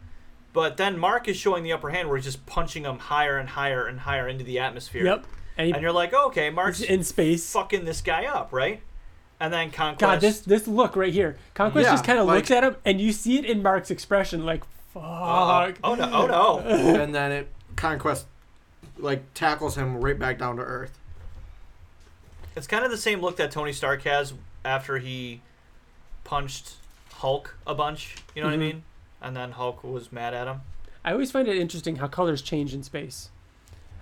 B: but then Mark is showing the upper hand where he's just punching him higher and higher and higher into the atmosphere.
A: Yep. And,
B: And
A: he,
B: you're like, okay, Mark's
A: in space.
B: fucking this guy up, right? And then Conquest.
A: God, this this look right here. Conquest
C: Yeah,
A: just kind of
C: like-
A: looks at him, and you see it in Mark's expression, like, "Fuck."
C: Uh,
B: Oh, oh no! Oh no!
C: and then it conquest like tackles him right back down to earth.
B: It's kind of the same look that Tony Stark has after he punched Hulk a bunch. You know what I
A: Mm-hmm.
B: mean? And then Hulk was mad at him.
A: I always find it interesting how colors change in space.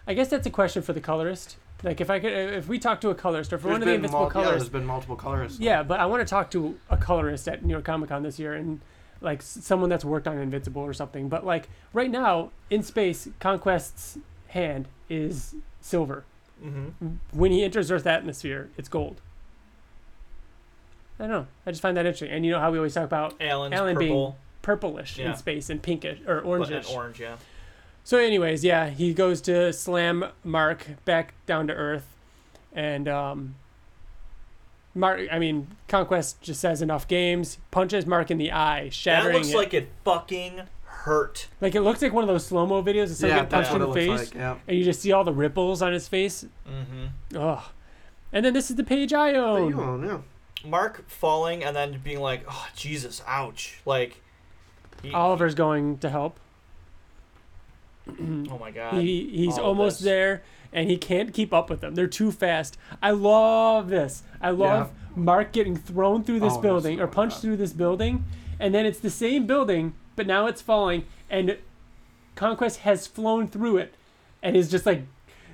A: I guess that's a question for the colorist. Like, if I could, if we talk to a colorist or for
C: There's
A: one of the
C: been
A: invincible
C: mul- Yeah,
A: colors,
C: there's been multiple colors.
A: Yeah, but I want to talk to a colorist at New York Comic Con this year and like s- someone that's worked on Invincible or something. But like right now in space, Conquest's hand is silver.
B: Mm-hmm.
A: When he enters Earth's atmosphere, it's gold. I don't know. I just find that interesting. And you know how we always talk about
B: Alan's
A: Alan being
B: purple,
A: purplish
B: Yeah.
A: in space and pinkish or
B: but an
A: orangish.
B: orange, yeah.
A: So, anyways, yeah, he goes to slam Mark back down to earth, and um, Mark. I mean, Conquest just says enough games. Punches Mark in the eye,
B: That
A: shattering
B: looks
A: it.
B: like it fucking hurt.
A: Like, it looks like one of those slow mo videos. Of someone
C: Yeah,
A: getting punched in
C: that's what it
A: the
C: looks
A: face,
C: like. Yeah.
A: and you just see all the ripples on his face.
B: Mm-hmm.
A: Ugh. And then this is the page I
C: But
A: own.
C: you own, yeah.
B: Mark falling and then being like, "Oh Jesus, ouch!" Like, he,
A: Oliver's going to help.
B: oh my god,
A: He he's
B: all of
A: almost
B: this.
A: there, and he can't keep up with them. They're too fast. I love this. I love Mark getting thrown through this
C: Oh, that's
A: building or
C: so
A: punched
C: bad.
A: through this building, and then it's the same building, but now it's falling, and Conquest has flown through it, and is just like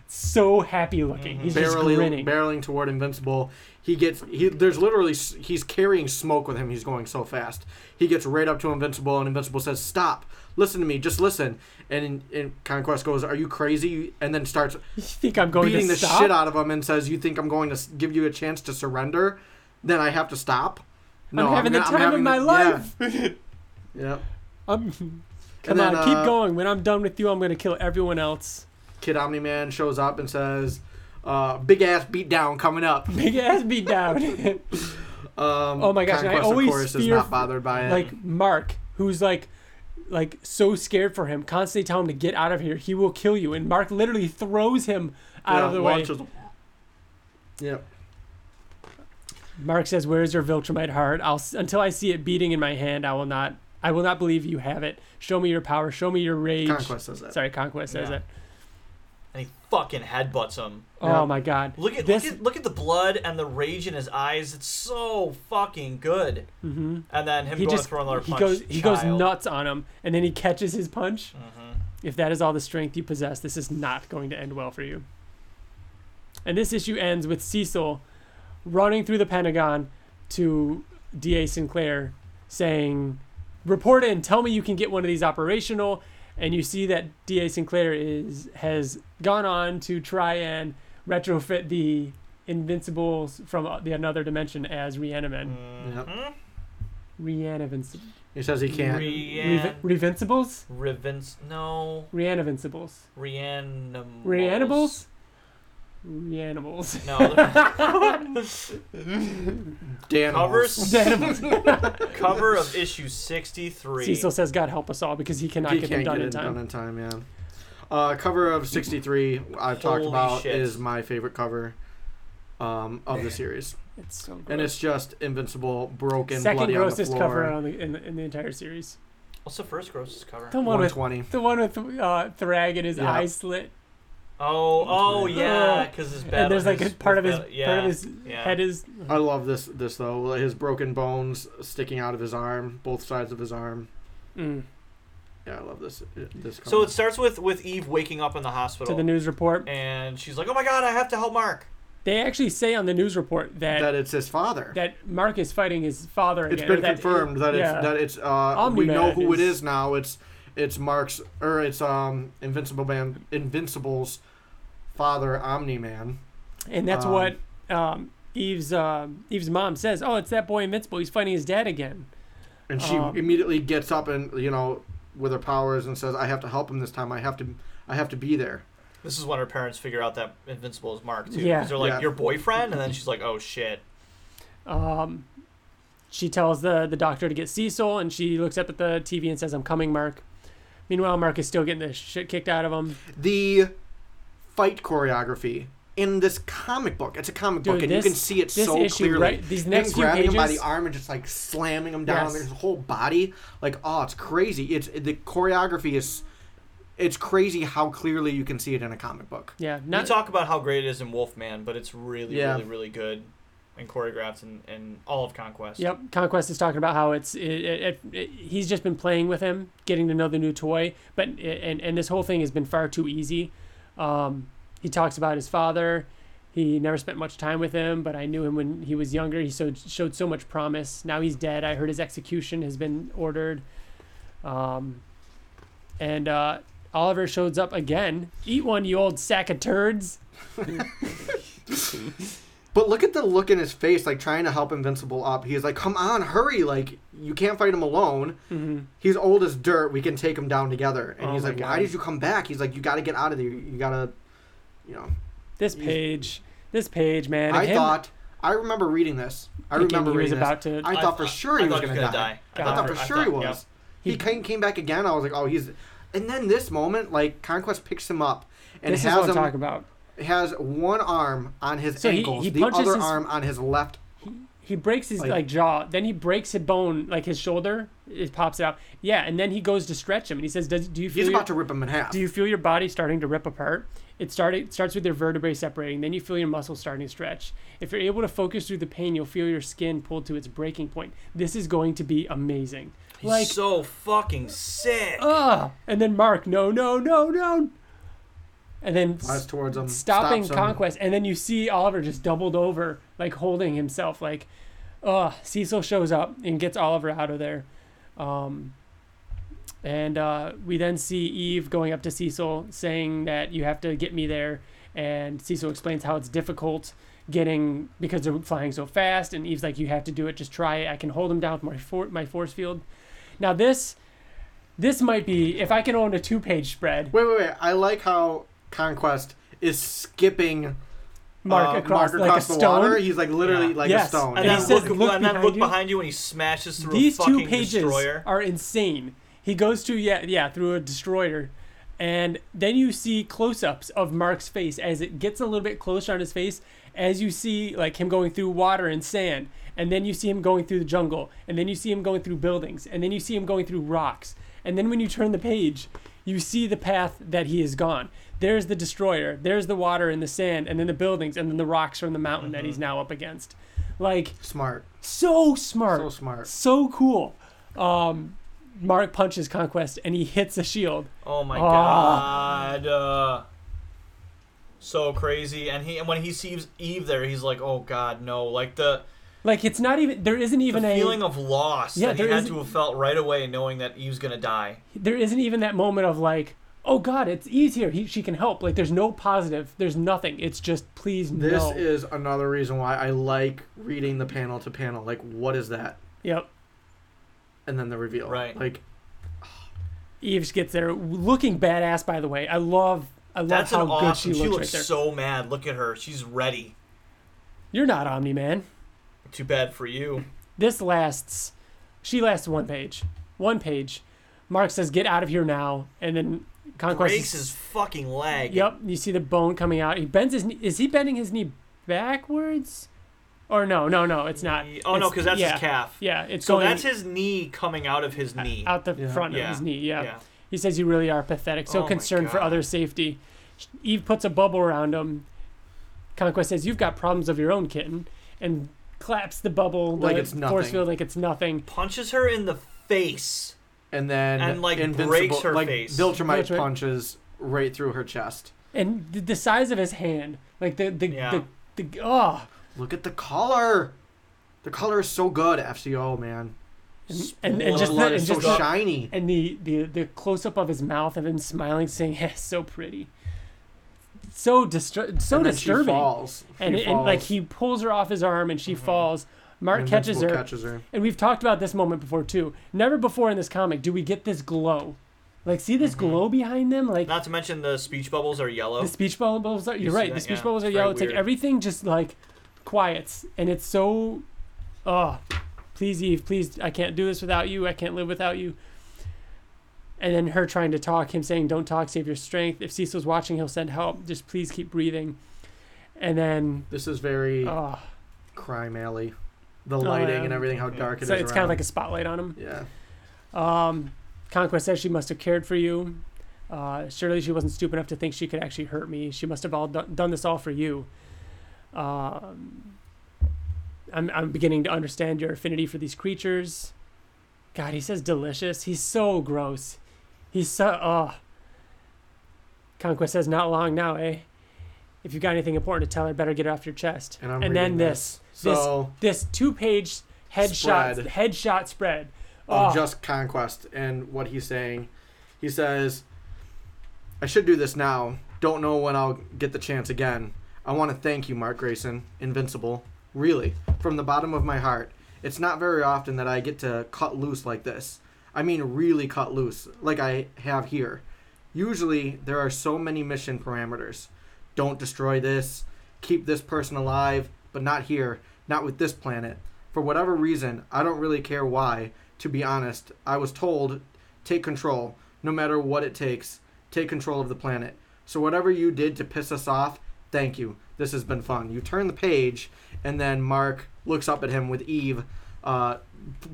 A: so happy
C: Mm-hmm.
A: looking. He's just
C: barreling,
A: grinning.
C: barreling toward Invincible. He gets he. There's literally s- he's carrying smoke with him. He's going so fast. He gets right up to Invincible, and Invincible says, "Stop! Listen to me. Just listen." And, and Conquest goes, "Are you crazy?" And then starts
A: you think I'm going
C: beating
A: to
C: the
A: stop?
C: shit out of him and says, "You think I'm going to s- give you a chance to surrender? Then I have to stop." No,
A: I'm having the
C: gonna-
A: time of
C: I'm having
A: my
C: the-
A: life.
C: Yeah. Yep.
A: I'm, come
C: And then,
A: on, keep
C: uh,
A: going. When I'm done with you, I'm gonna kill everyone else.
C: Kid Omni Man shows up and says, uh, "Big ass beatdown coming up."
A: Big ass beat down.
C: Um,
A: Oh my gosh, and I
C: Conquest,
A: always
C: of course, is
A: fear-
C: not bothered by it.
A: like Mark, who's like like so scared for him, constantly tell him to get out of here. He will kill you. And Mark literally throws him out
C: Yeah,
A: of the
C: launches
A: way.
C: him. Yep.
A: Mark says, "Where's your Viltrumite heart? I'll s- until I see it beating in my hand, I will not. I will not believe you have it. Show me your power. Show me your rage."
C: Conquest says that.
A: Sorry, Conquest says
B: Yeah.
A: it.
B: and he fucking headbutts him.
A: Oh
C: Yeah.
A: my God!
B: Look at,
A: this.
B: look at look at the blood and the rage in his eyes. It's so fucking good.
A: hmm
B: And then him
A: He
B: going
A: just
B: to throw another
A: he
B: punch.
A: goes he goes
B: child.
A: nuts on him, and then he catches his punch.
B: Mhm.
A: If that is all the strength you possess, this is not going to end well for you. And this issue ends with Cecil running through the Pentagon to DA Sinclair saying, Report it and tell me you can get one of these operational. And you see that DA Sinclair is has gone on to try and retrofit the Invincibles from uh, the another dimension as
B: Mm.
A: Reanimen.
C: Yep.
B: Mm-hmm.
A: Reanivincibles.
C: He says he can't.
B: Rian.
A: Revincibles?
B: Revins. No.
A: Reanivincibles.
B: Reanimals.
A: Reanimables? Reanimals.
B: No. the
C: Dan
B: Covers.
A: Reanimables.
B: cover of issue 63.
A: Cecil says, God help us all because he cannot
C: He
A: get them
C: can't
A: done
C: get
A: in
C: it
A: time.
C: done in time. Yeah. Uh, cover of '63 I've talked
B: Holy
C: about
B: shit.
C: is my favorite cover um, of the series,
A: It's so
C: and it's just invincible, broken,
A: second
C: bloody
A: grossest
C: on the floor.
A: cover uh, on the, in, the, in the entire series.
B: What's the first grossest cover?
A: The one with
C: 120.
A: the one with uh, Thrag and his
C: Yeah.
A: eye slit,
B: Oh, oh yeah, because his battle.
A: and there's like a
B: his,
A: part of his
B: battle- yeah,
A: part of his
B: yeah.
A: head is.
C: I love this this though. His broken bones sticking out of his arm, both sides of his arm.
A: Mm.
C: Yeah, I love this this cover.
B: So it starts with with Eve waking up in the
A: To
B: hospital,
A: the news report,
B: and she's like, "Oh my god, I have to help Mark."
A: they actually say on the news report that
C: that
A: that,
C: it's his father.
A: Mark is fighting his father
C: It's
A: again.
C: been
A: or that-
C: confirmed that
A: yeah.
C: it's that it's uh, we
A: Omni-Man
C: know who it
A: is-
C: is now. It's it's Mark's or it's um Invincible Man Invincible's father Omni Man.
A: and that's
C: um,
A: what um, Eve's um, Eve's mom says. Oh, it's that boy Invincible. He's fighting his dad again.
C: And she
A: Um,
C: immediately gets up and you know with her powers and says, "I have to help him this time. I have to I have to be there."
B: This is when her parents figure out that Invincible is Mark too.
A: Yeah.
B: 'cause they're like,
C: Yeah.
B: "Your boyfriend," and then she's like, "Oh shit."
A: um, she tells the, the doctor to get Cecil, and she looks up at the TV and says, I'm coming, Mark. Meanwhile, Mark is still getting the shit kicked out of him.
C: The fight choreography in this comic book. It's a comic
A: Dude,
C: book, and
A: this-
C: you can see it
A: this
C: so
A: issue,
C: clearly.
A: right- these next
C: him
A: few
C: grabbing him by
A: pages-
C: the arm and just like slamming him down.
A: Yes.
C: There's his whole body, like oh, it's crazy. It's the choreography is, it's crazy how clearly you can see it in a comic book.
A: Yeah,
B: we
A: not
B: talk about how great it is in Wolfman, but it's really,
C: Yeah.
B: really, really good and choreographed in, in all of Conquest.
A: Yep, Conquest is talking about how it's it, it, it, it- he's just been playing with him, getting to know the new toy, but and and this whole thing has been far too easy. Um, he talks about his father. He never spent much time with him, but I knew him when he was younger. He showed, showed so much promise. Now he's dead. I heard his execution has been ordered. Um, and uh, Oliver shows up again. Eat one, you old sack of turds.
C: But look at the look in his face, like trying to help Invincible up. He's like, "Come on, hurry! Like you can't fight him alone. He's old as dirt. We can take him down together." And
A: Oh
C: he's
A: my
C: like,
A: God.
C: "Why did you come back?" He's like, "You got to get out of there. You got to, you know."
A: This page, this page, man.
C: I
A: and him
C: thought I remember reading this. I
A: thinking
C: remember
A: he was
C: reading
A: about
C: this.
A: to.
C: I, thought for sure he
B: I
C: was
B: thought
C: going
B: he
C: to
B: was
C: die.
B: gonna die.
C: I
A: God.
C: thought for
B: I
C: sure he
B: thought-
C: was.
B: yep.
C: He,
A: He-
C: came, came back again. I was like, oh, he's. And then this moment, like Conquest picks him up and
A: this is what
C: has
A: I'm
C: him
A: talking about.
C: has one arm on his
A: So he-
C: ankles,
A: he
C: the
A: punches
C: other
A: his-
C: arm on his left.
A: he breaks his
C: Like-
A: like, jaw, then he breaks his bone, like his shoulder, it pops out. Yeah, and then he goes to stretch him, and he says, "Does do you feel
C: He's
A: your,
C: about to rip him in half.
A: do you feel your body starting to rip apart?" It started it starts with your vertebrae separating, then you feel your muscles starting to stretch. If you're able to focus through the pain, you'll feel your skin pulled to its breaking point. This is going to be amazing. Like,
E: so fucking sick.
A: ah, and then Mark, no, no, no, no, and then
C: Flies towards him.
A: stopping
C: stops him.
A: conquest and then you see oliver just doubled over like holding himself like uh cecil shows up and gets oliver out of there um and uh we then see eve going up to cecil saying that you have to get me there and cecil explains how it's difficult getting because they're flying so fast and eve's like you have to do it just try it i can hold him down with my, for- my force field now this this might be if i can own a two-page spread
C: Wait, wait, wait. I like how Conquest is skipping
A: mark
C: uh,
A: across
C: Mark
A: like
C: across
A: a
C: the
A: stone
C: water. He's like literally
E: Yeah.
C: like
A: Yes.
C: a stone.
B: And
A: he
B: then
A: says,
B: look,
A: "Look
B: and then
A: behind
B: look
A: you."
B: behind you when he smashes through
A: these
B: a fucking
A: two pages
B: destroyer.
A: are insane. He goes through yeah yeah through a destroyer, and then you see close-ups of Mark's face as it gets a little bit closer on his face as you see like him going through water and sand, and then you see him going through the jungle, and then you see him going through buildings, and then you see him going through rocks, and then when you turn the page, you see the path that he has gone. There's the destroyer, there's the water and the sand, and then the buildings, and then the rocks from the mountain
B: Mm-hmm.
A: that he's now up against. Like
C: Smart.
A: so smart.
C: So smart.
A: So cool. Um, Mark punches Conquest and he hits a shield.
B: Oh my
A: Ah.
B: god. Uh, so crazy. And he and when he sees Eve there, he's like, "Oh god, no." Like the
A: Like it's not even there isn't
B: the
A: even a
B: feeling of loss
A: Yeah,
B: that he
A: there
B: had
A: is-
B: to have felt right away knowing that Eve's going to die.
A: there isn't even that moment of like oh god it's easier he, she can help like there's no positive there's nothing it's just please
C: This
A: no
C: is another reason why I like reading the panel to panel. Like, what is that?
A: yep
C: And then the reveal.
B: Right.
C: Like,
A: Eve gets there looking badass by the way I love I love
B: That's
A: how
B: an awesome.
A: good she
B: She,
A: looks,
B: looks
A: right there
B: so mad. Look at her. She's ready.
A: you're not Omni Man
B: Too bad for you.
A: this lasts she lasts one page one page Mark says get out of here now and then Conquest
B: Breaks his fucking leg.
A: Yep, you see the bone coming out. He bends his knee. Is he bending his knee backwards? Or no, no, no, it's not.
B: He- oh no,
A: It's-
B: because that's
A: yeah,
B: his calf.
A: Yeah, it's
B: So
A: going
B: that's his knee coming out of his knee.
A: out the
C: Yeah.
A: front
B: Yeah.
A: of his knee. Yeah.
B: Yeah.
A: He says you really are pathetic.
B: Oh
A: So
B: my
A: concerned for
B: God.
A: others' safety. Eve puts a bubble around him. Conquest says you've got problems of your own, kitten, and claps the bubble
C: Like
A: the
C: it's
A: force
C: nothing.
A: field like it's nothing.
B: Punches her in the face.
C: and then
B: And, like,
C: invincible-
B: breaks her
C: like,
B: face.
C: Viltrumite
A: Viltrumite-
C: punches right through her chest.
A: And the, the size of his hand, like the the
B: Yeah.
A: the, the oh,
C: Look at the color. The color is so good. FCO man.
A: and, and, and
B: Spoiled
A: just the,
C: blood
A: and
C: is
A: just
C: so
A: the,
C: shiny.
A: and the the, the close up of his mouth of him smiling, saying, "Yeah, so pretty." So distur- so
C: and then She
A: disturbing,
C: falls. She
A: and, and
C: falls. Mm-hmm.
A: like he pulls her off his arm, and she falls. Mark catches her,
C: Invincible Catches her.
A: and we've talked about this moment before too. Never before in this comic do we get this glow, like see
C: Mm-hmm.
A: this glow behind them, like
B: Not to mention the speech bubbles are yellow.
A: the speech bubbles are. You're
B: Oh. see
A: right,
B: that?
A: the speech
B: Yeah,
A: bubbles are
B: it's
A: yellow.
B: very
A: It's like
B: weird.
A: everything just like quiets, and it's so, oh, please Eve, please, I can't do this without you. I can't live without you. And then her trying to talk, him saying, "Don't talk, save your strength." If Cecil's watching, he'll send help. Just please keep breathing. And then,
C: This is very
A: oh,
C: crime alley. The lighting
A: yeah.
C: and everything, how dark it is.
A: so it's kind of
C: around.
A: like a spotlight on him.
C: yeah.
A: Um, Conquest says she must have cared for you. Uh, surely she wasn't stupid enough to think she could actually hurt me. She must have all done, done this all for you. Um, I'm, I'm beginning to understand your affinity for these creatures. God, he says delicious. He's so gross. He's so. Oh. Conquest says not long now, eh? If you've got anything important to tell her, better get it off your chest.
C: And I'm
A: then
C: reading
A: this,
C: this. So
A: this, two-page headshot
C: Spread.
A: headshot spread.
C: of
A: Oh.
C: just conquest and what he's saying. He says, I should do this now. Don't know when I'll get the chance again. I want to thank you, Mark Grayson, Invincible. Really, from the bottom of my heart. It's not very often that I get to cut loose like this. I mean, really cut loose, like I have here. Usually, there are so many mission parameters. Don't destroy this, keep this person alive, but not here, not with this planet. For whatever reason, I don't really care why, to be honest. I was told, take control, no matter what it takes, take control of the planet. So whatever you did to piss us off, thank you. This has been fun. You turn the page, and then Mark looks up at him with Eve, uh, p-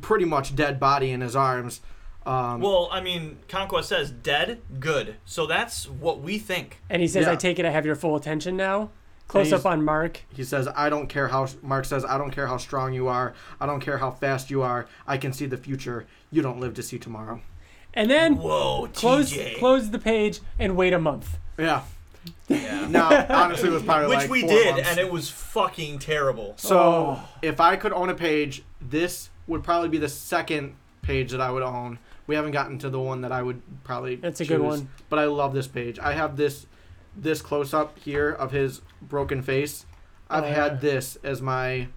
C: pretty much dead body in his arms. Um,
B: Well, I mean, Conquest says dead, good. So that's what we think.
A: And he says,
C: Yeah.
A: I take it I have your full attention now. Close up
C: he's-
A: on Mark.
C: he says, "I don't care how." Mark says, "I don't care how strong you are. I don't care how fast you are. I can see the future. You don't live to see tomorrow."
A: And then
B: Whoa,
A: close
B: TJ.
A: close the page and wait a month.
C: Yeah. Now, honestly, it was probably
B: Which
C: like
B: we
C: four
B: did,
C: months.
B: and it was fucking terrible.
C: So
A: Oh.
C: if I could own a page, this would probably be the second page that I would own. We haven't gotten to the one that I would probably.
A: That's a good
C: choose,
A: one.
C: But I love this page. I have this this close up here of his broken face. I've
A: Oh, yeah.
C: had this as my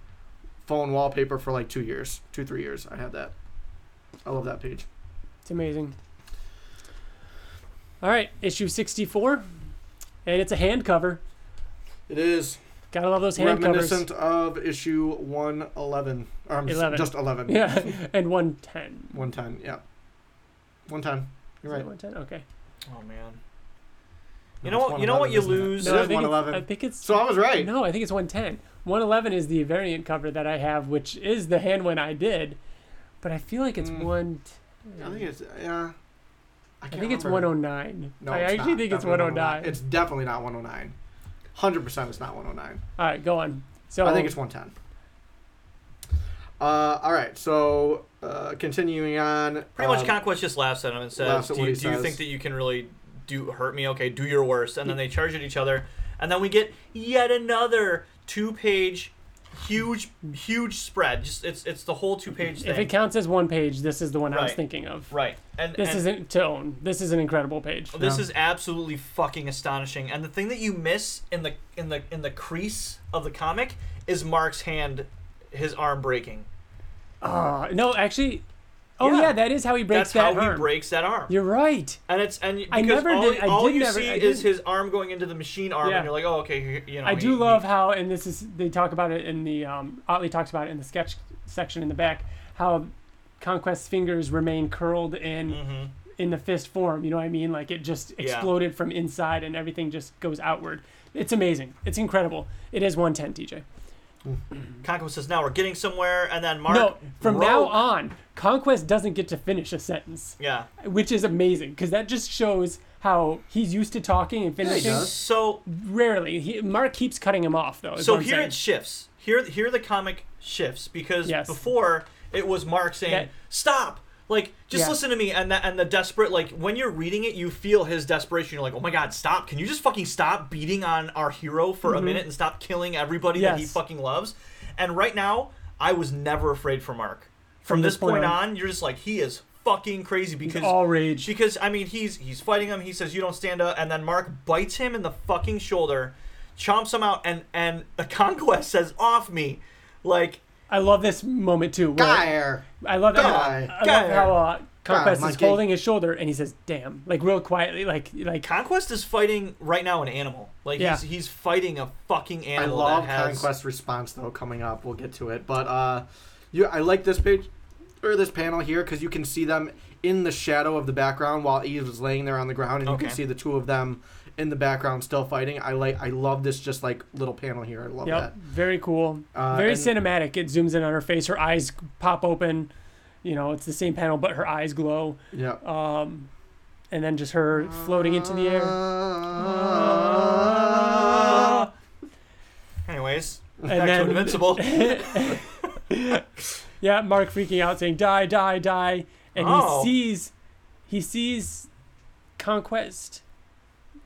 C: phone wallpaper for like two years, two three years. I had that. I love that page.
A: It's amazing. All right, issue 64. And it's a hand cover.
C: It is
A: Gotta love those hand covers.
C: reminiscent of issue one eleven. Um,
A: 11.
C: just eleven.
A: Yeah, and 110.
C: One ten. Yeah. One ten. You're
A: Is
C: right.
A: it 110? Okay.
B: Oh man.
C: No,
B: You know
C: it's
B: what? You know what?
C: 111,
B: You
C: isn't it?
B: lose.
C: No,
A: I
C: is
A: think it's-
C: 111.
A: I think it's.
C: So I was right.
A: No, I think it's 110. 111 is the variant cover that I have, which is the hand one I did. But I feel like it's
C: Mm.
A: one.
C: I think it's yeah.
A: I
C: can't
A: think it's
C: remember.
A: 109.
C: No,
A: I
C: it's
A: actually
C: not.
A: think it's
C: Definitely
A: 109.
C: It's definitely not 109. 100% it's not 109.
A: All right, go on. So
C: I think it's 110. Uh, all right, so uh, continuing on.
B: Pretty much,
C: um,
B: Conquest just laughs at him and says,
C: laughs at
B: "Do
C: what
B: you,
C: he
B: do you
C: says.
B: think that you can really do hurt me? Okay, do your worst." And then they charge at each other, and then we get yet another two-page, huge, huge spread. Just it's it's the whole two-page
A: If it
B: thing,
A: counts as one page, this is the one I was
B: Right.
A: thinking of.
B: right? And
A: This
B: and Oh,
A: isn't to own. This is an incredible page.
B: this
C: Yeah.
B: is absolutely fucking astonishing. And the thing that you miss in the in the in the crease of the comic is Mark's hand, his arm breaking.
A: Uh, no, actually, oh yeah.
B: Yeah.
A: that is how he breaks that
B: That's how
A: arm.
B: he breaks that arm.
A: You're right.
B: And it's and because
A: I never
B: all,
A: did- I
B: all
A: did
B: you
A: never-
B: see
A: I
B: is
A: didn't-
B: his arm going into the machine arm,
A: Yeah.
B: and you're like, oh, okay, he- you know.
A: I
B: he-
A: do
B: he-
A: love how, and this is they talk about it in the um, Otley talks about it in the sketch section in the back, how Conquest's fingers remain curled in
B: Mm-hmm.
A: in the fist form. You know what I mean? Like it just exploded from inside, and everything just goes outward. It's amazing. It's incredible. It is 110, TJ.
B: Conquest says now we're getting somewhere, and then Mark.
A: no, from now
B: wrote-
A: on, Conquest doesn't get to finish a sentence,
B: Yeah.
A: which is amazing because that just shows how he's used to talking and finishing.
C: does.
B: So
A: Rarely, he, Mark keeps cutting him off though. is
B: so
A: what I'm
B: here
A: saying.
B: it shifts. Here here the comic shifts because
A: Yes.
B: before it was Mark saying
A: That-
B: stop. Like just
A: Yeah.
B: listen to me, and that and the desperate like when you're reading it, you feel his desperation. You're like, oh my god, stop! Can you just fucking stop beating on our hero for a minute and stop killing everybody that he
A: Mm-hmm. Yes.
B: fucking loves? And right now, I was never afraid for Mark. From, this point, on, you're just like he is fucking crazy because
A: all rage.
B: because I mean he's he's fighting him. He says you don't stand up, and then Mark bites him in the fucking shoulder, chomps him out, and and the conquest says off me, like
A: I love this moment too. Where
C: Guy.
A: I love,
C: Guy.
A: I, I love
B: Guy.
A: how uh, Conquest
C: my
A: is
C: gay-
A: holding his shoulder and he says, "Damn!" Like real quietly, like like
B: conquest is fighting right now an animal. Like
A: Yeah.
B: he's he's fighting a fucking
C: I
B: animal.
C: love
B: that has,
C: Conquest's response though coming up. We'll get to it, but uh, you I like this page or this panel here because you can see them in the shadow of the background while Eve is laying there on the ground, and you
B: Okay.
C: can see the two of them in the background still fighting. I like I love this just like little panel here. I love
A: yep, very cool,
C: Uh,
A: very
C: and-
A: cinematic. It zooms in on her face. Her eyes pop open. You know, it's the same panel, but her eyes glow, um,
C: that. Yep.
A: and then just her floating into the air.
C: Uh, Ah.
B: Anyways,
A: And
B: back
A: then-
B: to invincible.
A: Yeah, Mark freaking out, saying "Die, die, die," and
B: Oh.
A: he sees, he sees, Conquest.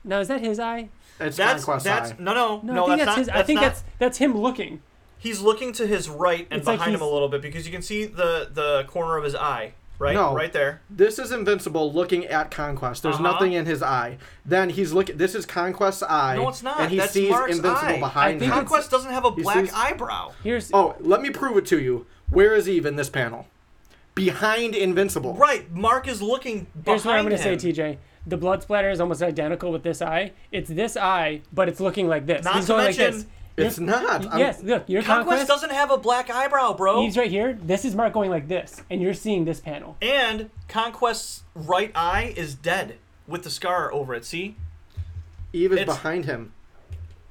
A: Now is that his eye?
C: It's
B: that's
C: Conquest
B: that's
C: Eye.
B: no no no.
A: No, I think
B: that's,
A: that's,
B: not.
A: his.
B: That's
A: I think
B: not,
A: that's that's him looking.
B: he's looking to his right and
A: It's like
B: behind him a
A: he's-
B: little bit because you can see the the corner of his eye. Right,
C: No.
B: right there.
C: This is Invincible looking at Conquest. There's
B: Uh-huh.
C: nothing in his eye. Then he's looking. This is Conquest's eye.
B: No, it's not.
C: And he
B: That's
C: sees
B: Mark's
C: Invincible
B: eye.
A: I
C: behind
A: think
C: him.
A: it's-
B: Conquest doesn't have a black
C: sees-
B: eyebrow.
A: Here's
C: Oh, let me prove it to you. Where is Eve in this panel? Behind Invincible.
B: Right, Mark is looking behind
A: here's what I'm gonna
B: him.
A: say, TJ. The blood splatter is almost identical with this eye. It's this eye, but it's looking like this.
B: Not
A: He's
B: to
A: going like
B: mention-
A: this.
C: It's not. I'm-
A: yes, look, your
B: Conquest
A: conquest.
B: doesn't have a black eyebrow, bro.
A: Eve's right here. This is Mark going like this, and you're seeing this panel.
B: And Conquest's right eye is dead with the scar over it. See?
C: Eve is
B: it's-
C: behind him.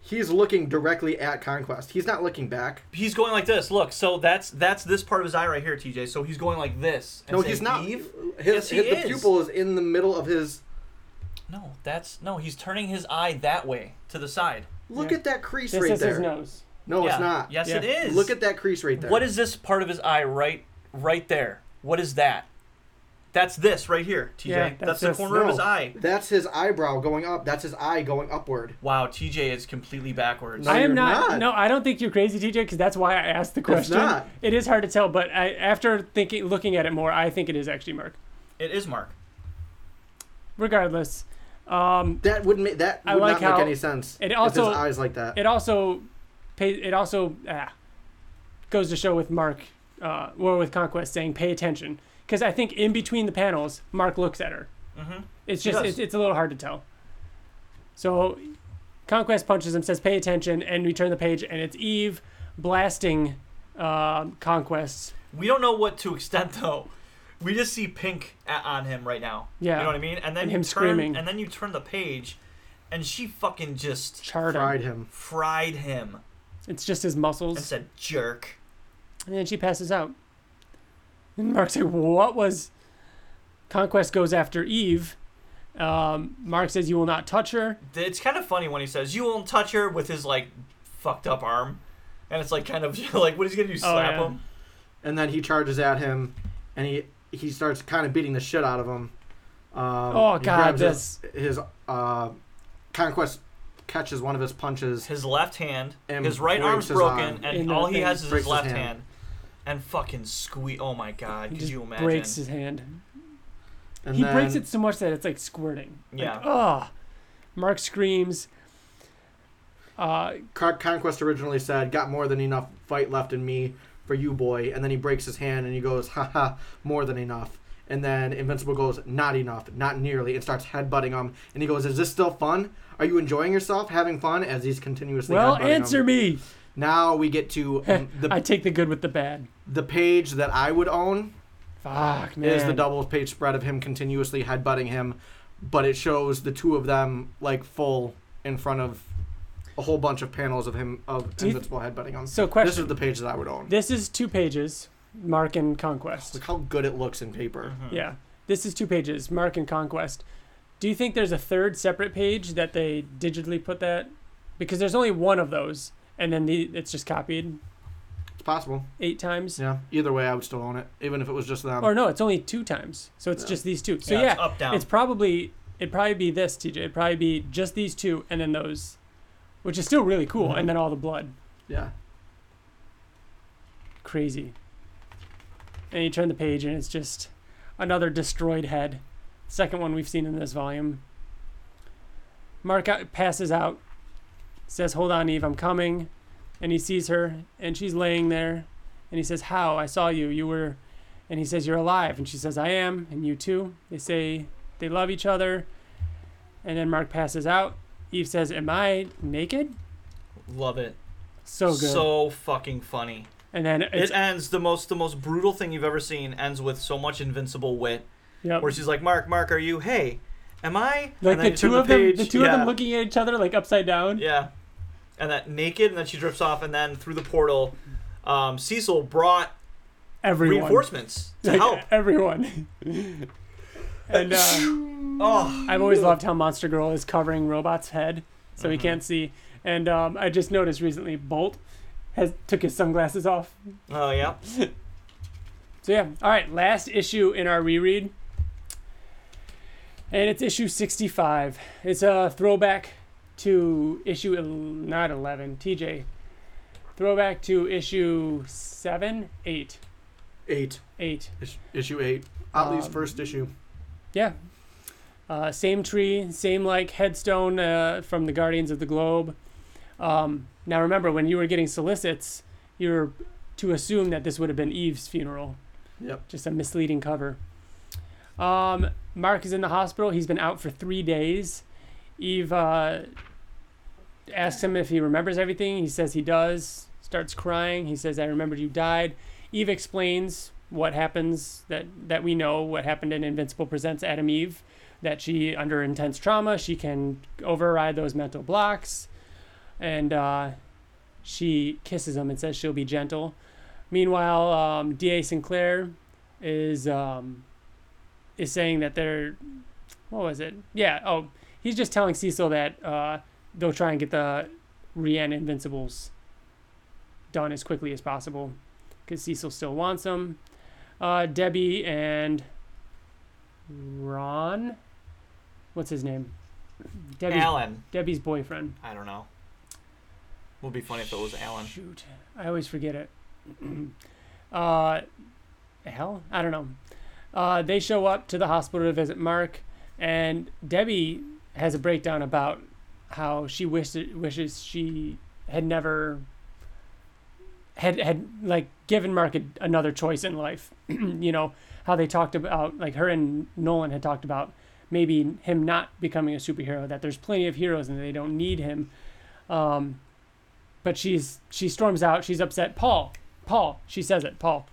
C: he's looking directly at Conquest. He's not looking back.
E: He's going like this. Look, so that's that's this part of his eye right here, TJ. So he's going like this. and
C: No,
E: saying,
C: he's not.
E: "Eve?"
C: His,
E: Yes, he
C: his- the
E: is.
C: pupil is in the middle of his.
E: No, that's no. He's turning his eye that way to the side.
C: Look
A: Yeah.
C: at that crease
A: This
C: right
A: is
C: there.
A: his nose.
C: No,
E: Yeah.
C: it's not.
E: Yes,
A: Yeah.
E: it is.
C: Look at that crease right there.
E: what is this part of his eye right right there? What is that? That's this right here, TJ.
A: Yeah,
E: that's,
A: that's
E: the
A: this.
E: corner
C: no,
E: of his eye.
C: That's his eyebrow going up. That's his eye going upward.
E: Wow, TJ is completely backwards.
C: No,
A: I am
C: you're
A: not,
C: not.
A: No, I don't think you're crazy, TJ, because that's why I asked the question.
C: not.
A: It is hard to tell, but I, after thinking, looking at it more, I think it is actually Mark.
E: It is Mark.
A: Regardless,
C: That would make that
A: I
C: would
A: like
C: not
A: how-
C: make any sense.
A: it
C: if
A: also-
C: his eyes like that.
A: it also, pay, it also ah, goes to show with Mark, uh, or with Conquest saying, "Pay attention," because I think in between the panels, Mark looks at her. It's just
E: does.
A: it's, it's a little hard to tell. So, Conquest punches him, says, "Pay attention," and we turn the page, and it's Eve blasting um Conquest's
B: We don't know what to extent though. We just see pink a on him right now.
A: Yeah.
B: you know what I mean. And then
A: And
B: you
A: him
B: turn,
A: screaming.
B: And then you turn the page, and she fucking just
A: chart. on.
C: Fried him.
B: fried him
A: It's just his
B: and
A: muscles.
B: said jerk.
A: And then she passes out. And Mark's like, What was. Conquest goes after Eve. Um, Mark says, You will not touch her.
B: It's kind of funny when he says you won't touch her with his like fucked up arm, and it's like kind of like what is he gonna do? Slap
A: Oh, yeah.
B: him?
C: And then he charges at him, and he he starts kind of beating the shit out of him. Um,
A: Oh,
C: he
A: God,
C: grabs his- His, uh, conquest catches one of his punches.
B: His left hand,
C: And
B: his right
C: breaks
B: arm's
C: his
B: broken,
C: arm.
B: and
A: In
B: all
A: the
B: he
A: thing.
B: has is
C: Breaks
B: his
C: his
B: left
C: hand.
B: hand. And fucking squee! Oh my god,
A: He
B: could
A: just
B: you imagine?
A: breaks his hand.
C: And
A: he
C: then,
A: breaks it so much that it's like squirting.
B: Yeah.
A: Like, Ugh. Mark screams. Uh,
C: Con- Conquest originally said, "Got more than enough fight left in me for you, boy." And then he breaks his hand and he goes, "Ha ha, more than enough." And then Invincible goes, "Not enough, not nearly," and starts headbutting him. And he goes, "Is this still fun? Are you enjoying yourself? Having fun?" As he's continuously.
A: well,
C: headbutting him.
A: answer me.
C: Now we get to um,
A: I
C: the
A: take the good with the bad.
C: the page that I would own
A: Fuck, man.
C: is the double page spread of him continuously headbutting him, but it shows the two of them like full in front of a whole bunch of panels of him of
A: Do you-
C: invincible headbutting him.
A: So,
C: This
A: question.
C: is the page that I would own.
A: This is two pages Mark and Conquest.
C: Look how good it looks in paper.
B: Mm-hmm.
A: Yeah. This is two pages, Mark and Conquest. Do you think there's a third separate page that they digitally put that? Because there's only one of those, and then the, it's just copied
C: It's possible.
A: eight times.
C: Yeah. Either way, I would still own it, even if it was just them.
A: Or no, it's only two times. So it's
C: Um, Yeah.
A: just these two. So
B: Yeah,
A: yeah,
B: it's up, down.
A: it's probably it'd probably be this TJ. It'd probably be just these two and then those, which is still really cool. And then all the blood,
C: yeah.
A: crazy. And you turn the page, and it's just another destroyed head. Second one we've seen in this volume. Mark out, passes out, says, Hold on, Eve, I'm coming. And he sees her, and she's laying there. And he says, How? I saw you. You were. And he says, You're alive. And she says, I am. And you too. They say they love each other. And then Mark passes out. Eve says, Am I naked?
E: Love it.
A: So good.
E: So fucking funny.
A: and then it's.
E: it ends the most the most brutal thing you've ever seen ends with so much invincible wit
A: yep.
E: where she's like, Mark, Mark, are you? Hey, am I?
A: Like
E: And then
A: the
E: you turn
A: two of them,
E: page,
A: the two
E: yeah,
A: of them looking at each other like upside down.
E: Yeah, and that naked, and then she drips off, and then through the portal, um, Cecil brought
A: Everyone,
E: reinforcements to
A: Like,
E: help.
A: everyone. and uh,
E: Oh,
A: I've always loved how Monster Girl is covering Robot's head, so
E: Mm-hmm.
A: he can't see. And um, I just noticed recently, Bolt has took his sunglasses off.
E: oh yeah.
A: So yeah, all right, last issue in our reread, and it's issue sixty-five. It's a throwback to issue el- not eleven, TJ. Throwback to issue seven, eight,
C: Eight.
A: eight.
C: Is- issue eight. Otley's
A: Um,
C: first issue.
A: Yeah. Uh, same tree, same like headstone uh, from the Guardians of the Globe. Um, now remember, when you were getting solicits, you were to assume that this would have been Eve's funeral.
C: Yep.
A: Just a misleading cover. Um, Mark is in the hospital. He's been out for three days. Eve uh, asks him if he remembers everything. He says he does. Starts crying. He says, "I remembered you died." Eve explains what happens that that we know what happened in Invincible Presents Adam Eve. That she, under intense trauma, she can override those mental blocks. and uh, she kisses him and says she'll be gentle. Meanwhile, um, D.A. Sinclair is um, is saying that they're what was it? Yeah. Oh, he's just telling Cecil that uh, they'll try and get the Rihanna Invincibles done as quickly as possible because Cecil still wants them. Uh, Debbie and Ron, what's his name? Debbie's,
B: Alan.
A: Debbie's boyfriend.
B: I don't know. Would be funny if it was Alan.
A: Shoot, I always forget it. uh, hell, I don't know. Uh, they show up to the hospital to visit Mark, and Debbie has a breakdown about how she wish- wishes she had never had had like given Mark a, another choice in life. you know how they talked about like her and Nolan had talked about maybe him not becoming a superhero. That there's plenty of heroes and they don't need him Um, but she's she storms out. She's upset. Paul, Paul. She says it, Paul,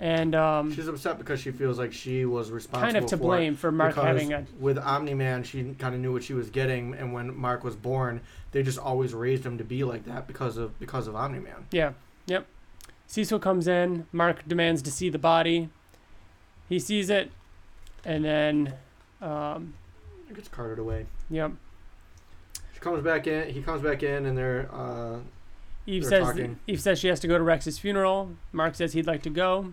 A: and um,
C: She's upset because she feels like she was responsible.
A: Kind of to
C: for
A: blame
C: it
A: for Mark
C: because
A: having a-
C: With Omni Man, she kind of knew what she was getting, and when Mark was born, they just always raised him to be like that because of because of Omni Man.
A: yeah, yep. Cecil comes in. Mark demands to see the body. He sees it, and then, um,
C: It gets carted away.
A: yep.
C: She comes back in. He comes back in, and they're uh,
A: Eve
C: They're
A: says
C: talking.
A: Eve says she has to go to Rex's funeral. Mark says he'd like to go.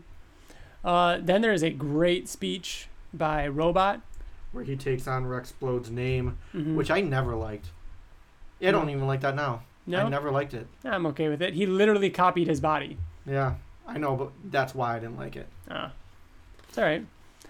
A: Uh, then there is a great speech by Robot. Mm-hmm.
C: where he takes on Rexplode's name,
A: Mm.
C: which I never liked. I don't even like that now.
A: No,
C: I never liked it.
A: I'm okay with it. He literally copied his body.
C: Yeah, I know, but that's why I didn't like it.
A: Ah, it's all right.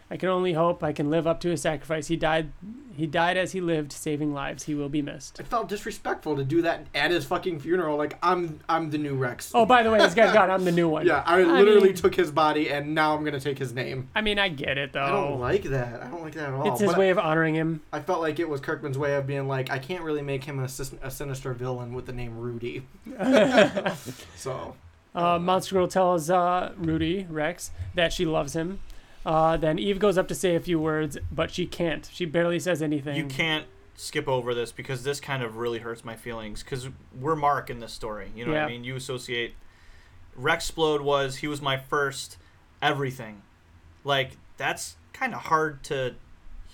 A: I can only hope I can live up to his sacrifice. He died. He died as he lived, saving lives. He will be missed.
C: It felt disrespectful to do that at his fucking funeral. Like I'm, I'm the new Rex.
A: Oh, by the way, this guy's gone. I'm the new one.
C: yeah. I literally
A: mean-
C: took his body, and now I'm gonna take his name.
A: I mean, I get it
C: I don't
A: though.
C: like that. I don't like that at all.
A: It's his
C: But
A: way of honoring him.
C: I felt like it was Kirkman's way of being like, I can't really make him a, sis- a sinister villain with the name Rudy. so
A: Uh, Monster Girl tells uh, Rudy Rex that she loves him. Uh, then Eve goes up to say a few words, but she can't. She barely says anything.
B: You can't skip over this because this kind of really hurts my feelings because we're Mark in this story. You know what
A: Yeah.
B: I mean? You associate. Rexplode was, he was my first everything. Like, that's kind of hard to.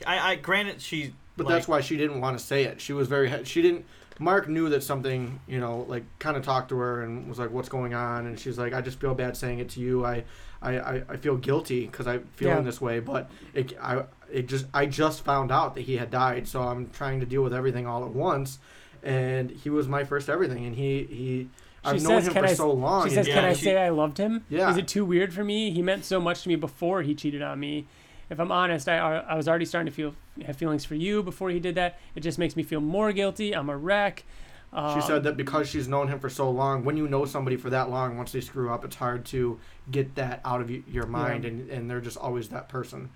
B: I, I granted she.
C: But
B: like,
C: that's why she didn't want to say it. She was very. She didn't. Mark knew that something, you know, like kind of talked to her and was like, "What's going on?" And she's like, "I just feel bad saying it to you. I, I, I, I feel guilty because I'm feeling
A: Yeah.
C: this way. But it, I, it just, I just found out that he had died. So I'm trying to deal with everything all at once. And he was my first everything. And he, he, I've
A: she
C: known
A: says,
C: him
A: "Can
C: for
A: I?"
C: so long.
A: she says,
C: and-
A: "Can
B: yeah,
A: I
B: she-
A: say I loved him?
C: Yeah.
A: Is it too weird for me? He meant so much to me before he cheated on me. If I'm honest, I I was already starting to feel have feelings for you before he did that. It just makes me feel more guilty. I'm a wreck. Um,
C: She said that because she's known him for so long, when you know somebody for that long, once they screw up, it's hard to get that out of y- your mind, and, and they're just always that person.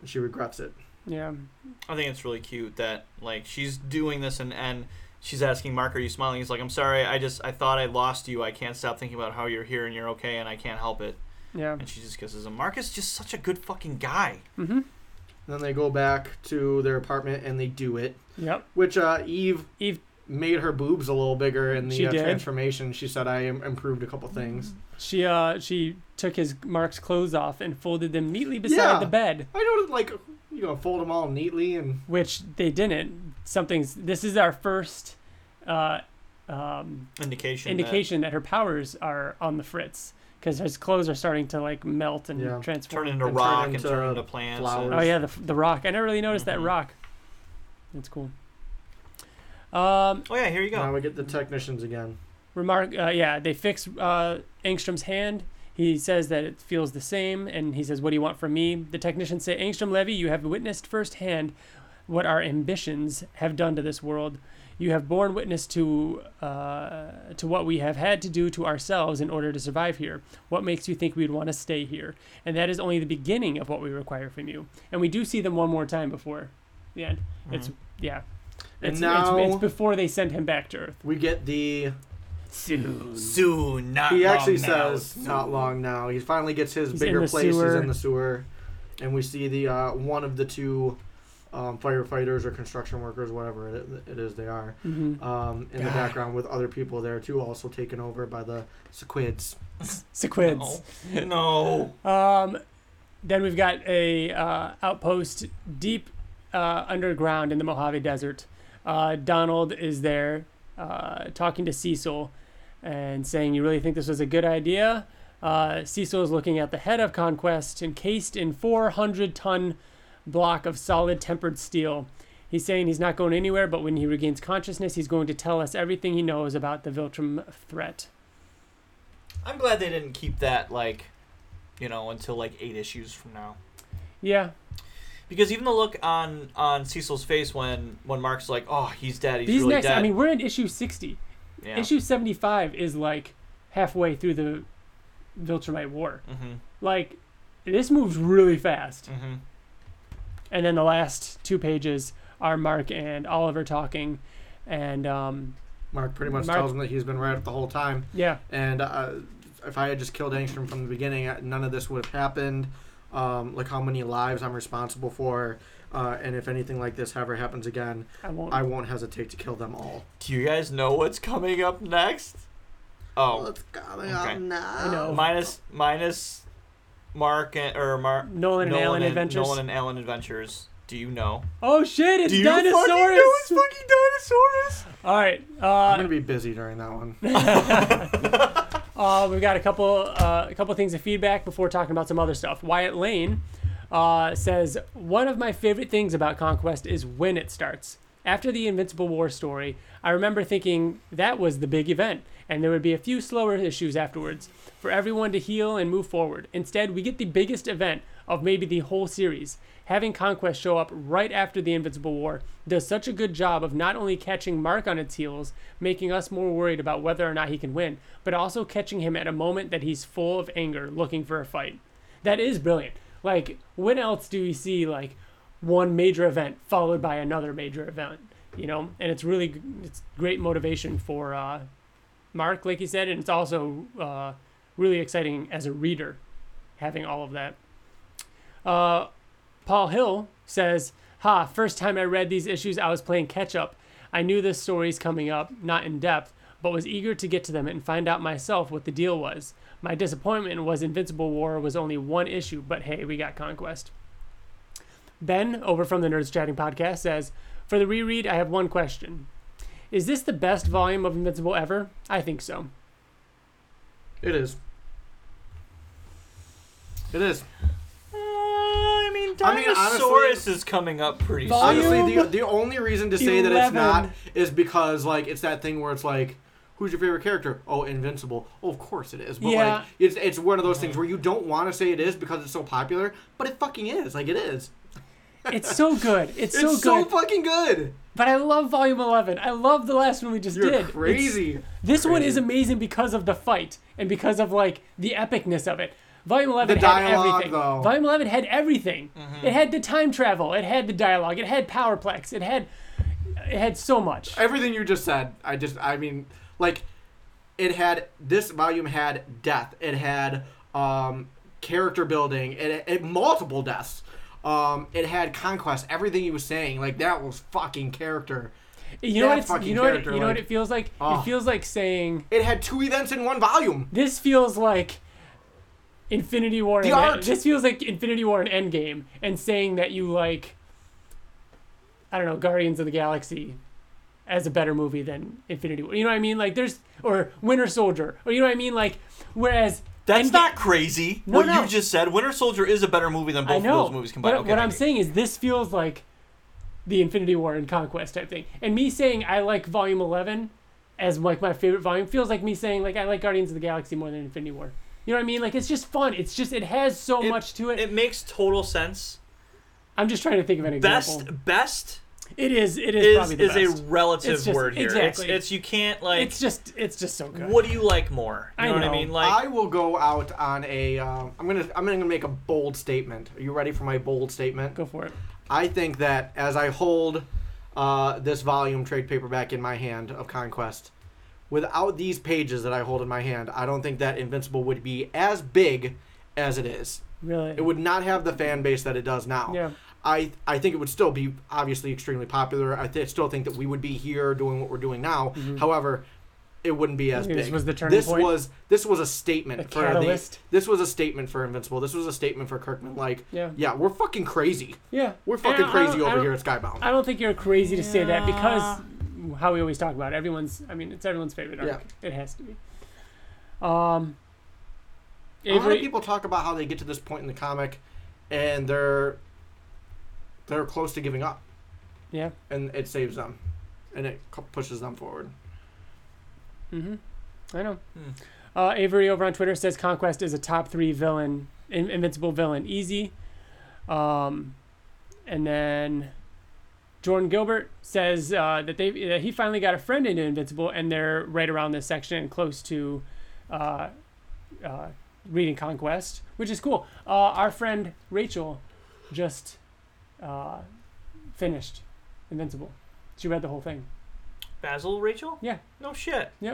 C: And she regrets it.
A: Yeah,
B: I think it's really cute that like she's doing this and and she's asking Mark, "Are you smiling?" He's like, "I'm sorry. I just I thought I lost you. I can't stop thinking about how you're here and you're okay, and I can't help it."
A: yeah.
B: And she just kisses him. Mark is just such a good fucking guy.
A: Mm-hmm.
C: Then they go back to their apartment and they do it,
A: Yep.
C: which uh, Eve
A: Eve-
C: made her boobs a little bigger in the
A: She
C: uh,
A: did.
C: transformation. She said, "I im- improved a couple things."
A: She uh she took his Mark's clothes off and folded them neatly beside
C: Yeah.
A: the bed,
C: I noticed, like you know, fold them all neatly and
A: which they didn't. Something's. This is our first uh, um,
B: Indication. that-
A: indication that her powers are on the fritz because his clothes are starting to like melt and
C: Yeah.
A: transform.
B: turn into
C: And turn
B: rock and
C: into
B: turn into plants.
C: flowers.
A: Oh
B: and-
A: yeah, the the rock. I never really noticed
B: Mhm.
A: that rock. That's cool. Um,
B: Oh yeah, here you
C: now
B: go.
C: we get the technicians again.
A: remark. Uh, yeah, they fix uh, Engstrom's hand. He says that it feels the same, and he says, "What do you want from me?" The technicians say, "Engstrom Levy, you have witnessed firsthand what our ambitions have done to this world. You have borne witness to uh, to what we have had to do to ourselves in order to survive here. What makes you think we'd want to stay here? And that is only the beginning of what we require from you. And we do see them one more time before the end. It's yeah.
C: Mm-hmm. And
A: It's,
C: now-
A: it's, it's before they send him back to Earth.
C: We get the
A: Soon.
B: Soon, not
C: He
B: long
C: actually
B: now.
C: says not long now. He finally gets his
A: He's in
C: bigger
A: the
C: place. He's
A: sewer.
C: in the sewer, and we see the uh, one of the two um, firefighters or construction workers, whatever it, it is they are,
A: mm-hmm.
C: um,
A: Ah.
C: in the background with other people there too, also taken over by the squids.
A: Sequids.
B: No. No.
A: Um, then we've got a uh, outpost deep uh, underground in the Mojave Desert. Uh, Donald is there uh, talking to Cecil and saying, "You really think this was a good idea?" Uh, Cecil is looking at the head of Conquest, encased in 400-ton block of solid tempered steel. He's saying he's not going anywhere, but when he regains consciousness, he's going to tell us everything he knows about the Viltrum threat.
B: I'm glad they didn't keep that like, you know, until like eight issues from now.
A: Yeah,
B: Because even the look on on Cecil's face when when Mark's like, "Oh, he's dead. He's
A: these
B: really
A: next.
B: dead."
A: I mean, we're in issue 60.
B: yeah.
A: Issue 75 is like halfway through the Viltrumite War.
B: hmm
A: Like, this moves really fast.
B: hmm
A: And then the last two pages are Mark and Oliver talking. And um,
C: Mark pretty much
A: Mark-
C: tells him that he's been right up the whole time.
A: yeah,
C: And uh, if I had just killed Angstrom from the beginning, uh, none of this would have happened. Um, like how many lives I'm responsible for, uh, and if anything like this ever happens again,
A: I won't.
C: I won't hesitate to kill them all.
B: Do you guys know what's coming up next? Oh,
C: coming
B: up
C: now?
A: I know.
B: minus minus Mark and, or Mark
A: Nolan and Alan Adventures.
B: Nolan and Alan Adventures. Do you know?
A: oh shit, it's
B: Do you fucking know
A: Dinosaurus!
B: it's fucking dinosaurs?
A: All right.
C: I'm
A: Uh,
C: gonna be busy during that one.
A: Uh, we've got a couple uh, a couple things of feedback before talking about some other stuff. Wyatt Lane uh, says one of my favorite things about Conquest is when it starts. After the Invincible War story, I remember thinking that was the big event, and there would be a few slower issues afterwards for everyone to heal and move forward. Instead, we get the biggest event of maybe the whole series. Having Conquest show up right after the Invincible War does such a good job of not only catching Mark on its heels, making us more worried about whether or not he can win, but also catching him at a moment that he's full of anger, looking for a fight. That is brilliant. Like, when else do we see like one major event followed by another major event? You know, and it's really g- it's great motivation for uh, Mark, like you said, and it's also uh, really exciting as a reader having all of that. Uh, Paul Hill says, "Ha! First time I read these issues, I was playing catch up. I knew this story's coming up, not in depth, but was eager to get to them and find out myself what the deal was. My disappointment was Invincible War was only one issue, but hey, we got Conquest." Ben, over from the Nerds Chatting podcast, says, "For the reread, I have one question: Is this the best volume of Invincible ever? I think so.
C: It is. It is.
B: Uh, I mean,
C: I mean,
B: Dinosaurus
C: honestly-
B: is coming up pretty soon.
A: Volume-
C: Honestly, the, the only reason to say that it's
A: 11.
C: not is because like it's that thing where it's like, who's your favorite character? Oh, Invincible. Oh, of course it is. But
A: Yeah.
C: like, it's it's one of those things where you don't want to say it is because it's so popular, but it fucking is. Like it is.
A: It's so good. It's,
C: It's
A: so
C: so,
A: good."
C: fucking good.
A: But I love Volume 11. I love the last one we just
C: You're
A: did. It's-
C: crazy.
A: this one is amazing because of the fight and because of like the epicness of it. Volume 11
C: The dialogue,
A: had everything.
C: though. Mm-hmm.
A: Volume 11 had everything. It had the time travel, it had the dialogue, it had powerplex, it had it had so much.
C: Everything you just said, I just, I mean, like, it had this volume had death. It had um, character building. It, it multiple deaths. Um, it had conquest. Everything he was saying, like that was fucking character.
A: You know what
C: that
A: it's, you
C: fucking
A: know what it,
C: character,
A: you know what
C: like-
A: it feels like?
C: Oh.
A: It feels like saying
C: It had two events in one volume.
A: this feels like Infinity War.
C: The
A: and E-
C: art.
A: This feels like Infinity War and Endgame, and saying that you like, I don't know, Guardians of the Galaxy, as a better movie than Infinity War. You know what I mean? Like there's or Winter Soldier, or you know what I mean? Like whereas
B: That's
A: Endga-
B: not crazy.
A: No,
B: what
A: no.
B: you just said, Winter Soldier is a better movie than both
A: I know.
B: of those movies combined.
A: But
B: okay,
A: what I'm
B: maybe.
A: saying is this feels like the Infinity War and Conquest type thing. And me saying I like Volume 11 as like my favorite volume feels like me saying like I like Guardians of the Galaxy more than Infinity War. You know what I mean? Like it's just fun. It's just it has so
B: It-
A: much to it.
B: it makes total sense.
A: I'm just trying to think of an example.
B: Best, best
A: it is. It is,
B: is
A: probably the
B: is
A: best.
B: a relative
A: It's just-
B: word here.
A: exactly.
B: It's, it's you can't like.
A: it's just. It's just so good.
B: what do you like more? You
A: I
B: know, what I
A: know.
B: mean? Like
C: I will go out on a. Um, I'm gonna. I'm gonna make a bold statement. Are you ready for my bold statement?
A: Go for it.
C: I think that as I hold uh, this volume trade paperback in my hand of Conquest, without these pages that I hold in my hand, I don't think that Invincible would be as big as it is.
A: Really.
C: It would not have the fan base that it does now.
A: Yeah.
C: I I think it would still be obviously extremely popular. I th- still think that we would be here doing what we're doing now. However, it wouldn't be as big.
A: Mm-hmm. This was the turning
C: This
A: point?
C: was this was a statement for
A: catalyst?
C: the. This was a statement for Invincible. This was a statement for Kirkman. Like,
A: Yeah.
C: yeah, we're fucking crazy.
A: Yeah,
C: We're
A: And
C: fucking
A: I
C: crazy
A: don't- I
C: over
A: don't-
C: here at Skybound.
A: I don't think you're crazy to say that because
B: Yeah.
A: how we always talk about it, everyone's. I mean, it's everyone's favorite arc. It has to be. Um,
C: a lot of
A: Avery,
C: people talk about how they get to this point in the comic, and they're they're close to giving up,
A: yeah,
C: and it saves them, and it cu- pushes them forward.
A: mm-hmm. I know.
B: Hmm.
A: Uh, Avery over on Twitter says Conquest is a top three villain, in- invincible villain, easy. Um, and then Jordan Gilbert says uh, that they that he finally got a friend into Invincible, and they're right around this section and close to uh, uh, reading Conquest, which is cool. Uh, our friend Rachel just uh, finished Invincible. She read the whole thing.
B: Basil Rachel?
A: Yeah.
B: No shit.
A: She,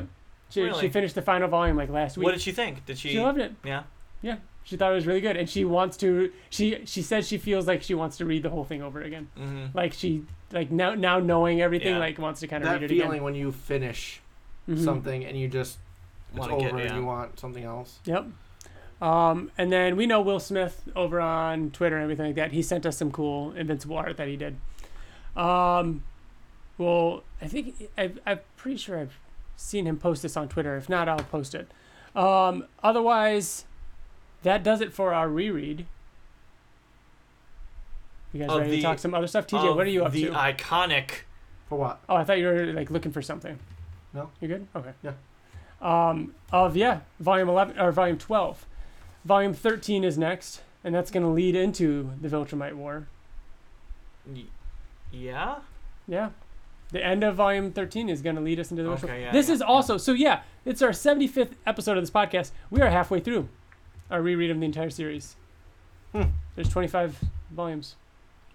A: she
B: Really?
A: finished the final volume like last week.
B: What did she think? Did she?
A: she loved it.
B: yeah.
A: Yeah, she thought it was really good, and she wants to. She she says she feels like she wants to read the whole thing over again.
B: Mm-hmm.
A: Like she like now now knowing everything,
B: Yeah.
A: like wants to kind of read
C: That
A: it
C: feeling
A: again.
C: when you finish
A: Mhm.
C: something and you just it's
B: Wanna
C: over
B: get- yeah.
C: and you want something else.
A: Yep. Um, and then we know Will Smith over on Twitter and everything like that. He sent us some cool Invincible art that he did. Um, well, I think I, I'm pretty sure I've seen him post this on Twitter. If not, I'll post it. Um, otherwise, that does it for our reread. You guys
B: Of
A: ready
B: the-
A: to talk some other stuff? TJ,
B: Of
A: what are you up
B: the
A: to?
B: iconic.
C: For what?
A: oh, I thought you were like looking for something.
C: No.
A: You good? Okay.
C: Yeah.
A: Um, of yeah, volume eleven or volume twelve. Volume thirteen is next, and that's gonna lead into the Viltrumite War.
B: y- Yeah.
A: Yeah. The end of volume thirteen is gonna lead us into the Viltrumite
B: Okay, yeah,
A: This
B: yeah,
A: is also so yeah, it's our seventy fifth episode of this podcast. We are halfway through our reread of the entire series.
C: Hmm.
A: There's twenty five volumes.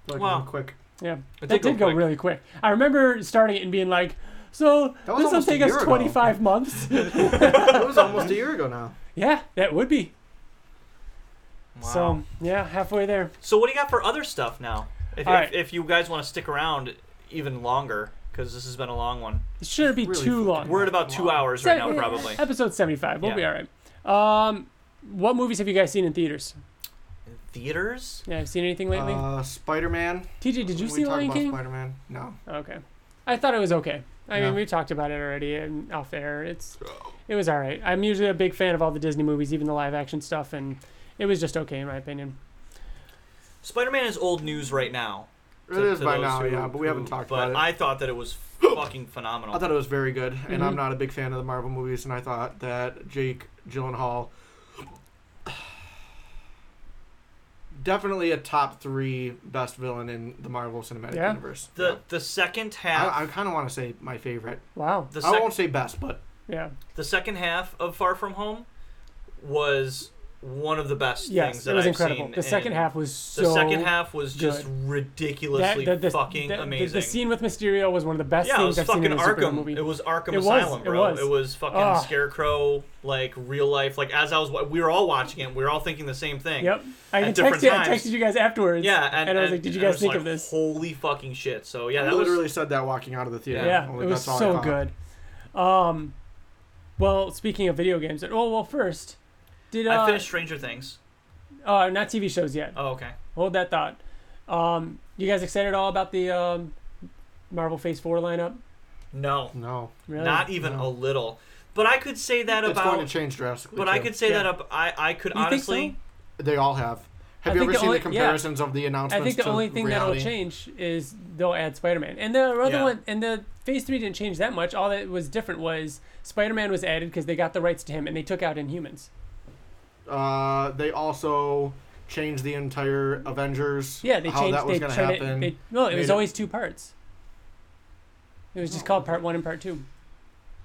C: Like,
B: Wow.
C: real Quick.
A: Yeah.
B: It
A: that did go,
B: quick.
A: really quick. I remember starting it and being like, so
C: That
A: this
C: was
A: will
C: almost a
A: take us
C: year ago.
A: 25 months.
C: it was almost a year ago now.
A: yeah, that would be.
B: Wow.
A: So, yeah, halfway there.
B: So what do you got for other stuff now? If,
A: All
B: if,
A: right.
B: if you guys want to stick around even longer, because this has been a long one.
A: It shouldn't be
C: really
A: too
C: fucking
A: long.
B: We're at about two hours right now,
A: Seven-
B: probably.
A: Episode 75. We'll
B: Yeah.
A: be all right. Um, what movies have you guys seen in theaters?
B: Theaters?
A: Yeah, seen anything lately?
C: Uh, Spider Man.
A: TJ, did you
C: we
A: see
C: talk
A: Lion
C: about
A: King?
C: Spider Man. No.
A: okay. I thought it was okay. I
C: Yeah.
A: mean, we talked about it already in off air. It's it was all right. I'm usually a big fan of all the Disney movies, even the live action stuff, and it was just okay in my opinion.
B: Spider-Man is old news right now.
C: It
B: to-
C: is
B: to
C: by
B: those
C: now,
B: who-
C: yeah, but we haven't
B: who-
C: talked
B: but
C: about it.
B: I thought that it was fucking phenomenal.
C: I thought it was very good, and I'm
A: Mhm.
C: not a big fan of the Marvel movies, and I thought that Jake Gyllenhaal definitely a top three best villain in the Marvel Cinematic
A: Yeah.
C: Universe.
B: the the second half.
C: I, I kind of want to say my favorite.
A: Wow.
B: the,
C: I
B: sec-
C: won't say best, but
A: Yeah.
B: the second half of Far From Home was one of the best things
A: Yes,
B: that
A: it was
B: I've
A: incredible.
B: seen.
A: The second
B: in-
A: half was
B: The
A: so
B: second half was just
A: good.
B: ridiculously
A: That- the- the-
B: fucking
A: the- the-
B: amazing.
A: The scene with Mysterio was one of the best
B: yeah, it
A: things
B: was
A: I've
B: fucking
A: seen in a superhero
B: Arkham.
A: movie.
B: It was Arkham
A: It was,
B: Asylum,
A: it
B: bro. It
A: was.
B: was, fucking
A: Ah.
B: Scarecrow, like real life. Like as I was, wa- we were all watching it. We were all thinking the same thing.
A: Yep. I
B: At
A: even
B: different
A: texted, I
B: times.
A: texted you guys afterwards.
B: Yeah, and,
A: I was like, "Did you
B: I
A: guys
B: was
A: think
B: like,
A: of this?"
B: Holy fucking shit! So yeah,
C: I
B: that
C: literally
B: was
C: said that walking out of the theater.
A: Yeah,
C: Only
A: it was
C: that's all I
A: so
C: thought.
A: good. Um, well, speaking of video games, oh well, first, did uh,
B: I finished Stranger Things.
A: uh not TV shows yet.
B: Oh okay.
A: Hold that thought. Um, you guys excited at all about the um, Marvel Phase Four lineup?
B: No,
C: No,
A: Really?
B: not even
C: No.
B: a little. But I could say that
C: it's
B: about.
C: going to change drastically.
B: but I
C: too.
B: could say
A: Yeah.
B: that up. I I could
A: You think
B: honestly.
A: so?
C: They all have. Have
A: I
C: you
A: think
C: ever
A: the
C: seen
A: only-
C: the
A: yeah.
C: comparisons of the
A: I
C: announcements?
A: think the
C: to
A: only thing
C: reality?
A: that'll change is they'll add Spider-Man, and the other
B: Yeah.
A: one, and the Phase Three didn't change that much. All that was different was Spider-Man was added because they got the rights to him, and they took out Inhumans.
C: Uh, they also changed the entire Avengers.
A: Yeah, they
C: how
A: changed.
C: that was
A: they
C: going to
A: turned
C: happen.
A: It, they, well, it was
C: Made it-
A: always two parts. It was just called Part One and Part Two.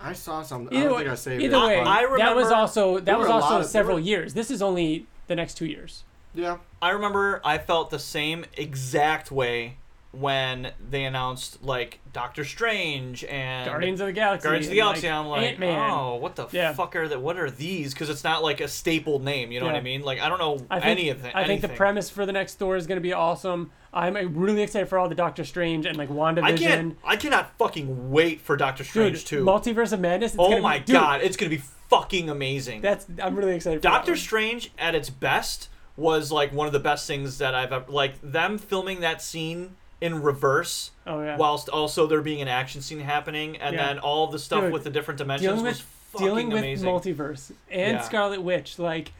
C: I saw something. I
A: Either
C: don't
A: way-
C: think I saved
A: Either
C: it.
A: way,
C: but-
B: I
A: that was
B: remember-
A: also that
C: there
A: was
C: were a
A: also
C: lot of- there
A: several
C: were-
A: years. This is only the next two years.
C: yeah,
B: I remember I felt the same exact way when they announced like Doctor Strange and
A: Guardians of the Galaxy.
B: Guardians of the
A: and,
B: Galaxy. I'm like,
A: Ant-Man.
B: oh, what the
A: Yeah.
B: fuck are that? What are these? Because it's not like a staple name. You know what
A: Yeah.
B: I mean? Like I don't know
A: I think,
B: any of that.
A: I think the
B: anything.
A: premise for the next Thor is going to be awesome. I'm uh, really excited for all the Doctor Strange and like WandaVision.
B: I can't. I cannot fucking wait for Doctor
A: Dude,
B: Strange too.
A: Multiverse of Madness. It's
B: oh
A: gonna
B: my
A: be, dude,
B: god, it's gonna be fucking amazing.
A: That's I'm really excited. for
B: Doctor
A: that
B: Strange at its best was like one of the best things that I've ever like them filming that scene in reverse
A: one. Oh yeah.
B: whilst also there being an action scene happening and
A: Yeah.
B: then all the stuff
A: Dude,
B: with the different dimensions
A: dealing
B: was
A: with
B: fucking
A: dealing with
B: amazing.
A: multiverse and
B: Yeah. Mm-hmm.
A: Scarlet Witch, like,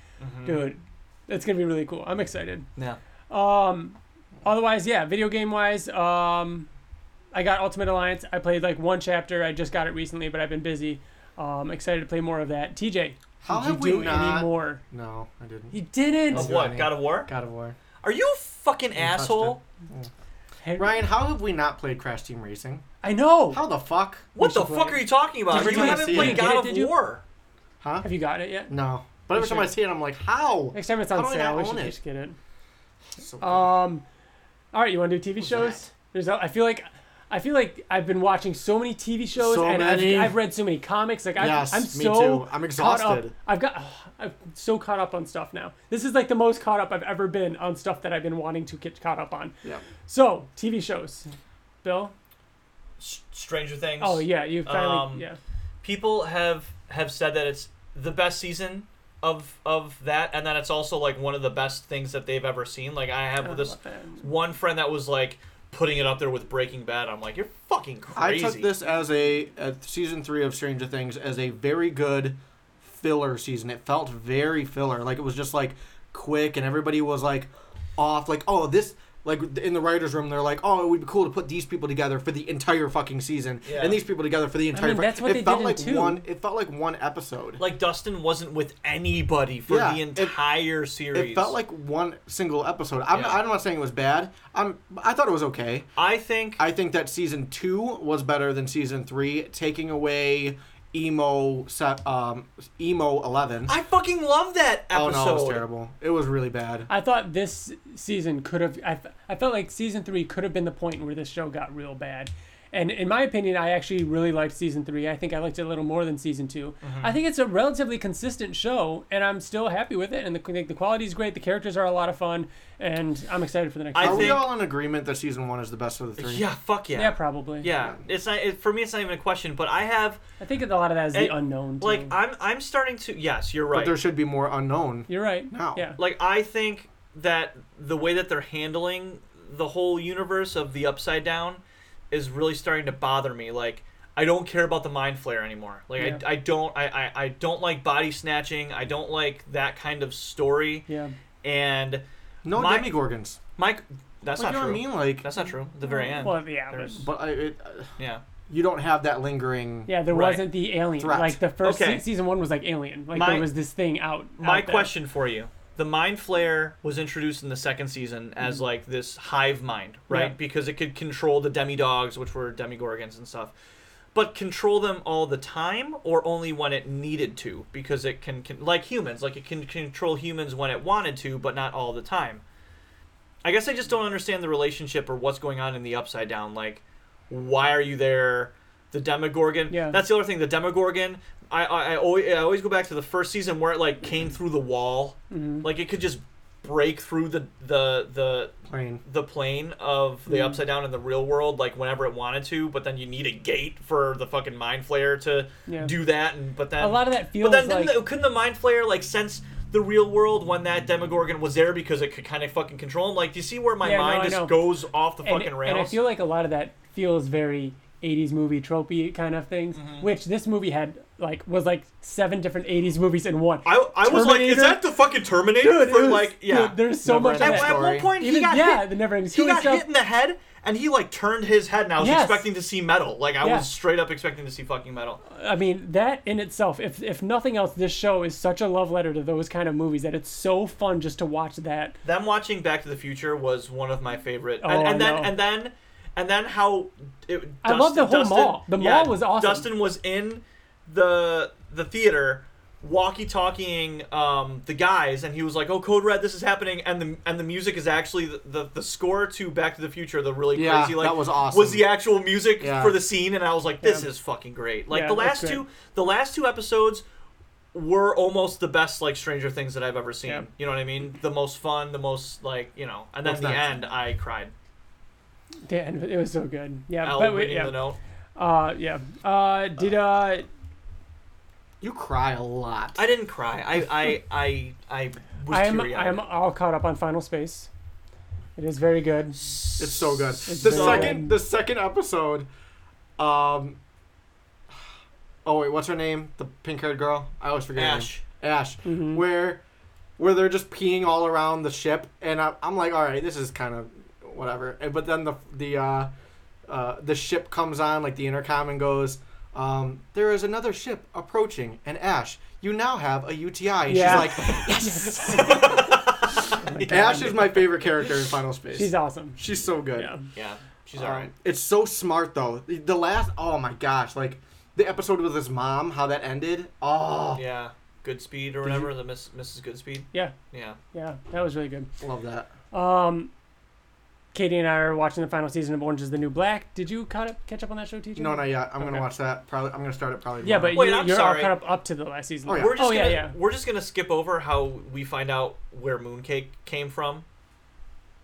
A: dude, that's gonna be really cool. I'm excited.
B: yeah.
A: Um, otherwise, yeah, video game wise, um, I got Ultimate Alliance. I played like one chapter. I just got it recently, but I've been busy. Um, excited to play more of that. TJ,
C: How
A: did you
C: have we
A: do
C: not-
A: any more?
C: No, I didn't.
A: You didn't.
B: Of
C: Of
B: what?
C: what?
B: God of War?
C: God of War.
B: Are you a fucking
C: touched
B: asshole?
A: Hey,
C: Ryan, how have we not played Crash Team Racing?
A: I know.
C: How the fuck?
B: What
C: We should
B: the
C: play
B: fuck
C: it.
B: are you talking about?
C: Every
B: You
C: time I
B: haven't
C: see
B: played
A: Did
C: it-
A: you
B: God
A: get it,
B: of
A: did you?
B: War.
C: Huh?
A: Have you got it yet?
C: No. But every
A: You
C: time I
A: should.
C: see it, I'm like, how?
A: Next time it's on
C: How do I
A: sale,
C: not
A: we
C: own
A: should
C: it?
A: just get it.
C: So good.
A: Um, all right, you want to do TV shows?
C: that?
A: There's, a- I feel like, I feel like I've been watching so many TV shows
C: So
A: and
C: many.
A: I've, I've read so many comics. Like I've,
C: yes,
A: I'm
C: me
A: so
C: too.
A: caught
C: I'm
A: up.
C: exhausted.
A: I've got, I'm so caught up on stuff now. This is like the most caught up I've ever been on stuff that I've been wanting to get caught up on.
C: Yeah.
A: So TV shows, Bill.
B: S- Stranger Things.
A: Oh yeah, you finally
B: Um,
A: yeah.
B: people have have said that it's the best season of of that and that it's also like one of the best things that they've ever seen like i have
A: I don't know
B: this
A: about that.
B: one friend that was like putting it up there with breaking bad i'm like you're fucking
C: I
B: crazy
C: took this as a, a season three of Stranger Things as a very good filler season. It felt very filler. Like it was just like quick, and everybody was like off. Like oh this. Like in the writers' room, they're like, "Oh, it would be cool to put these people together for the entire fucking season,
B: Yeah.
C: and these people together for the entire."
A: mean,
C: fu-"
A: that's what
C: it
A: they
C: felt
A: did in
C: like
A: two.
C: one. It felt like one episode.
B: like dustin wasn't with anybody for
C: Yeah,
B: the
C: it-
B: entire series
C: It felt like one single episode. I'm,
B: Yeah.
C: not, I'm not saying it was bad. I'm, I thought it was okay.
B: i think
C: I think that season two was better than season three, taking away emo set, um, emo eleven.
B: I fucking love that
C: oh
B: episode
C: no, it was terrible. It was really bad.
A: I thought this season could have. I, f- I felt like season three could have been the point where this show got real bad. And in my opinion, I actually really liked season three. I think I liked it a little more than season 2
B: Mm-hmm.
A: I think it's a relatively consistent show, and I'm still happy with it. And the, the, the quality is great. The characters are a lot of fun, and I'm excited for the next.
B: I
C: Are
A: season.
C: we
B: think-
C: all in agreement that season one is the best of the three?
B: yeah fuck yeah
A: yeah, probably.
B: yeah it's not it, for me it's not even a question but i have
A: I think a lot of that is the
B: It-
A: unknown. Too.
B: like i'm i'm starting to yes you're
C: but
B: right
C: there should be more unknown.
A: you're right.
C: No.
A: Yeah.
B: like I think that the way that they're handling the whole universe of the upside down is really starting to bother me. Like I don't care about the mind flare anymore. Like
A: Yeah.
B: I, I don't I, I, I don't like body snatching. I don't like that kind of story.
A: Yeah.
B: And
C: No
B: My-
C: demigorgons.
B: Mike, that's
C: Like,
B: not
C: you know
B: true.
C: what I mean? Like,
B: That's not true. At the very end.
A: Well, yeah, but,
B: There's-
C: but I, it,
B: yeah.
C: you don't have that lingering.
A: yeah, there
B: Right.
A: wasn't the alien.
C: Threat.
A: Like the first
B: Okay.
A: se- season one was like alien. Like
B: My-
A: there was this thing out.
B: My
A: out there.
B: question for you. The mind flare was introduced in the second season as
C: Mm-hmm.
B: like this hive mind, right?
A: Yeah.
B: Because it could control the demi dogs, which were demigorgons and stuff. But control them all the time or only when it needed to because it can, can like humans, like it can control humans when it wanted to, but not all the time. I guess I just don't understand the relationship or what's going on in the upside down. Like, why are you there? The Demogorgon.
A: Yeah.
B: That's the other thing. The Demogorgon. I I, I, always, I always go back to the first season where it like came through the wall.
A: Mm-hmm.
B: Like it could just break through the the the
C: Plain.
B: the plane of
A: Mm-hmm.
B: the upside down in the real world like whenever it wanted to but then you need a gate for the fucking mind flayer to
A: Yeah.
B: do that and but then
A: A lot of that feels
B: but then didn't
A: like.
B: the, couldn't the mind flayer like sense the real world when that demogorgon was there because it could kind of fucking control him like do you see where my
A: Yeah, no,
B: mind
A: I know.
B: just goes off the
A: and,
B: fucking
A: and I
B: rails
A: feel like a lot of that feels very 80s movie tropey kind of things,
B: Mm-hmm.
A: which this movie had like was like seven different 80s movies in one.
B: I, I was like is
A: Terminator-
B: that the fucking terminator
A: Dude, it
B: for
A: was-
B: like yeah
A: dude, there's so
C: Never
A: much of
B: at,
C: ending
A: that.
B: at one
C: Story.
B: point he
A: Even-
B: got
A: yeah,
B: hit
A: the never ending
B: he
A: story
B: got
A: stuff.
B: hit in the head and he like turned his head and I was
A: Yes.
B: expecting to see metal like I
A: Yeah.
B: was straight up expecting to see fucking metal
A: I mean, that in itself, if if nothing else, this show is such a love letter to those kind of movies that it's so fun just to watch that.
B: them watching Back to the Future was one of my favorite.
A: Oh,
B: and, and then
A: no.
B: and then and then how it,
A: I love the whole mall. The mall was awesome.
B: Dustin was in the the theater walkie-talkieing um, the guys, and he was like, "Oh, Code Red, this is happening," and the and the music is actually the the, the score to Back to the Future, the really
C: Yeah,
B: crazy like
C: that was awesome.
B: was the actual music
C: Yeah.
B: for the scene, and I was like, "This
A: Yeah.
B: is fucking great!" Like
A: Yeah,
B: the
A: that's
B: last
A: great.
B: two, the last two episodes were almost the best like Stranger Things that I've ever seen.
A: Yeah.
B: You know what I mean? The most fun, the most like you know, and then
C: What's
B: the
C: next?
B: end, I cried.
A: The end of it, it was so good. Yeah,
B: Al
A: but we,
B: reading
A: yeah,
B: the note.
A: uh, yeah. Uh, did uh,
C: You cry a lot.
B: I didn't cry. I I I I was
A: I am
B: teary-eyed.
A: I am all caught up on Final Space. It is very good.
C: It's so good.
A: It's
C: the
A: so
C: second
A: good.
C: the second episode, um Oh wait, what's her name? The pink haired girl? I always forget. her name.
B: Ash.
C: Ash.
A: Mm-hmm.
C: Where where they're just peeing all around the ship and I, I'm like, alright, this is kind of whatever. And- But then the the uh, uh, the ship comes on, like the intercom and goes, um, there is another ship approaching and Ash, you now have a UTI and
A: Yeah.
C: she's like Ash is my favorite character in Final Space.
A: She's awesome.
C: She's so good.
A: Yeah.
B: Yeah, she's
A: Um,
C: All
B: alright.
C: right. It's so smart though. The- The last oh my gosh, like the episode with his mom, how that ended. Oh,
B: Yeah, Goodspeed or
A: Did you-
B: whatever. The Miss Mrs. Goodspeed.
A: Yeah,
B: Yeah.
A: yeah. That was really good.
C: love that.
A: Um, Katie and I are watching the final season of Orange Is the New Black. Did you caught up, catch up on that show, TJ?
C: No, not yet. uh, I'm
A: Okay.
C: gonna watch that. Probably. I'm gonna start it probably.
A: Yeah, but
C: tomorrow.
B: Wait,
A: you,
B: I'm
A: you're
B: sorry.
A: all caught up up to the last season.
C: Oh, yeah.
B: We're just
A: yeah,
B: gonna
A: yeah.
B: we're just gonna skip over how we find out where Mooncake came from,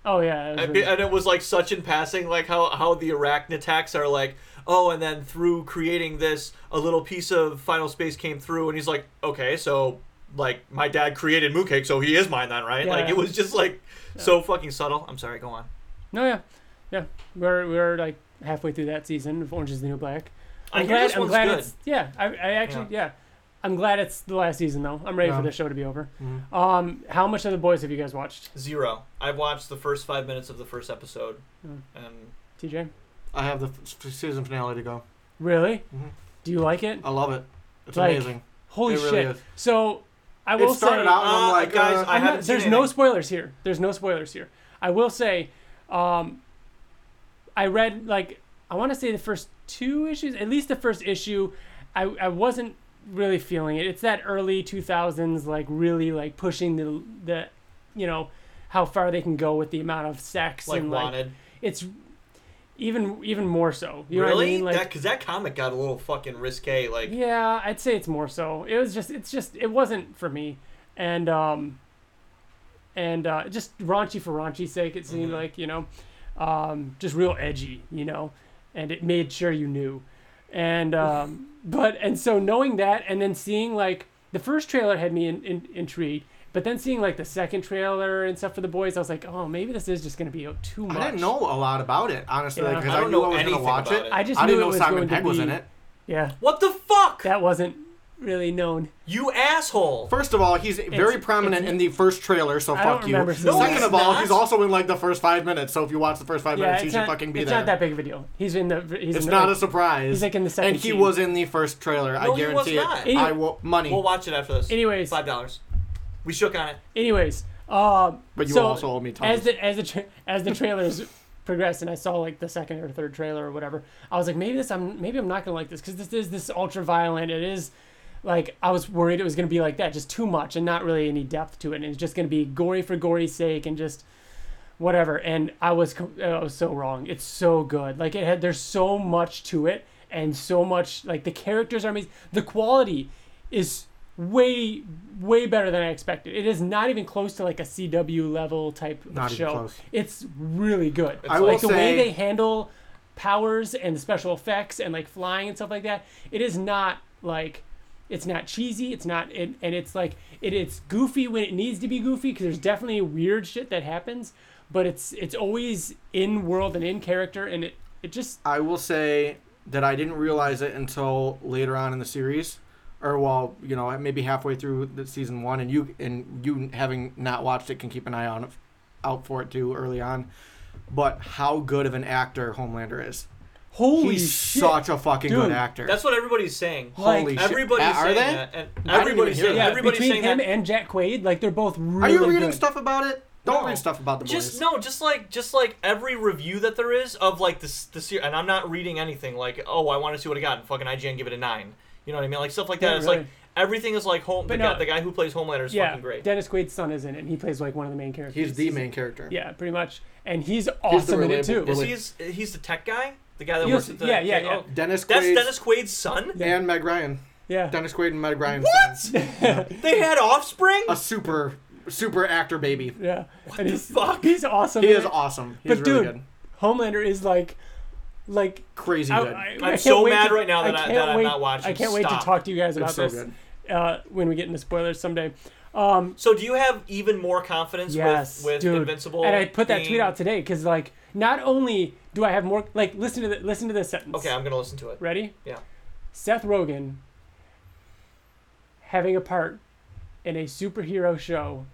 A: Oh yeah. it was
B: and,
A: really-
B: be- and it was like such in passing, like how how the Arachnatax are like, oh, and then through creating this, a little piece of Final Space came through, and he's like, okay, so like my dad created Mooncake, so he is mine then, right? Like
A: Yeah.
B: it was just like so fucking subtle. I'm sorry, go on.
A: No, yeah, yeah. We're we're like halfway through that season of Orange Is the New Black.
B: I
A: I'm
B: hear
A: glad.
B: this
A: I'm
B: one's
A: glad
B: good.
A: it's yeah. I, I actually yeah. I'm glad it's the last season though. I'm ready
C: Yeah.
A: for the show to be over.
C: Mm-hmm.
A: Um, how much of the boys have you guys watched,
B: Zero. I've watched the first five minutes of the first episode,
A: Hmm.
B: and
A: TJ?
C: I have the f- f- season finale to go.
A: Really?
C: Mhm.
A: Do you like it?
C: I love it. It's
A: Like,
C: amazing.
A: Holy
C: it
A: shit!
C: really is.
A: So I
C: It
A: will
C: started
A: say,
C: out, and I'm
B: Uh,
C: like,
B: guys,
C: uh,
B: I
A: I'm not-
B: haven't seen
A: there's no
B: anything.
A: spoilers here. There's no spoilers here. I will say, um, I read like I want to say the first two issues, at least the first issue. I I wasn't really feeling it. It's that early 2000s, like really like pushing the the, you know, how far they can go with the amount of sex
B: like
A: and like
B: wanted.
A: it's even even more so. You know what I
B: really?
A: mean? Like,
B: Because that, comic got a little fucking risque. Like,
A: yeah, I'd say it's more so. It was just, it's just, it wasn't for me, and um, and uh, just raunchy for raunchy's sake. It
C: Mm-hmm.
A: seemed like you know, um, just real edgy, you know, and it made sure you knew, and um, but and so knowing that, and then seeing like the first trailer had me in, in, intrigued. But then seeing like the second trailer and stuff for the boys, I was like, oh, maybe this is just gonna be uh, too much.
C: I didn't know a lot about it honestly
A: Yeah.
C: because
B: I
C: I,
B: don't
C: knew
B: know
C: I was gonna
B: anything
C: watch
B: about
C: it.
B: it.
A: I just
C: I didn't
A: knew it
C: know
A: was
C: Simon
A: going to
C: Pegg was in
A: be-
C: it.
A: Yeah,
B: what the fuck?
A: that wasn't really known.
B: You asshole.
C: First of all, he's very prominent in the first trailer, so
A: I
C: fuck
A: don't
C: you.
A: remember seeing
C: Second
B: that.
C: of all,
B: Not-
C: he's also in like the first five minutes. So if you watch the first five minutes,
A: it's
C: he should
A: not,
C: fucking be
A: it's
C: there.
A: not that big of a deal. He's in the. He's
C: It's
A: in
C: not
A: the,
C: a surprise.
A: He's like in the second
C: And he
A: scene.
C: was in the first trailer.
B: No,
C: I
B: he was
C: guarantee
B: not.
A: Any-
C: it. I will money.
B: We'll watch it after this.
A: Anyways.
B: five dollars. We shook on it.
A: Anyways, um,
C: But you
A: so
C: also owe me tons.
A: as the as the tra- as the trailers progressed, and I saw like the second or third trailer or whatever, I was like, maybe this I'm maybe I'm not gonna like this because this is this ultra violent. It is like I was worried it was gonna be like that, just too much and not really any depth to it, and it's just gonna be gory for gory's sake and just whatever. And I was co- uh, I was so wrong. It's so good. Like it had there's so much to it and so much like the characters are amazing. The quality is way way better than I expected. It is not even close to like a CW level type of
C: Not even
A: show.
C: close.
A: It's really good.
C: I
A: like
C: will
A: the way
C: say-
A: they handle powers and special effects and like flying and stuff like that. It is not like it's not cheesy. It's not, it, and it's like it, it's goofy when it needs to be goofy because there's definitely weird shit that happens, but it's it's always in world and in character, and it it just
C: I will say that I didn't realize it until later on in the series, or well, you know, maybe halfway through the season one, and you and you having not watched it can keep an eye on it, out for it too early on. But how good of an actor Homelander is.
A: holy
C: He's
A: shit.
C: such a fucking good
A: Dude,
C: actor.
B: That's what everybody's saying.
A: Like,
C: Holy shit.
B: Everybody's
C: Uh, are
B: saying
C: they?
B: that, and
C: even
B: everybody's
C: hear
B: saying
C: that.
A: yeah,
B: everybody's
A: between
B: saying
A: him
B: that.
A: and Jack Quaid, like they're both
C: Are
A: really.
C: you reading
A: good.
C: stuff about it? Don't
B: No.
C: read stuff about the boys.
B: just no, just like just like every review that there is of like this the series, and I'm not reading anything like oh I want to see what it got and fucking IGN give it a nine. You know what I mean? Like stuff like that.
A: Yeah,
B: it's
A: really.
B: like Everything is like home. The,
A: But
B: guy,
A: no.
B: the guy who plays Homelander is
A: yeah,
B: fucking great.
A: Dennis Quaid's son is in it, and he plays like one of the main characters.
C: He's the main character.
A: Yeah, pretty much, and he's awesome in it too.
C: reliable-
B: is
C: really-
B: he he's, he's the tech guy, the guy that
A: He
B: works
A: was-
B: at the
A: yeah, yeah,
B: oh,
A: yeah.
C: Dennis
B: That's
C: Quaid
B: Dennis Quaid's son.
C: and Meg Ryan.
A: Yeah,
C: Dennis Quaid and Meg Ryan.
B: What? they had offspring.
C: A super super actor baby.
A: yeah. and
B: the
A: he's,
B: fuck?
A: He's awesome.
C: He
A: in
C: is
A: it.
C: awesome. He's
A: But
C: really
A: dude,
C: good.
A: Homelander is like, like.
C: Crazy
A: I,
C: good.
A: I- I
B: I'm
A: can't
B: so
A: wait
B: mad
A: to-
B: right now that I-
A: can't
B: that I'm
A: wait-
B: not watching.
A: I can't wait
B: Stop.
A: to talk to you guys about
C: so
A: this
C: good.
A: uh, when we get into spoilers someday. Um,
B: So do you have even more confidence
A: yes,
B: with, with
A: dude.
B: Invincible?
A: And I put that tweet
B: being-
A: out today because like not only do I have more like listen to the, listen to this sentence.
B: Okay, I'm gonna listen to it.
A: Ready?
B: Yeah.
A: Seth Rogen having a part in a superhero show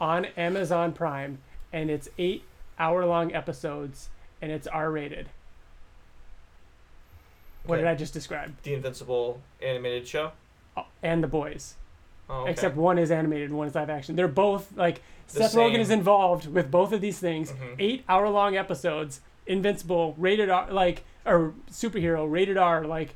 A: on Amazon Prime, and it's eight hour long episodes, and it's R rated. What
B: Okay.
A: did I just describe?
B: The Invincible animated show.
A: Oh, And the boys,
B: Oh, okay.
A: except one is animated and one is live action. They're both like Seth Rogen
B: same. Mm-hmm.
A: is involved with both of these things. Eight hour long episodes, Invincible, rated R, like or superhero rated R, like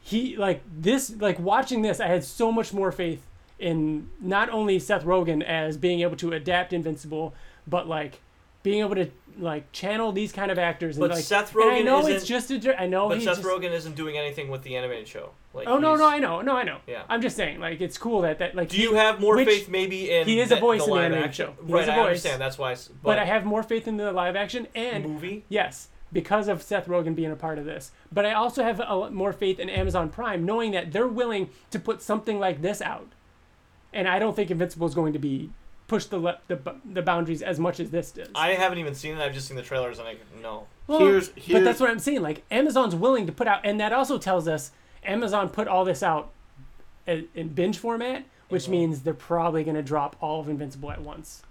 A: he like this like watching this i had so much more faith in not only seth rogen as being able to adapt invincible but like being able to like channel these kind of actors and
B: But
A: like
B: Seth
A: and i
B: Rogen
A: know it's
B: isn't-
A: just a dir- i know
B: but
A: he's
B: Seth
A: just,
B: Rogen isn't doing anything with the animated show. Like,
A: oh no
B: he's-
A: no i know no i know
B: Yeah.
A: i'm just saying like it's cool that that like
B: Do you have more
A: which-
B: faith maybe in
A: he is a
B: the-
A: voice
B: the
A: in the
B: live
A: animated
B: action?
A: show. He
B: Right,
A: is a
B: I
A: voice.
B: understand. That's why. I s- But,
A: but i have more faith in the live action and
B: movie.
A: Yes, because of Seth Rogen being a part of this. But I also have a lot more faith in Amazon Prime, knowing that they're willing to put something like this out. And I don't think Invincible is going to be push the le- the, bu- the boundaries as much as this does.
B: I haven't even seen it. I've just seen the trailers, and I no.
A: Well,
C: Here's-
A: but
C: here's-
A: that's what I'm saying. Like Amazon's willing to put out, and that also tells us Amazon put all this out in, in binge format, which
B: Uh-huh.
A: means they're probably going to drop all of Invincible at once.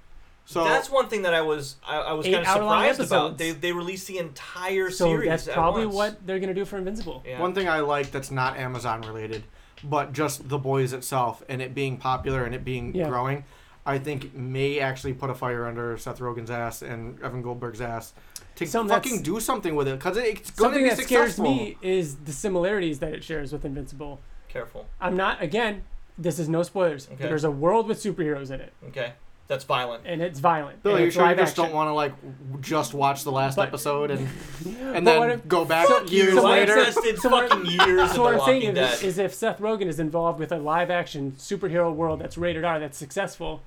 C: So
B: That's one thing that I was I, I was
A: Eight
B: kind of
A: hour-long
B: surprised about.
A: episodes.
B: They they released the entire
A: So
B: series.
A: that's
B: at
A: probably
B: once.
A: what they're going to do for Invincible.
B: Yeah.
C: One thing I like that's not Amazon related, but just the boys itself and it being popular and it being
A: Yeah.
C: growing, I think may actually put a fire under Seth Rogen's ass and Evan Goldberg's ass to
A: Some-
C: fucking
A: that's-
C: do something with it because it's going to
A: Something
C: be
A: that
C: successful.
A: scares me is the similarities that it shares with Invincible.
B: Careful.
A: I'm not again. This is no spoilers.
B: Okay.
A: There's a world with superheroes in it,
B: Okay, that's violent.
A: and it's violent.
C: Bill,
A: and
C: are you
A: it's
C: sure you
A: live
C: just don't
A: action.
C: want to like w- just watch the last
A: But-
C: episode and and
A: But what
C: then
A: if-
C: go back years
A: so what if
C: later?
A: Seth-
B: Invested
A: so what-
B: fucking years
A: So what I'm
B: in The
A: saying
B: Walking Dead.
A: is, is, if Seth Rogen is involved with a live action superhero world that's rated R, that's successful,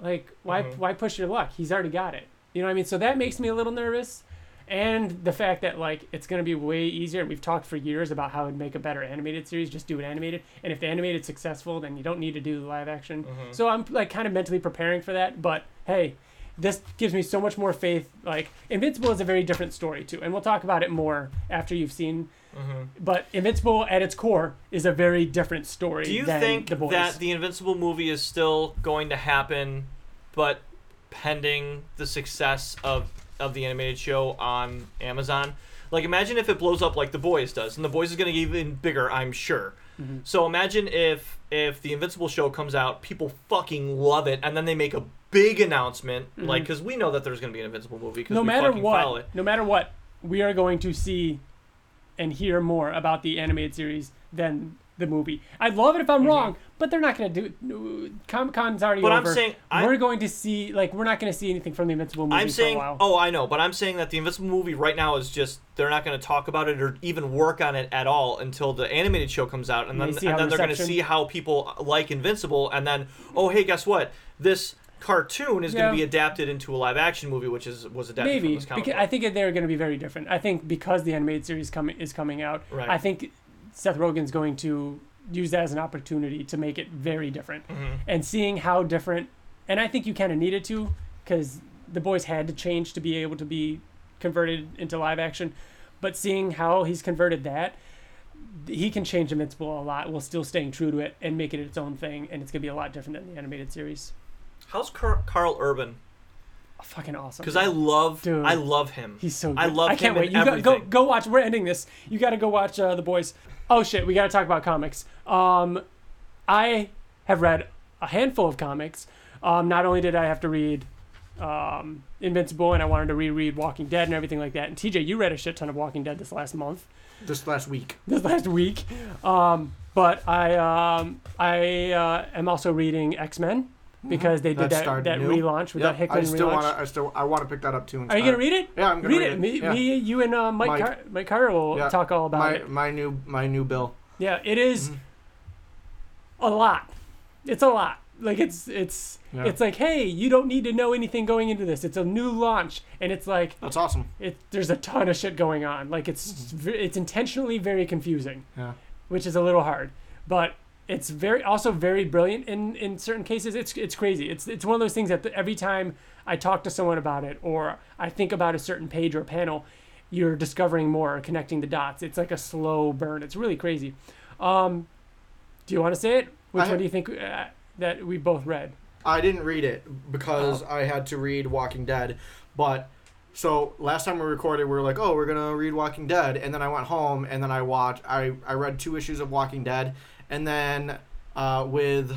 A: like why why push your luck? He's already got it. You know what I mean? So that makes me a little nervous, and the fact that like it's gonna be way easier. And we've talked for years about how it'd make a better animated series. Just do it animated, and if the animated's successful, then you don't need to do the live action.
B: Mm-hmm.
A: So I'm like kind of mentally preparing for that. But hey. This gives me so much more faith. Like Invincible is a very different story too, and we'll talk about it more after you've seen but Invincible at its core is a very different story
B: Do you
A: than
B: think
A: the boys.
B: that the Invincible movie is still going to happen, but pending the success of of the animated show on Amazon? Like, imagine if it blows up like The Boys does, and The Boys is going to get even bigger, I'm sure.
A: Mm-hmm.
B: So imagine if if the Invincible show comes out, people fucking love it, and then they make a big announcement, like 'cause like because we know that there's going to be an Invincible movie
A: Mm-hmm.
B: because
A: no
B: we
A: matter
B: fucking follow it.
A: what, no matter what, we are going to see and hear more about the animated series than the movie. I'd love it if I'm wrong, but they're not going to do. Comic Con's already
B: Mm-hmm. But I'm
A: over.
B: saying- I'm-
A: we're going to see like we're not going to see anything from the Invincible movie
B: I'm saying,
A: for a while.
B: oh, I know, but I'm saying that the Invincible movie right now is just they're not going to talk about it or even work on it at all until the animated show comes out, and
A: And
B: then
A: they see
B: and
A: how
B: then they're going to
A: reception-
B: see how people uh, like Invincible, and then oh, hey, guess what? This cartoon is
A: Yeah.
B: going to be adapted into a live action movie, which is was adapted
A: Maybe
B: from this comic
A: because
B: book.
A: I think that they're going to be very different. I think because the animated series coming is coming out,
B: Right.
A: I think Seth Rogen's going to use that as an opportunity to make it very different.
B: Mm-hmm.
A: And seeing how different, and I think you kind of needed to because the boys had to change to be able to be converted into live action. But seeing how he's converted that, he can change Invincible a lot while still staying true to it and make it its own thing. And it's going to be a lot different than the animated series.
B: How's Car- Carl Urban?
A: Fucking awesome.
B: Because I love,
A: Dude.
B: I love him.
A: He's so. Good.
B: I love.
A: I can't
B: him
A: wait.
B: in
A: You gotta go
B: everything.
A: go watch. We're ending this. You got to go watch uh, the boys. Oh shit, we got to talk about comics. Um, I have read a handful of comics. Um, not only did I have to read um, Invincible, and I wanted to reread Walking Dead and everything like that. And TJ, you read a shit ton of Walking Dead this last month,
C: Just last week.
A: this last week. Um, But I um, I uh, am also reading X Men because they did
C: That's
A: that,
C: started
A: that
C: new.
A: relaunch with that
C: Yep,
A: Hickman
C: I still
A: relaunch.
C: want to. I still. I want to pick that up too. and
A: Are you
C: start.
A: gonna read it?
C: Yeah, I'm gonna read it.
A: Me,
C: Yeah.
A: me, you, and uh, Mike
C: Mike.
A: Car- Mike Carter will
C: Yeah.
A: talk all about
C: my
A: it.
C: my new my new bill.
A: Yeah, it is a lot. It's a lot. Like it's it's
C: Mm-hmm. Yeah.
A: it's like hey, you don't need to know anything going into this. It's a new launch, and it's like
C: That's awesome.
A: it. There's a ton of shit going on. Like it's ve- it's intentionally very confusing,
C: Yeah.
A: which is a little hard, but it's very also very brilliant in in certain cases. It's it's crazy. It's it's one of those things that the, every time I talk to someone about it or I think about a certain page or panel, you're discovering more, connecting the dots. It's like a slow burn. It's really crazy. Um, do you want to say it? Which
C: I-
A: one do you think uh, that we both read?
C: I didn't read it because
A: Oh.
C: I had to read Walking Dead. But so last time we recorded, we were like, "Oh, we're gonna read Walking Dead," and then I went home and then I watched. I I read two issues of Walking Dead, and then uh, with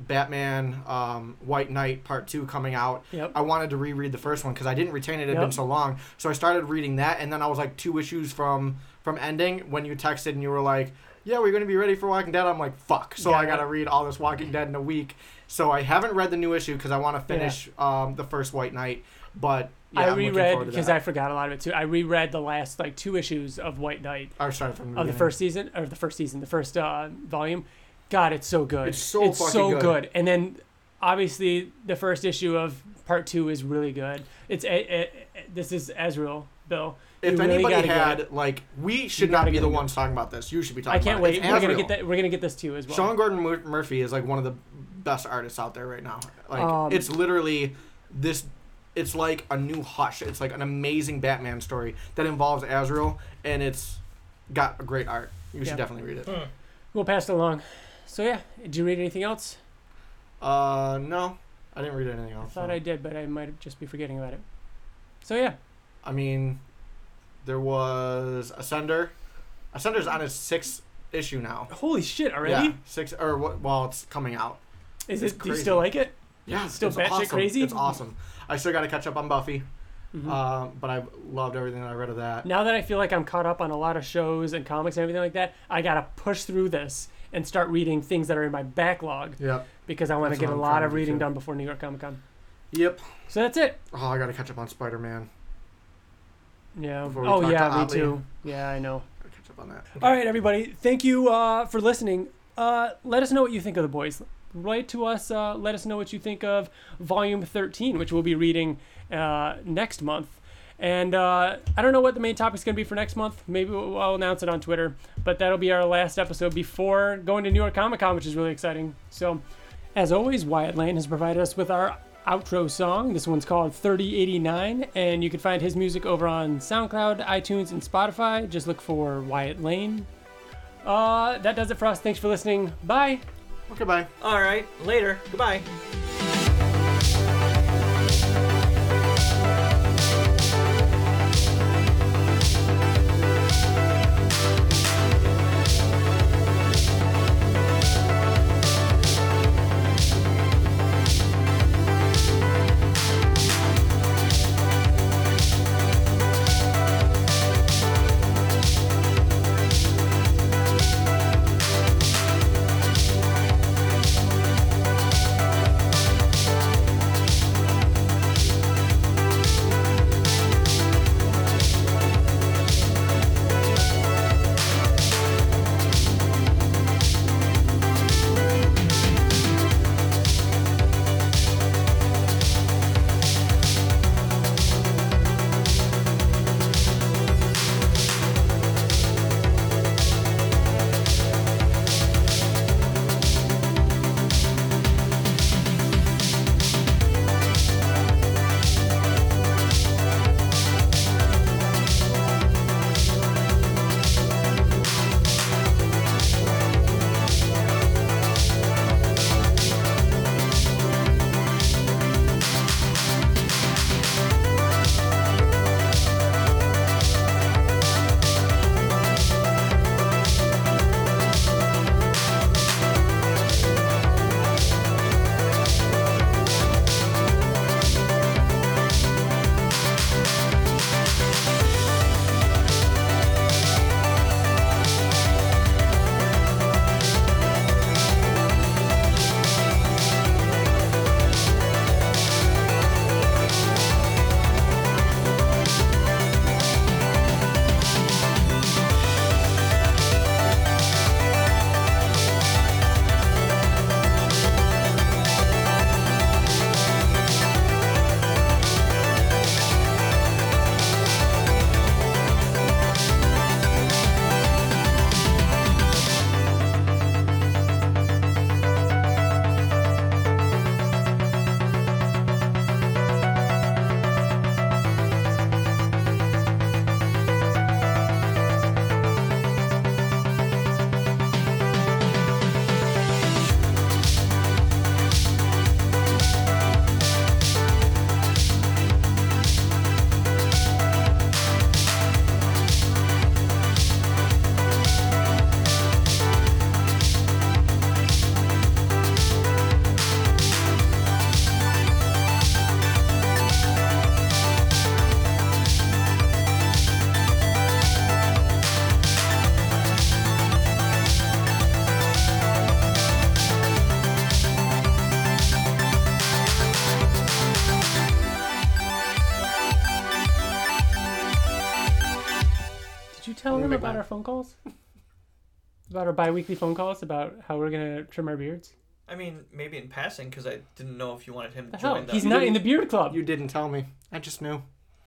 C: Batman um, White Knight Part Two coming out,
A: Yep.
C: I wanted to reread the first one because I didn't retain it. It had
A: Yep.
C: been so long, so I started reading that, and then I was like two issues from from ending when you texted and you were like. Yeah, we're gonna be ready for Walking Dead. I'm like, fuck. So I
A: Yeah.
C: gotta read all this Walking Dead in a week. So I haven't read the new issue because I want to finish um, the first White Knight. But
A: I
C: yeah, I'm looking
A: reread
C: forward to
A: because I
C: that.
A: forgot a lot of it too. I reread the last like two issues of White Knight
C: I started from the
A: of Oh, the
C: beginning.
A: first season or the first season, the first uh, volume. God, it's so good.
C: It's so fucking
A: so
C: good.
A: And then obviously the first issue of part two is really good. It's a, a, a- this is Ezreal Bill. You
C: If
A: really gotta
C: anybody
A: get
C: had
A: it.
C: like, we should
A: You
C: not
A: gotta
C: be
A: get
C: the
A: it.
C: ones talking about this. You should be talking.
A: I can't
C: about it.
A: wait.
C: It's
A: We're gonna
C: Asriel.
A: get that. We're gonna get this too as well.
C: Sean Gordon Mur- Murphy is like one of the best artists out there right now. Like
A: Um,
C: it's literally this. It's like a new Hush. It's like an amazing Batman story that involves Azrael, and it's got a great art. You should
A: Yeah.
C: definitely read
B: Hmm.
C: it.
A: We'll pass it along. So yeah, did you read anything else?
C: Uh, no, I didn't read anything else.
A: I thought
C: no.
A: I did, but I might just be forgetting about it. So yeah,
C: I mean, there was Ascender. Ascender's on his sixth issue now.
A: holy shit already!
C: Yeah, six or what? Well, it's coming out.
A: Is
C: it's
A: it? Do you
C: crazy.
A: still like it?
C: Yeah,
A: Still
C: it's
A: batshit
C: awesome.
A: crazy?
C: It's awesome. I still got to catch up on Buffy,
A: Mhm.
C: um, but I loved everything that I read of that.
A: now that I feel like I'm caught up on a lot of shows and comics and everything like that, I gotta push through this and start reading things that are in my backlog
C: Yep.
A: because I want to
C: That's
A: get
C: what
A: a
C: I'm
A: lot
C: trying
A: of
C: to
A: reading
C: do.
A: done before New York Comic Con.
C: Yep.
A: So that's it.
C: Oh, I got to catch up on Spider Man.
A: Yeah.
C: Before we
A: Oh
C: talk
A: yeah,
C: to
A: me
C: Otley.
A: too. Yeah, I know.
C: Got to catch up on that.
A: All right, everybody. Thank you uh, for listening. Uh, let us know what you think of the boys. Write to us. Uh, let us know what you think of Volume 13, which we'll be reading uh, next month. And uh, I don't know what the main topic's going to be for next month. Maybe we'll, I'll announce it on Twitter. But that'll be our last episode before going to New York Comic Con, which is really exciting. So, as always, Wyatt Lane has provided us with our outro song. This one's called 3089, and you can find his music over on SoundCloud, iTunes, and Spotify. Just look for Wyatt Lane. Uh, that does it for us. Thanks for listening. Bye.
C: Okay, bye.
E: All right, later. Goodbye.
A: tell them
C: make
A: about
C: mine.
A: our phone calls? About our bi-weekly phone calls about how we're gonna trim our beards.
B: I mean, maybe in passing, because I didn't know if you wanted him to
A: The hell,
B: join.
A: he's
B: the-
A: not in the beard club.
C: You didn't tell me. I just knew.